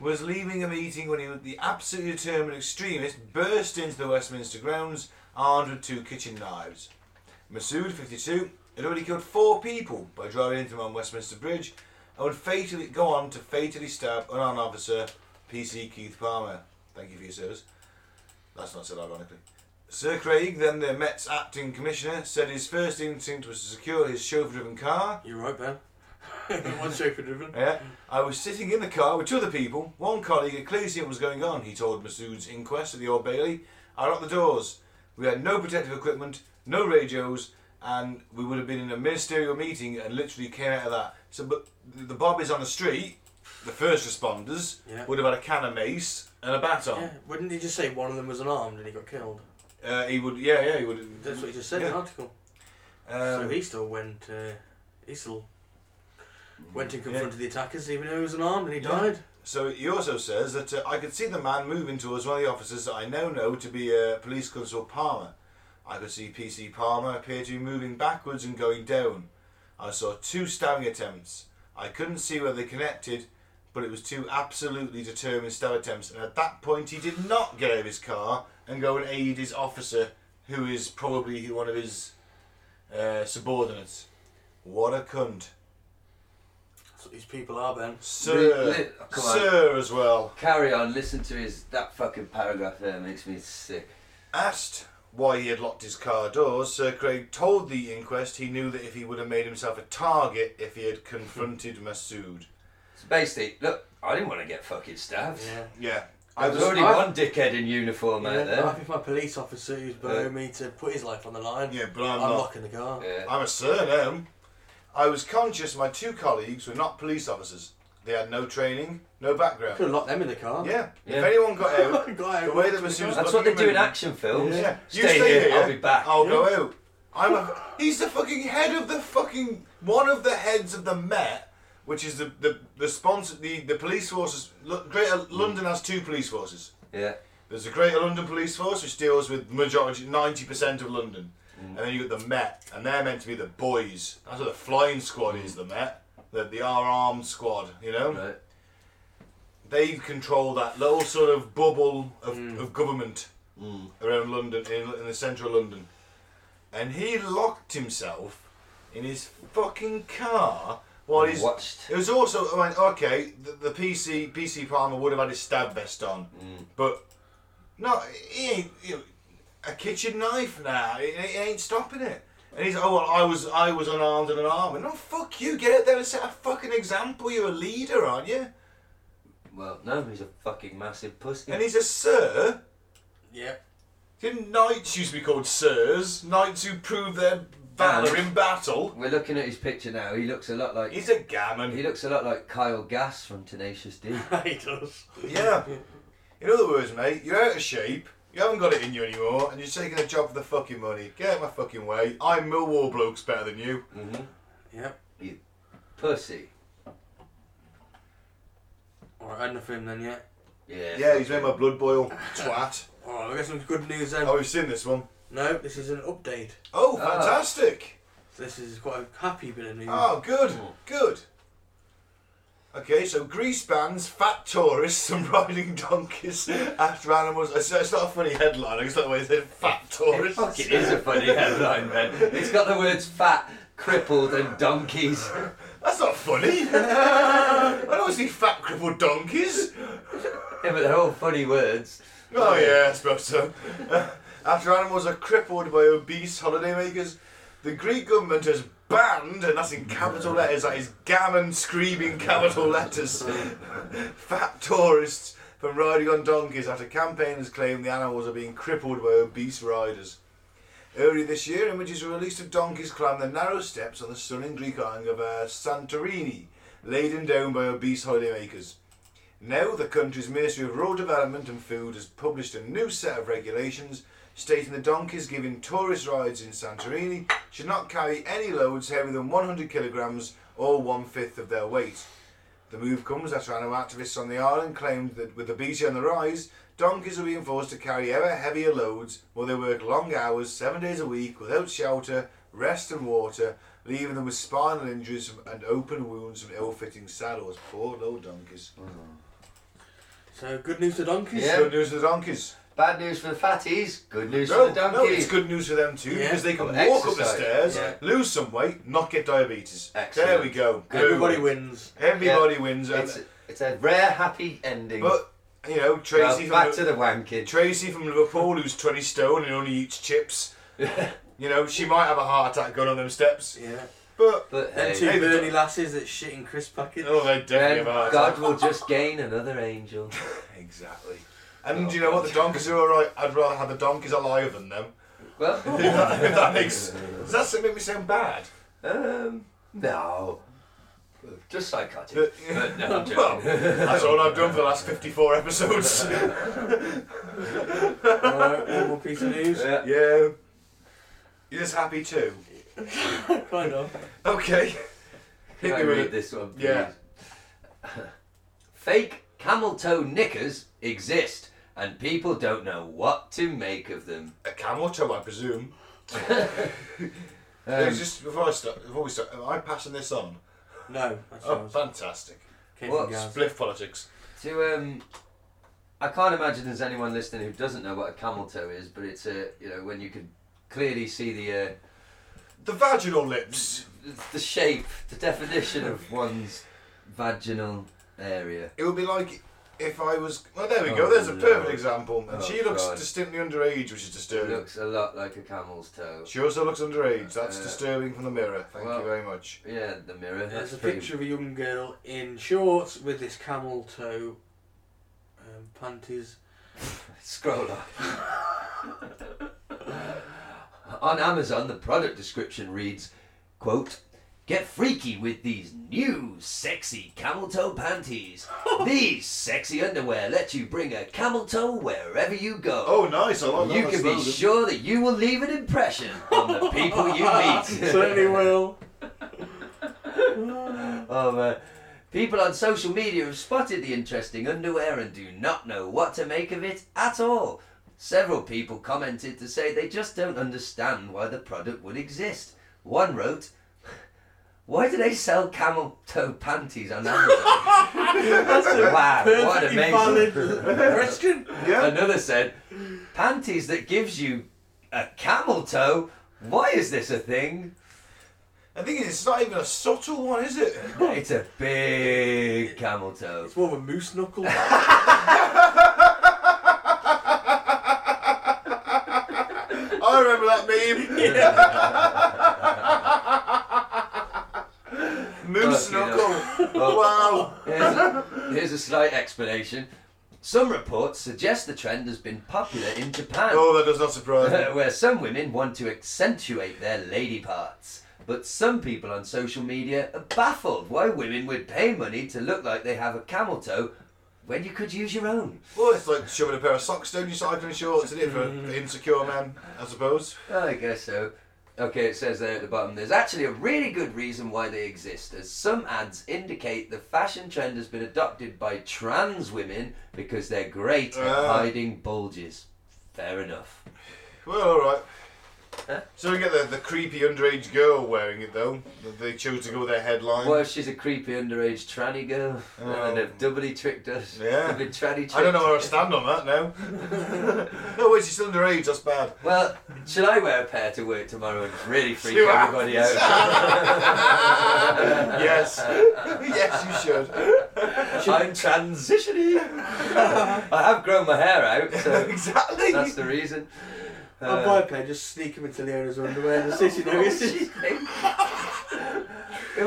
B: was leaving a meeting when he, the absolutely determined extremist burst into the Westminster grounds armed with two kitchen knives. Masood, 52, had already killed four people by driving into them on Westminster Bridge and would fatally go on to fatally stab unarmed officer PC Keith Palmer. Thank you for your service. That's not said ironically. Sir Craig, then the Mets acting commissioner, said his first instinct was to secure his chauffeur driven car.
C: You're right, Ben. One chauffeur driven.
B: Yeah. I was sitting in the car with two other people. One colleague had clearly seen what was going on, he told Masood's inquest at the Old Bailey. I locked the doors. We had no protective equipment, no radios, and we would have been in a ministerial meeting and literally came out of that. So, but the Bob is on the street. The first responders
C: Yeah.
B: would have had a can of mace and a baton.
C: Yeah. Wouldn't he just say one of them was unarmed and he got killed?
B: Uh, he would, yeah, yeah, he would.
C: That's what he just said in
B: Yeah.
C: the article. so
B: Um,
C: he still went. Uh, he still went and confronted the attackers, even though he was unarmed and he died.
B: So he also says that uh, I could see the man moving towards one of the officers that I now know to be uh, Police Constable Palmer. I could see PC Palmer appear to be moving backwards and going down. I saw two stabbing attempts. I couldn't see whether they connected, but it was two absolutely determined stab attempts. And at that point, he did not get out of his car and go and aid his officer, who is probably one of his uh, subordinates. What a cunt.
C: That's what these people are, Ben.
B: Sir,
E: Li- li- come on.
B: sir, as well.
E: Carry on. Listen to his that fucking paragraph there makes me sick.
B: Asked why he had locked his car doors, Sir Craig told the inquest he knew that if he would have made himself a target if he had confronted Masood.
E: So basically, look, I didn't want to get fucking stabbed.
C: Yeah.
B: Yeah.
E: I was
C: There's
E: already
C: I've-
E: one dickhead in uniform
C: Yeah,
E: out
C: I'd
E: there.
C: be my police officer who's below
E: Yeah.
C: me to put his life on the line.
B: Yeah, but I'm not.
C: locking the car.
E: Yeah.
B: I'm a sir now. I was conscious my two colleagues were not police officers. They had no training, no background.
C: Could have locked them in the car.
B: Yeah. If
E: Yeah.
B: anyone got out,
C: Got out,
B: the way that
C: locked
B: Masood's
C: in the car.
E: That's what they
B: looking
E: do in
B: around-
E: action films.
B: Yeah.
E: Stay, here, I'll be back.
B: I'll go out. I'm a, he's the fucking head of the fucking one of the heads of the Met, which is the the the sponsor the the police forces. Lo- Greater
E: Mm.
B: London has two police forces.
E: Yeah.
B: There's the Greater London Police Force, which deals with majority ninety percent of London,
E: Mm.
B: and then you have got the Met, and they're meant to be the boys. That's what the flying squad is. The Met, the the R armed squad. You know
E: Mm. Right.
B: they control that little sort of bubble of, of government around London, in, in the central London. And he locked himself in his fucking car while he's.
E: Watched.
B: It was also, I went, okay, the, the PC PC Palmer would have had his stab vest on, but no, he ain't. You know, a kitchen knife now. It, it ain't stopping it. And he's oh well, I was I was unarmed and unarmed. No, fuck you. Get out there and set a fucking example. You're a leader, aren't you?
E: Well, no, he's a fucking massive pussy.
B: And he's a sir.
C: Yeah.
B: Didn't knights used to be called sirs? Knights who prove their valour in battle.
E: We're looking at his picture now. He looks a lot like
B: He's a gammon.
E: he looks a lot like Kyle Gass from Tenacious D.
C: he does.
B: Yeah. In other words, mate, you're out of shape. You haven't got it in you anymore, and you're taking a job for the fucking money. Get out of my fucking way. I'm Millwall blokes better than you.
C: Yep.
E: you pussy.
C: Alright, enough of him then, yeah.
E: Yeah.
B: Yeah, he's made my blood boil. Twat.
C: Alright, we got some good news then.
B: Oh, we've seen this one.
C: No, this is an update.
B: Oh,
E: Ah.
B: fantastic.
C: So this is quite a happy bit of news.
B: Oh, good. Good. Oh, Okay, so grease bands, fat tourists, and riding donkeys after animals. It's, it's not a funny headline. It's not the way they said fat tourists.
E: Fuck, it is a funny headline, man. It's got the words fat, crippled, and donkeys.
B: That's not funny. I don't see fat, crippled donkeys.
E: Yeah, but they're all funny words.
B: Oh yeah, I suppose so. Uh, after animals are crippled by obese holidaymakers, the Greek government has banned, and that's in capital letters, that is gammon screaming capital letters, fat tourists from riding on donkeys after campaigners claim the animals are being crippled by obese riders. Early this year, images were released of donkeys climb the narrow steps on the stunning Greek island of uh, Santorini, laden down by obese holidaymakers. Now, the country's Ministry of Rural Development and Food has published a new set of regulations stating the donkeys given tourist rides in Santorini should not carry any loads heavier than 100 kilograms or one fifth of their weight. The move comes after animal activists on the island claimed that with obesity on the rise, donkeys are being forced to carry ever heavier loads while they work long hours, seven days a week, without shelter, rest, and water, leaving them with spinal injuries from- and open wounds from ill fitting saddles. Poor little donkeys.
C: So good news to donkeys.
B: Yeah. Good news to the donkeys.
E: Bad news for the fatties, good news
B: No,
E: for the donkeys.
B: no, it's good news for them too
C: Yeah.
B: because they can
E: Well,
B: walk up the
E: exercise,
B: stairs,
E: yeah.
B: lose some weight, not get diabetes.
E: Excellent.
B: There we go.
C: Everybody
B: Boom.
C: wins.
B: Everybody wins. and-
E: It's, it's a rare happy ending.
B: but you know,
E: Well,
B: Tracy
E: back
B: from
E: to the wanking.
B: Tracy from Liverpool, who's twenty stone and only eats chips. you know, she might have a heart attack going on them steps.
C: Yeah.
B: But
E: but
C: Them
E: hey,
C: two
B: Hey, the-
C: Bernie lasses that shit in crisp packets.
B: oh, they definitely
E: then
B: have a heart
E: God
B: attack.
E: will just gain another angel.
B: Exactly. And do you know
E: Oh,
B: what? The donkeys are alright. I'd rather have the donkeys alive than them.
E: Well,
B: If that, if that makes does that make me sound bad?
E: um, no. Just psychotic.
B: The-
E: But no, I'm
B: Well,
E: joking.
B: that's all I've done for the last 54 episodes.
C: Alright, one more piece of news.
E: Yeah.
B: yeah. You're just happy too?
C: kind of.
B: Okay.
E: Can I
B: me with
E: read
B: it.
E: this one? Please?
B: Yeah.
E: Fake camel toe knickers exist, and people don't know what to make of them.
B: A camel toe, I presume.
E: Um,
B: It's just before I start, before we start, am I passing this on?
C: No, that's
B: Oh,
C: oh,
B: fantastic!
C: came
E: what?
C: from Gaz.
B: Spliff politics.
E: To um, I can't imagine there's anyone listening who doesn't know what a camel toe is, but it's a you know when you can clearly see the uh,
B: The vaginal lips.
E: the shape, the definition of one's vaginal area.
B: It would be like if I was. Well, there we go.
E: Oh,
B: There's a perfect
E: Lord.
B: example. And
E: Oh,
B: she looks
E: God.
B: distinctly underage, which is
E: It
B: disturbing.
E: looks a lot like a camel's toe.
B: She also looks underage. That's
E: Uh,
B: disturbing from the mirror. Thank
E: well-
B: you very much.
E: Yeah, the mirror.
C: There's
E: That's
C: a
E: pretty-
C: picture of a young girl in shorts with this camel toe um, panties.
E: Scroll up. On Amazon, the product description reads, quote, Get freaky with these new sexy camel toe panties. these sexy underwear let you bring a camel toe wherever you go.
B: Oh, nice! I like that.
E: you can
B: That's
E: be
B: lovely.
E: sure that you will leave an impression on the people you meet.
C: Certainly will.
E: Oh man. People on social media have spotted the interesting underwear and do not know what to make of it at all. Several people commented to say they just don't understand why the product would exist. One wrote, Why do they sell camel toe panties on Amazon?
C: That's a
E: wow, what
C: perfectly valid
E: amazing.
C: question.
B: Yeah.
E: Another said, Panties that gives you a camel toe? Why is this a thing?
B: The thing is, it's not even a subtle one, is it?
E: It's a big camel toe.
C: It's more of a moose knuckle.
B: I remember that meme. Moose
E: Fucking
B: knuckle. wow.
E: Here's a, here's a slight explanation. Some reports suggest the trend has been popular in Japan,
B: Oh, that does not surprise me.
E: where some women want to accentuate their lady parts. But some people on social media are baffled why women would pay money to look like they have a camel toe when you could use your own.
B: Well, it's Mm. like shoving a pair of socks down your cycling shorts, isn't it, for an insecure man, I suppose.
E: Oh, I guess so. Okay, it says there at the bottom, there's actually a really good reason why they exist, as some ads indicate the fashion trend has been adopted by trans women because they're great at
B: Ah.
E: hiding bulges. Fair enough.
B: Well, all right. So we get the, the creepy underage girl wearing it though. that They chose to go with their headline.
E: Well, she's a creepy underage tranny girl, and they've doubly tricked us.
B: Oh. Yeah.
E: They've been tranny tricked.
B: I don't know where I stand on that now. no, wait, she's still underage. That's bad.
E: Well, should I wear a pair to work tomorrow and really freak
B: You have.
E: everybody out?
B: yes, yes, you should.
E: I'm transitioning. I have grown my hair out. So
B: exactly.
E: That's the reason.
C: I'll buy a pair, just sneak them into Leona's underwear and see
E: Oh,
C: if she notices.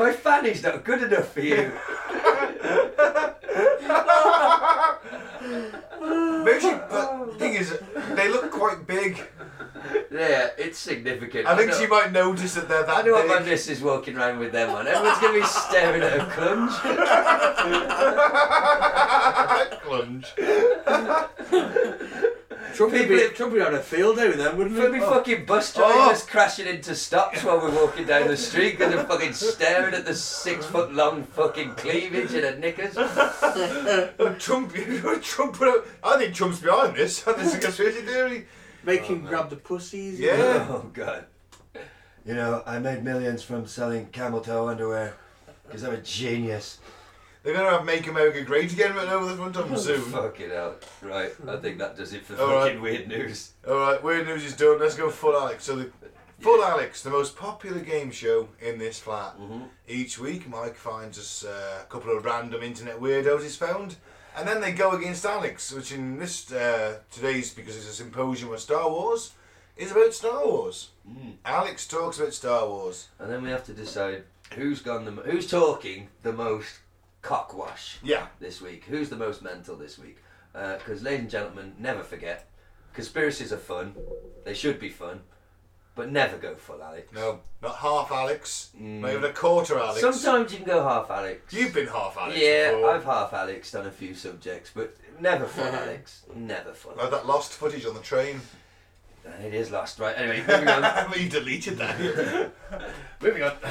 E: My fanny's not good enough for you.
B: Maybe she, but the thing is, they look quite big.
E: Yeah, it's significant.
B: I think
E: know-
B: she might notice that they're
E: I
B: that
E: know what my
B: big.
E: missus walking around with them on. Everyone's gonna be staring at her clunge.
B: Clunge.
C: Trump would be,
E: People-
C: Trump would have a field day with them, wouldn't
E: There'll be
C: he?
E: fucking bus drivers crashing into stops while we're walking down the street because they're fucking staring at the six foot long fucking cleavage in her knickers.
B: Trump, Trump. put out- I think Trump's behind this. I think it's a conspiracy theory.
C: Make him grab the pussies.
B: Yeah.
E: Oh god. You know, I made millions from selling camel toe underwear because I'm a genius.
B: They're gonna have Make America Great Again written over the front of them soon.
E: Fucking hell. Right, I think that does it for
B: All
E: fucking weird news.
B: All right, weird news is done. Let's go full Alex. So the full Alex, the most popular game show in this flat.
E: Mm-hmm.
B: Each week, Mike finds us uh, a couple of random internet weirdos he's found, and then they go against Alex, which in this uh, today's because it's a symposium on Star Wars, is about Star Wars.
E: Mm.
B: Alex talks about Star Wars.
E: And then we have to decide who's gone the mo- who's talking the most cockwash
B: Yeah.
E: this week. Who's the most mental this week? Because, ladies and gentlemen, never forget, conspiracies are fun. They should be fun, but never go full Alex.
B: No, not half Alex.
E: Mm.
B: Not even a quarter Alex.
E: Sometimes you can go half Alex.
B: You've been half Alex.
E: yeah,
B: before.
E: I've half Alex on a few subjects, but never full Alex. Never full.
B: Like that lost footage on the train.
E: And It is lost, right? Anyway, moving on.
B: Well, you deleted that.
E: moving on.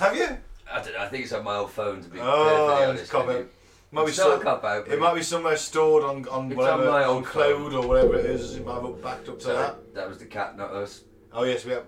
B: have you?
E: I don't know. I think it's on my old phone to be perfectly
B: Oh,
E: honest.
B: it's cop
E: with
B: out.
E: you.
B: Might be
E: It's not a
B: some-
E: cop-out, but
B: It might be somewhere stored on on
E: It's
B: whatever
E: on my
B: on
E: old
B: cloud or whatever it is. It might have backed up to
E: Sorry,
B: that.
E: that was the cat, not us.
B: Oh yes, we have.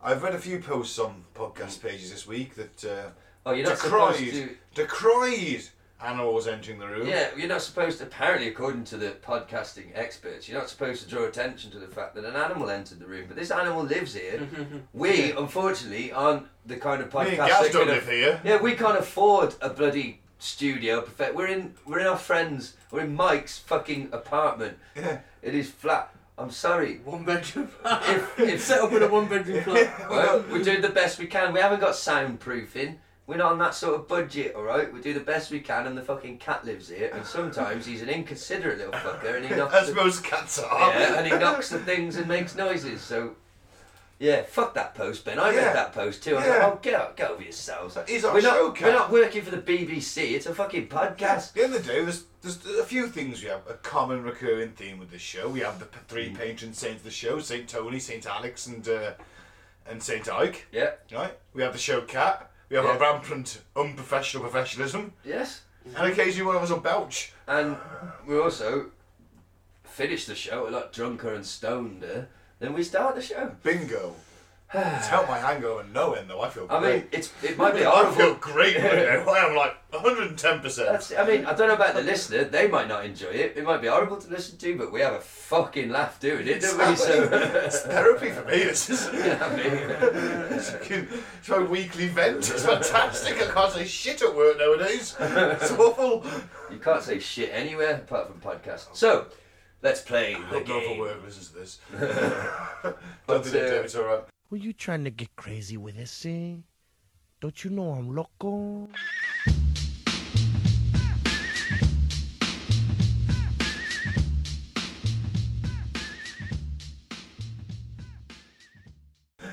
B: I've read a few posts on podcast pages this week that uh,
E: Oh, you're not supposed
B: decried
E: to-
B: decried animals entering the room.
E: Yeah, you're not supposed. Apparently, according to the podcasting experts, you're not supposed to draw attention to the fact that an animal entered the room. But this animal lives here. we, unfortunately, aren't the kind of podcast.
B: Me and Gaz
E: that
B: don't
E: can
B: live here.
E: Yeah, we can't afford a bloody studio. Perfect. We're in. We're in our friends. We're in Mike's fucking apartment.
B: Yeah.
E: It is flat. I'm sorry.
C: One bedroom.
E: If- if-
C: Set up in a one bedroom flat.
E: Well, we're doing the best we can. We haven't got soundproofing. We're not on that sort of budget, all right? We do the best we can, and the fucking cat lives here. And sometimes he's an inconsiderate little fucker, and he knocks,
B: As
E: the,
B: most cats are.
E: yeah, and he knocks the things and makes noises. So, yeah, fuck that post, Ben. I
B: Yeah.
E: read that post too. I'm
B: Yeah.
E: like, oh, get out, get over yourselves.
B: He's our
E: we're
B: show
E: not,
B: cat.
E: we're not working for the BBC. It's a fucking podcast.
B: At the end of the day, there's, there's a few things we have. A common recurring theme with this show. We have the p- three
E: Mm.
B: patron saints of the show: Saint Tony, Saint Alex, and uh, and Saint Ike.
E: Yeah.
B: Right. We have the show cat. We have
E: Yeah. Mm-hmm.
B: our rampant unprofessional professionalism,
E: Yes.
B: and occasionally one of us will belch.
E: And we also finish the show a lot drunker and stoneder than we start the show.
B: Bingo. it's helped my hangover no end though. I feel
E: I
B: great.
E: mean, it's it might be
B: I
E: horrible.
B: feel great right now. I am like 110. percent
E: That's, I mean, I don't know about the listener. They might not enjoy it. It might be horrible to listen to, but we have a fucking laugh doing it, don't we? So,
B: It's therapy for me. This is
E: I mean,
B: it's fucking- it's my weekly vent. It's fantastic. I can't say shit at work nowadays. It's awful.
E: you can't say shit anywhere apart from podcasts. So, let's play the
B: Hope no other
E: game.
B: work listens to this. Don't think they
E: uh,
B: do. It's all right.
L: Were you trying to get crazy with this, eh? Don't you know I'm loco?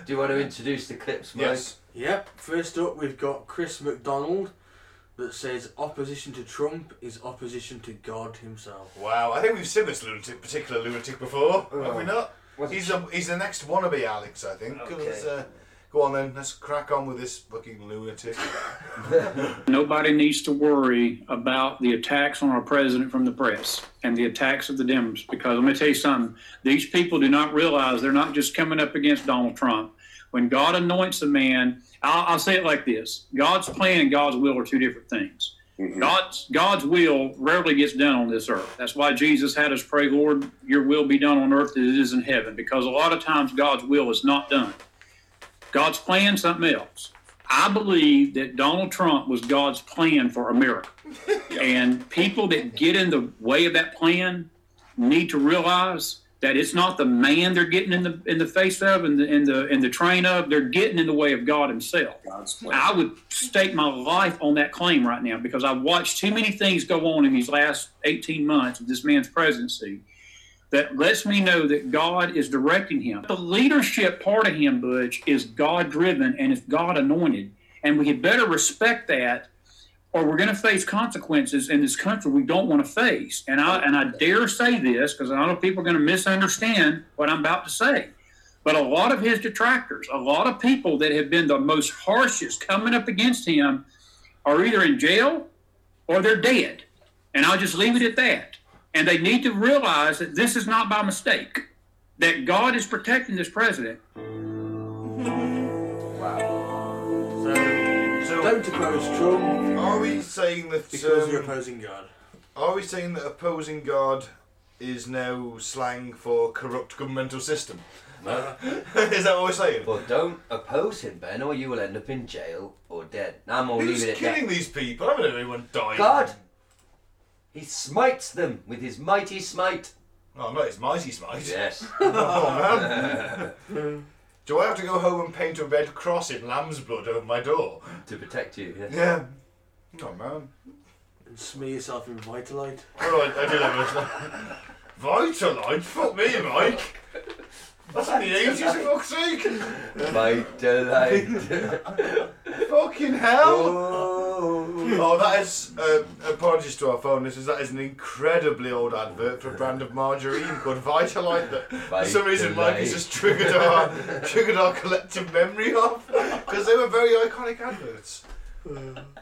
E: Do you want to introduce the clips, Mike?
B: Yes.
C: Yep. First up, we've got Chris McDonald that says opposition to Trump is opposition to God himself.
B: Wow. I think we've seen this lunatic, particular lunatic before, have we not? He's a, he's the next wannabe Alex, I think. 'cause,
E: Okay.
B: uh, Go on then, let's crack on with this fucking lunatic.
M: Nobody needs to worry about the attacks on our president from the press and the attacks of the Dems because let me tell you something. These people do not realize they're not just coming up against Donald Trump. When God anoints a man, I'll, I'll say it like this God's plan and God's will are two different things. God's, God's will rarely gets done on this earth. That's why Jesus had us pray, Lord, your will be done on earth as it is in heaven, because a lot of times God's will is not done. God's plan, something else. I believe that Donald Trump was God's plan for America. and people that get in the way of that plan need to realize that it's not the man they're getting in the in the face of and the in the uh, in the train of. They're getting in the way of God Himself. I would stake my life on that claim right now because I've watched too many things go on in these last eighteen months of this man's presidency that lets me know that God is directing him. The leadership part of him, Butch, is God driven and is God anointed. And we had better respect that or we're going to face consequences in this country we don't want to face. And I and I dare say this because I know people are going to misunderstand what I'm about to say. But a lot of his detractors, a lot of people that have been the most harshest coming up against him, are either in jail or they're dead. And I'll just leave it at that. And they need to realize that this is not by mistake. That God is protecting this president.
B: So,
C: Don't oppose Trump.
B: Are we saying that
C: Because
B: um,
C: you're opposing God.
B: Are we saying that opposing God is now slang for corrupt governmental system?
E: No.
B: is that what we're saying?
E: Well, don't oppose him, Ben, or you will end up in jail or dead. I'm all
B: Who's
E: leaving it
B: killing these people? I haven't heard anyone die.
E: God! He smites them with his mighty smite.
B: Oh, not his mighty smite.
E: Yes.
B: oh man. Do I have to go home and paint a red cross in lamb's blood over my door?
E: To protect you, yes.
B: Yeah. Oh man.
C: And smear yourself in Vitalite.
B: Alright, I do love it. Vitalite? Fuck me, Mike. That's in the 80s, for fuck's sake.
E: My delight.
B: Fucking hell! Oh, that is. Uh, apologies to our phone listeners. That is an incredibly old advert for a brand of margarine called Vitalite. That for some reason, Mike has just triggered our triggered our collective memory of because they were very iconic adverts.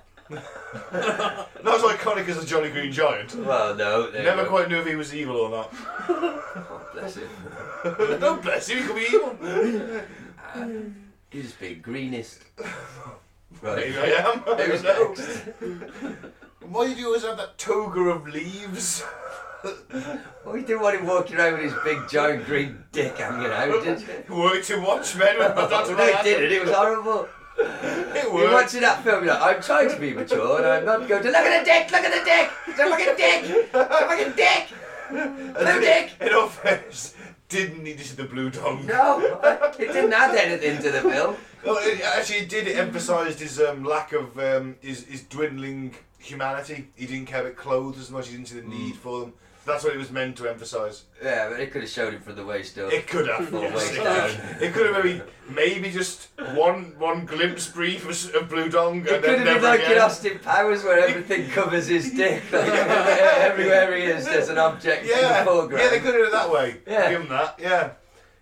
B: Not as iconic as a Johnny Green Giant.
E: Well, no, they
B: Never
E: were-
B: quite knew if he was evil or not.
E: Oh, Bless him.
B: Don't bless him. He could be evil.
E: He's the greenest.
B: Maybe I am. I
E: Who's
B: don't know.
E: next?
B: Why do you always have that toga of leaves?
E: Well, you didn't want him walking around with his big giant green dick hanging out, did you?
B: Worked to watch men with that's
E: No,
B: what
E: he didn't. It was horrible.
B: It
E: You're
B: worked.
E: watching that film, you're like, I'm trying to be mature and I'm not going to. Look at the dick! Look at the dick! It's a fucking dick! It's a fucking dick! Blue dick!
B: In all fairness, didn't need to see the blue dong.
E: No! It didn't add anything to the film.
B: Well, it, actually, it did. It emphasised his um, lack of um, his, his dwindling humanity. He didn't care about clothes as much. He didn't see the
E: Mm.
B: need for them. That's what it was meant to emphasise.
E: Yeah, but it could have showed him from the waist up.
B: It could have.
E: Or
B: yes.
E: waist down.
B: It could have maybe maybe just one one glimpse brief of of blue dong.
E: It
B: and
E: could
B: then
E: have
B: never
E: been like
B: again.
E: in Austin Powers where everything covers his dick. Like, everywhere he is, there's an object
B: Yeah,
E: in the foreground.
B: yeah, they could have done it that way.
E: Yeah.
B: Give them that. Yeah.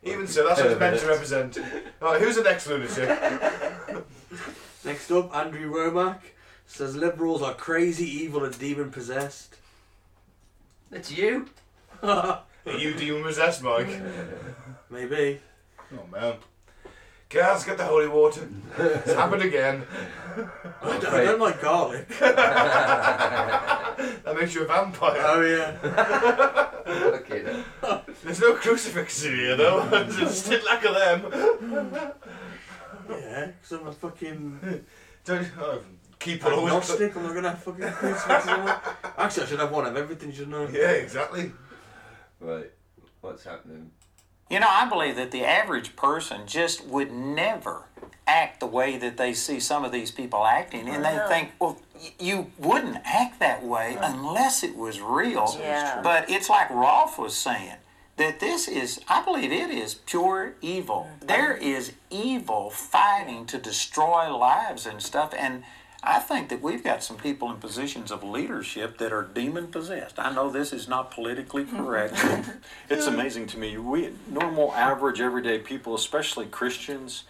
B: Even so, that's what it's meant to represent. Right, who's the next lunatic?
C: Next up, Andrew Womack says liberals are crazy, evil, and demon possessed.
E: That's you.
B: Are you demon possessed, Mike?
C: Maybe.
B: Oh man. Girls, get the holy water. It's happened again.
C: I don't, I don't like garlic.
B: That makes you a vampire.
C: Oh yeah.
E: Okay, then.
B: There's no crucifixes in here though. There's still lack of them.
C: Yeah, because I'm a fucking
B: Don't oh, keep on always.
C: agnostic. I'm not going to have fucking crucifixes on my- Actually, I should have one of everything, shouldn't I?
B: Yeah, exactly.
E: Right, what's happening?
N: You know, I believe that the average person just would never act the way that they see some of these people acting, and they think, well, y- you wouldn't act that way unless it was real.
O: Yeah.
N: But it's like Rolf was saying that this is, I believe it is pure evil. There is evil fighting to destroy lives and stuff, and I think that we've got some people in positions of leadership that are demon possessed. I know this is not politically correct.
P: It's amazing to me. We normal, average, everyday people, especially Christians,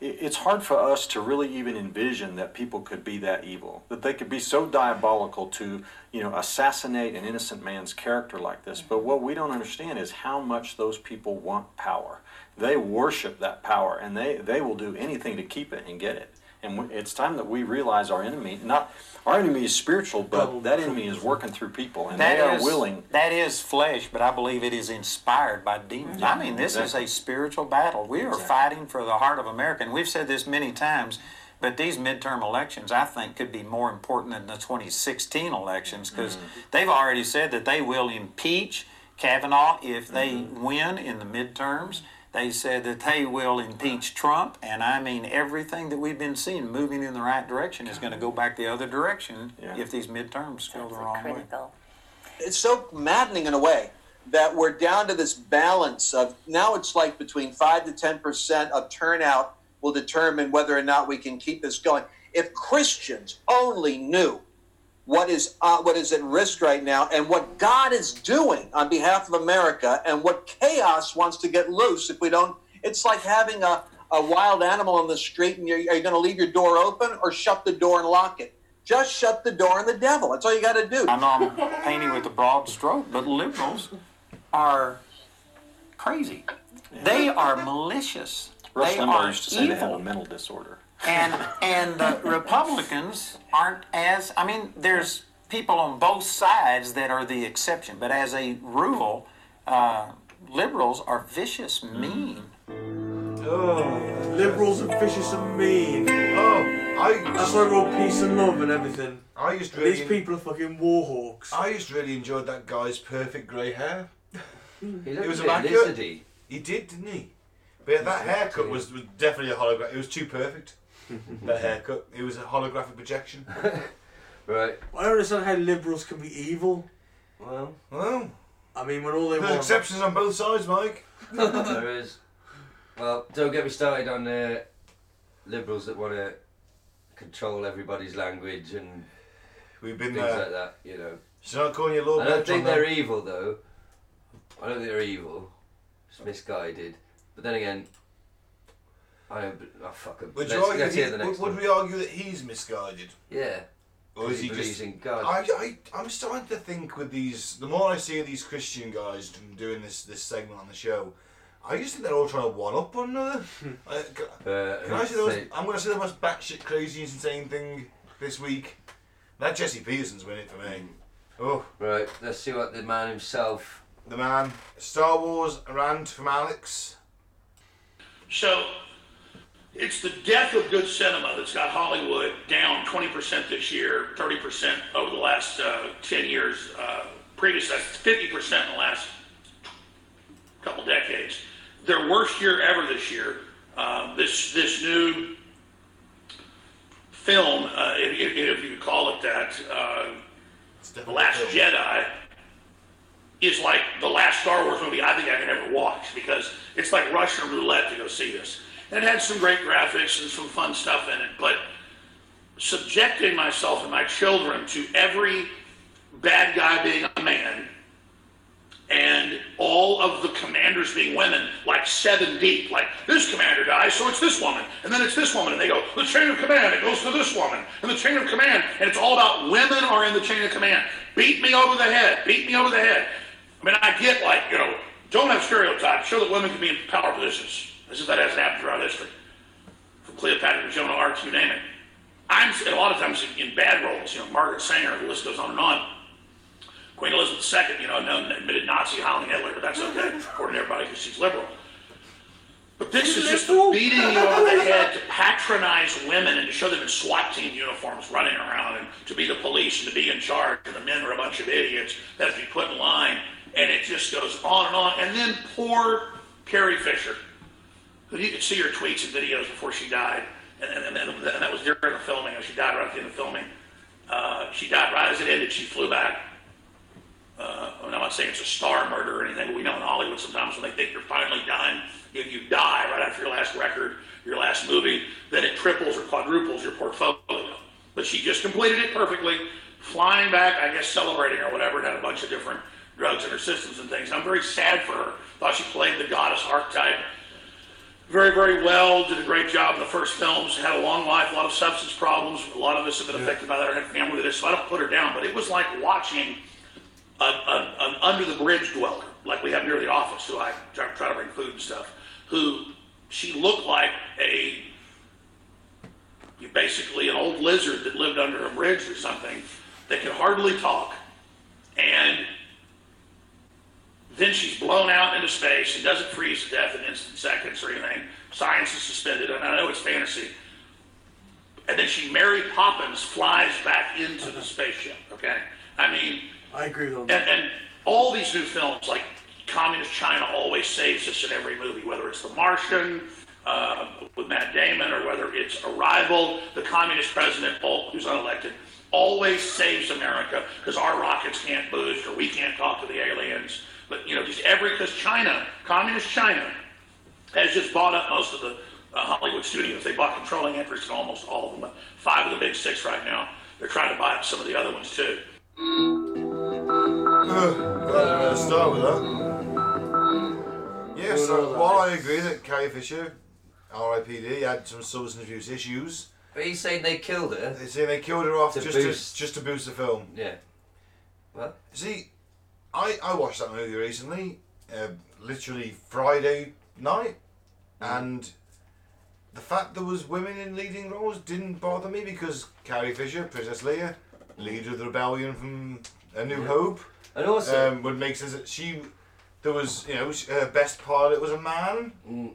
O: it- it's hard for us to really even envision that people could be that evil, that they could be so diabolical to, you know, assassinate an innocent man's character like this. But what we don't understand is how much those people want power. They worship that power, and they they will do anything to keep it and get it. And we- it's time that we realize our enemy not. Our enemy is spiritual, but that enemy is working through people, and
N: That
O: they are
N: is-
O: willing.
N: That is flesh, but I believe it is inspired by demons.
O: Yeah,
N: I mean, this
O: exactly.
N: is a spiritual battle. We are fighting for the heart of America, and we've said this many times. But these midterm elections, I think, could be more important than the 2016 elections because
O: Mm-hmm.
N: they've already said that they will impeach Kavanaugh if they
P: Mm-hmm.
N: win in the midterms. They said that they will impeach Trump, and I mean, everything that we've been seeing moving in the right direction is going to go back the other direction if these midterms go the wrong way.
P: it's so maddening in a way that we're down to this balance of now it's like between 5 to 10% of turnout will determine whether or not we can keep this going if christians only knew what is uh, what is at risk right now and what god is doing on behalf of america and what chaos wants to get loose if we don't it's like having a, a wild animal on the street and you're, are you going to leave your door open or shut the door and lock it just shut the door on the devil that's all you got to do
N: I know I'm painting with a broad stroke, but liberals are crazy. They are malicious.
O: Rush
N: they
O: Limbaugh
N: are
O: used to say they had a
N: evil.
O: mental disorder.
N: and and uh, Republicans aren't as. I mean, there's people on both sides that are the exception, but as a rule, uh, liberals are vicious, mean.
C: Oh, liberals are vicious and mean. Oh,
B: I.
C: That's why we're all peace and love and everything.
B: I used to
C: And
B: really
C: These people are fucking war hawks.
B: I just really enjoyed that guy's perfect grey hair.
E: He looked
B: it was
E: a bit
B: immaculate.
E: lizardy.
B: He did, didn't he? But yeah, that
E: Exactly.
B: haircut was, was definitely a holographic. It was too perfect. that haircut. It was a holographic projection.
E: right.
C: I don't understand how liberals can be evil.
E: Well,
B: well.
C: I mean, when all they
B: There's
C: want.
B: exceptions on both sides, Mike.
E: there is. Well, don't get me started on uh, liberals that want to control everybody's language and
B: We've been
E: things
B: there.
E: like that. You know.
B: She's not calling you Lord
E: I don't
B: Bertrand,
E: think they're
B: though.
E: evil though. I don't think they're evil. It's misguided. But then again, I don't. b- Oh, fuck 'em.
B: Would
E: Let's,
B: you argue
E: let's
B: that
E: hear
B: he-
E: the
B: would,
E: next
B: would
E: one.
B: we argue that he's misguided?
E: Yeah.
B: Or is
E: Because
B: he,
E: he believes
B: just
E: in God.
B: I, I, I'm starting to think with these. The more I see these Christian guys d- doing this this segment on the show, I just think they're all trying to one up one another. I, can,
E: Uh,
B: can I say the most,
E: say-
B: I'm going to say the most batshit crazy and insane thing this week. That Jesse Peterson's winning for
E: Mm.
B: me. Oh.
E: Right. Let's see what the man himself.
B: The man. Star Wars rant from Alex.
Q: So it's the death of good cinema that's got Hollywood down 20% this year, 30% over the last uh, 10 years. Uh, previous, that's 50% in the last couple decades. Their worst year ever this year. Uh, this this new film, uh, if, if- if you could call it that, uh, The Last Jedi, is like the last Star Wars movie I think I can ever watch because it's like Russian roulette to go see this. And it had some great graphics and some fun stuff in it, but subjecting myself and my children to every bad guy being a man and all of the commanders being women, like seven deep, like this commander dies, so it's this woman, and then it's this woman, and they go, the chain of command, it goes to this woman, and the chain of command, and it's all about women are in the chain of command. Beat me over the head, beat me over the head. I mean, I get like, you know, don't have stereotypes, show that women can be in power positions. This is that hasn't happened throughout history. From Cleopatra to Joan of Arc, you name it. I'm a lot of times in bad roles, you know, Margaret Sanger, the list goes on and on. Queen Elizabeth II, you know, known admitted Nazi Howling Hitler, but that's okay, according to everybody, because she's liberal. But this is just beating you over the head to patronize women and to show them in SWAT team uniforms running around and to be the police and to be in charge, and the men are a bunch of idiots that have to be put in line, and it just goes on and on. And then poor Carrie Fisher, who you could see her tweets and videos before she died, and, and, and, and that was during the filming, and she died right at the end of filming. Uh, she died right as it ended, she flew back uh, I'm not saying it's a star murder or anything, but we know in Hollywood sometimes when they think you're finally done, if you die right after your last record, your last movie, then it triples or quadruples your portfolio. But she just completed it perfectly, flying back, I guess celebrating or whatever, and had a bunch of different drugs in her systems and things. I'm very sad for her. Thought she played the goddess archetype very, very well. Did a great job in the first films. Had a long life, a lot of substance problems. A lot of us have been affected by that. I had family with this, so I don't put her down. But it was like watching a, a, an under the bridge dweller, like we have near the office, who I try, try to bring food and stuff. Who she looked like a basically an old lizard that lived under a bridge or something that could hardly talk. And then she's blown out into space and doesn't freeze to death in instant seconds or anything. Science is suspended, and I know it's fantasy. And then she, Mary Poppins, flies back into the spaceship. Okay, I mean,
C: I agree on
Q: and,
C: that.
Q: and all these new films, like Communist China, always saves us in every movie, whether it's The Martian uh, with Matt Damon or whether it's Arrival. The communist president, Paul, who's unelected, always saves America because our rockets can't boost or we can't talk to the aliens. But you know, just every because China, communist China, has just bought up most of the uh, Hollywood studios. They bought controlling interest in almost all of them. Five of the big six right now. They're trying to buy up some of the other ones too.
B: Let's start with that. Yes, so while I agree that Carrie Fisher, R.I.P.D., had some substance abuse issues,
E: But he's saying they killed her.
B: they say they killed her off
E: To
B: just
E: boost.
B: to just to boost the film.
E: Yeah. Well,
B: See, I, I watched that movie recently, uh, literally Friday night, and the fact there was women in leading roles didn't bother me because Carrie Fisher, Princess Leia, leader of the rebellion from A New
E: Yeah.
B: Hope,
E: And also-
B: um, would make sense that she there was you know sh- her best pilot was a man.
C: Mm.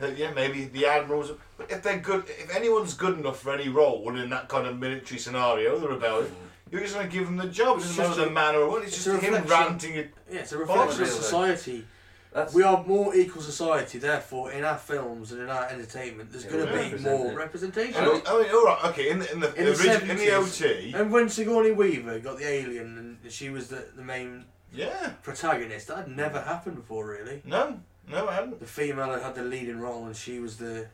B: Uh, yeah, maybe the admiral was. But if they're good, if anyone's good enough for any role in that kind of military scenario, the rebellion, you're just going to give them the job. It
C: Mm. It's
B: doesn't matter whether they're
C: just a-
B: man or woman. It's,
C: it's a
B: just him
C: reflection-
B: ranting. It.
C: Yeah, it's a reflection of
B: bollocks.
C: society. we are more equal society, therefore, in our films and in our entertainment, there's going to
B: Yeah,
C: be
B: represent
C: more
B: it.
C: representation.
B: I mean, I mean, all right, okay. In the in the,
C: in
B: the,
C: the,
B: origi- in the
C: 70s,
B: OT,
C: And when Sigourney Weaver got the alien and she was the, the main
B: Yeah.
C: protagonist, that had never happened before, really.
B: No, no, I hadn't.
C: The female had the leading role and she was the.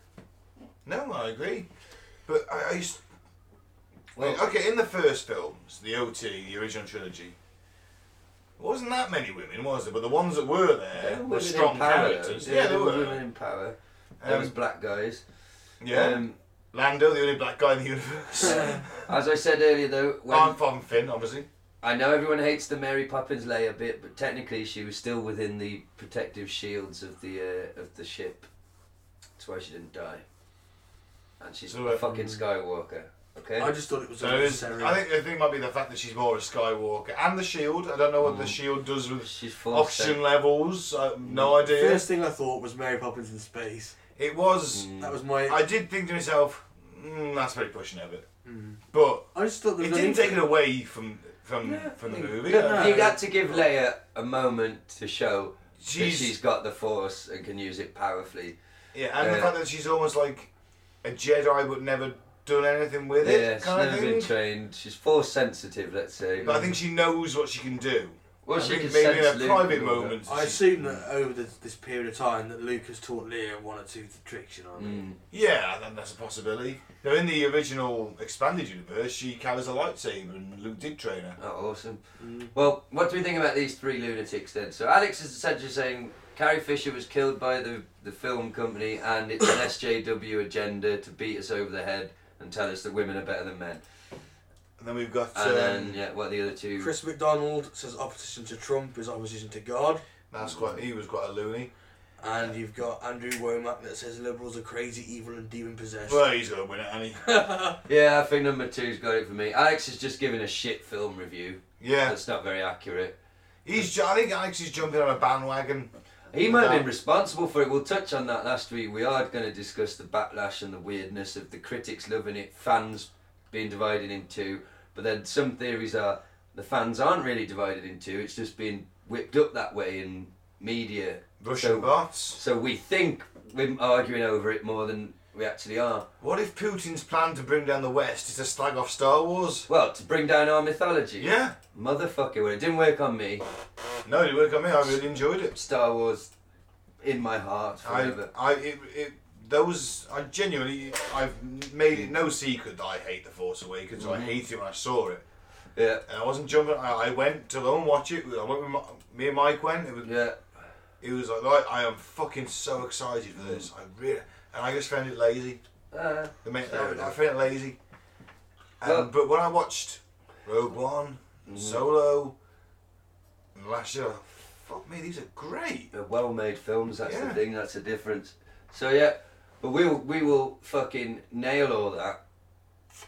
B: No, I agree. But I, I used. Well, okay, in the first films, the OT, the original trilogy, there wasn't that many women, was there? But the ones that were there
E: There
B: were
E: women
B: strong
E: in power,
B: characters.
E: though.
B: Yeah,
E: Yeah,
B: there
E: there
B: were. Um,
E: were women in power. There was black guys.
B: Yeah.
E: Um,
B: Lando, the only black guy in the universe.
E: As I said earlier, though, when
B: I'm from Finn, obviously.
E: I know everyone hates the Mary Poppins Leia bit, but technically she was still within the protective shields of the uh, of the ship. That's why she didn't die. And she's
B: So,
E: a
B: uh,
E: fucking Skywalker. Okay.
B: So it is- I think the thing might be the fact that she's more a Skywalker and the shield. I don't know what the shield does with
E: Mm. forced Mm.
B: oxygen
E: out.
B: levels. I have no idea.
C: First thing I thought was Mary Poppins in space.
B: It was.
E: Mm.
C: That was my.
B: I did think to myself, mm, that's very pushing of it.
E: Mm.
B: But
C: I just thought there
B: it
C: was
B: didn't
C: an-
B: take it away from from from the movie.
E: You had to give Leia a moment to show
B: She's-
E: that she's got the Force and can use it powerfully.
B: Yeah, and the
E: Uh,
B: fact that she's almost like a Jedi but never done anything with it.
E: yeah, she's
B: kind
E: never
B: of
E: been
B: thing.
E: trained. She's Force sensitive, let's say.
B: But I think she knows what she can do.
E: Well,
B: I
E: she
B: think
E: can
B: maybe
E: sense
B: in
E: Luke
B: a private
E: and all that.
B: moment.
C: I
B: she-
C: assume that over the, this period of time that Luke has taught Leia one or two th- tricks, you know what I mean?
B: Yeah, then that's a possibility. Now, in the original expanded universe, she carries a lightsaber, and Luke did train her.
E: Oh, awesome. Well, what do we think about these three lunatics then? So Alex is essentially saying Carrie Fisher was killed by the, the film company and it's an SJW agenda to beat us over the head and tell us that women are better than men.
B: And then we've got.
E: And
B: um,
E: then, yeah, what are the other two?
C: Chris McDonald says opposition to Trump is opposition to God.
B: That's quite. He was quite a loony.
C: And you've got Andrew Womack that says liberals are crazy, evil, and demon possessed.
B: Well, he's gonna win it, and he.
E: Yeah, I think number two's got it for me. Alex is just giving a shit film review.
B: Yeah.
E: That's not very accurate.
B: He's. ju- I think Alex is jumping on a bandwagon.
E: He might have
B: That-
E: been responsible for it. We'll touch on that last week. We are going to discuss the backlash and the weirdness of the critics loving it, fans being divided in two. But then some theories are the fans aren't really divided in two. It's just been whipped up that way in media.
B: Russian
E: so,
B: bots.
E: So we think we're arguing over it more than we actually are.
B: What if Putin's plan to bring down the West is to slag off Star Wars?
E: Well, to bring down our mythology.
B: Yeah.
E: Motherfucker, well, it didn't work on me.
B: No, it didn't work on me. I really enjoyed it.
E: Star Wars in my heart
B: I,
E: forever.
B: I, it, it, those, I genuinely, I've made it no secret that I hate The Force Awakens. I
E: Mhm.
B: hate it when I saw it.
E: Yeah.
B: And I wasn't jumping. I, I went to go and watch it. I went with my, me and Mike went. It was,
E: yeah.
B: He was like, "Right, I am fucking so excited for this. I really, and I just found it lazy.
E: Uh,
B: I, mean,
E: fair
B: I, I
E: enough.
B: found it lazy. Um, but when I watched Rogue One,
E: Mm-hmm.
B: Solo, and last year, I thought, fuck me, these are great.
E: They're well-made films. That's
B: Yeah.
E: the thing. That's the difference. So yeah, but we will we will fucking nail all that,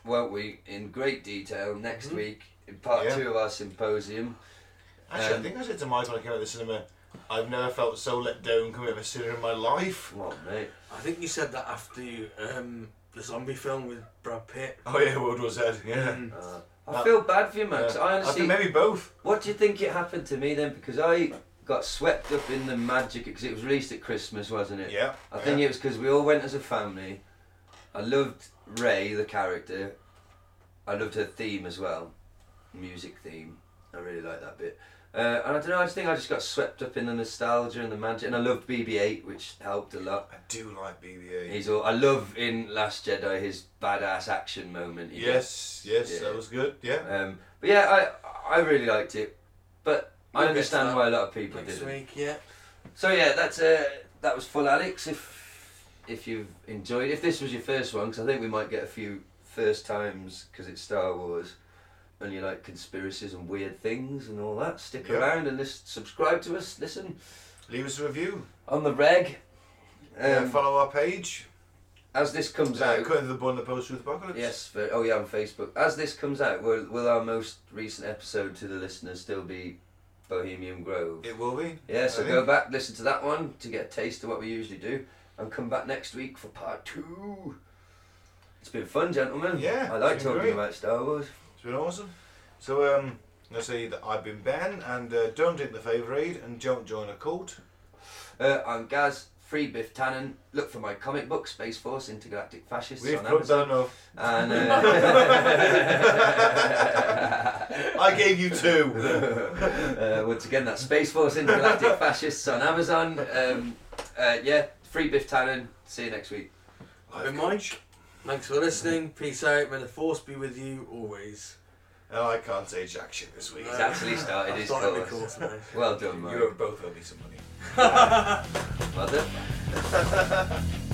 E: won't we? In great detail next
B: Mhm.
E: week in part
B: Yeah.
E: two of our symposium.
B: Actually, I
E: Um,
B: think I said to Mike when I came out of the cinema, I've never felt so let down coming out of a cinema in my life.
E: What, Oh, mate?
C: I think you said that after you, um, the zombie film with Brad Pitt.
B: Oh yeah, World War Z. Yeah.
C: Mm.
E: I
B: That-
E: feel bad for you, Max.
B: Uh, Yeah.
E: Mm-hmm. I
B: I
E: honestly
B: think maybe both.
E: What do you think it happened to me then? Because I got swept up in the magic because it was released at Christmas, wasn't it?
B: Yeah,
E: I think
B: yeah.
E: it was because we all went as a family. I loved Ray the character. I loved her theme as well, music theme. I really like that bit. Uh, and I don't know. I just think I just got swept up in the nostalgia and the magic, and I loved BB-8, which helped a lot.
B: I do like BB-8.
E: He's all. I love in Last Jedi his badass action moment. he
B: Yes,
E: gets.
B: yes,
E: Yeah.
B: that was good. Yeah.
E: Um, but yeah, I I really liked it, but I
C: We'll get to
E: understand
C: that
E: why a lot of people
C: next
E: didn't.
C: week, yeah.
E: So yeah, that's uh, that was full Alex. If if you've enjoyed, if this was your first one, because I think we might get a few first times because it's Star Wars, and you like conspiracies and weird things and all that. Stick
B: Yeah.
E: around and listen, subscribe to us. Listen
B: Leave us a review
E: on the reg. Um,
B: Yeah, follow
E: our page. As this comes out,
B: Cut into the bun, the post truth apocalypse.
E: Yes, but oh yeah, on Facebook. As this comes out, will will our most recent episode to the listeners still be Bohemian Grove?
B: It will be.
E: Yeah,
B: I
E: so
B: think.
E: go back, listen to that one to get a taste of what we usually do, and come back next week for part two. It's been fun, gentlemen.
B: Yeah,
E: I like
B: it's been
E: talking
B: great.
E: about Star Wars.
B: It's been awesome. So um, let's say that I've been Ben, and uh, don't drink the favourite aid, and don't join a cult.
E: Uh, I'm Gaz, free Biff Tannen. Look for my comic book, Space Force Intergalactic Fascists.
B: We've
E: on
B: put that
E: Amazon.
B: enough.
E: And, uh,
B: I gave you two.
E: uh, once again, that's Space Force Intergalactic Fascists on Amazon. Um, uh, yeah, free Biff Tannen. See you next week.
C: I've been Mike. Thanks for listening. Peace out. May the force be with you always.
B: Oh, I can't say jack shit this week.
E: He's actually started
C: I
E: his
C: thought it'd be
E: course.
C: cool tonight.
E: Well done, Mike.
B: You both owe me some money.
E: Mother.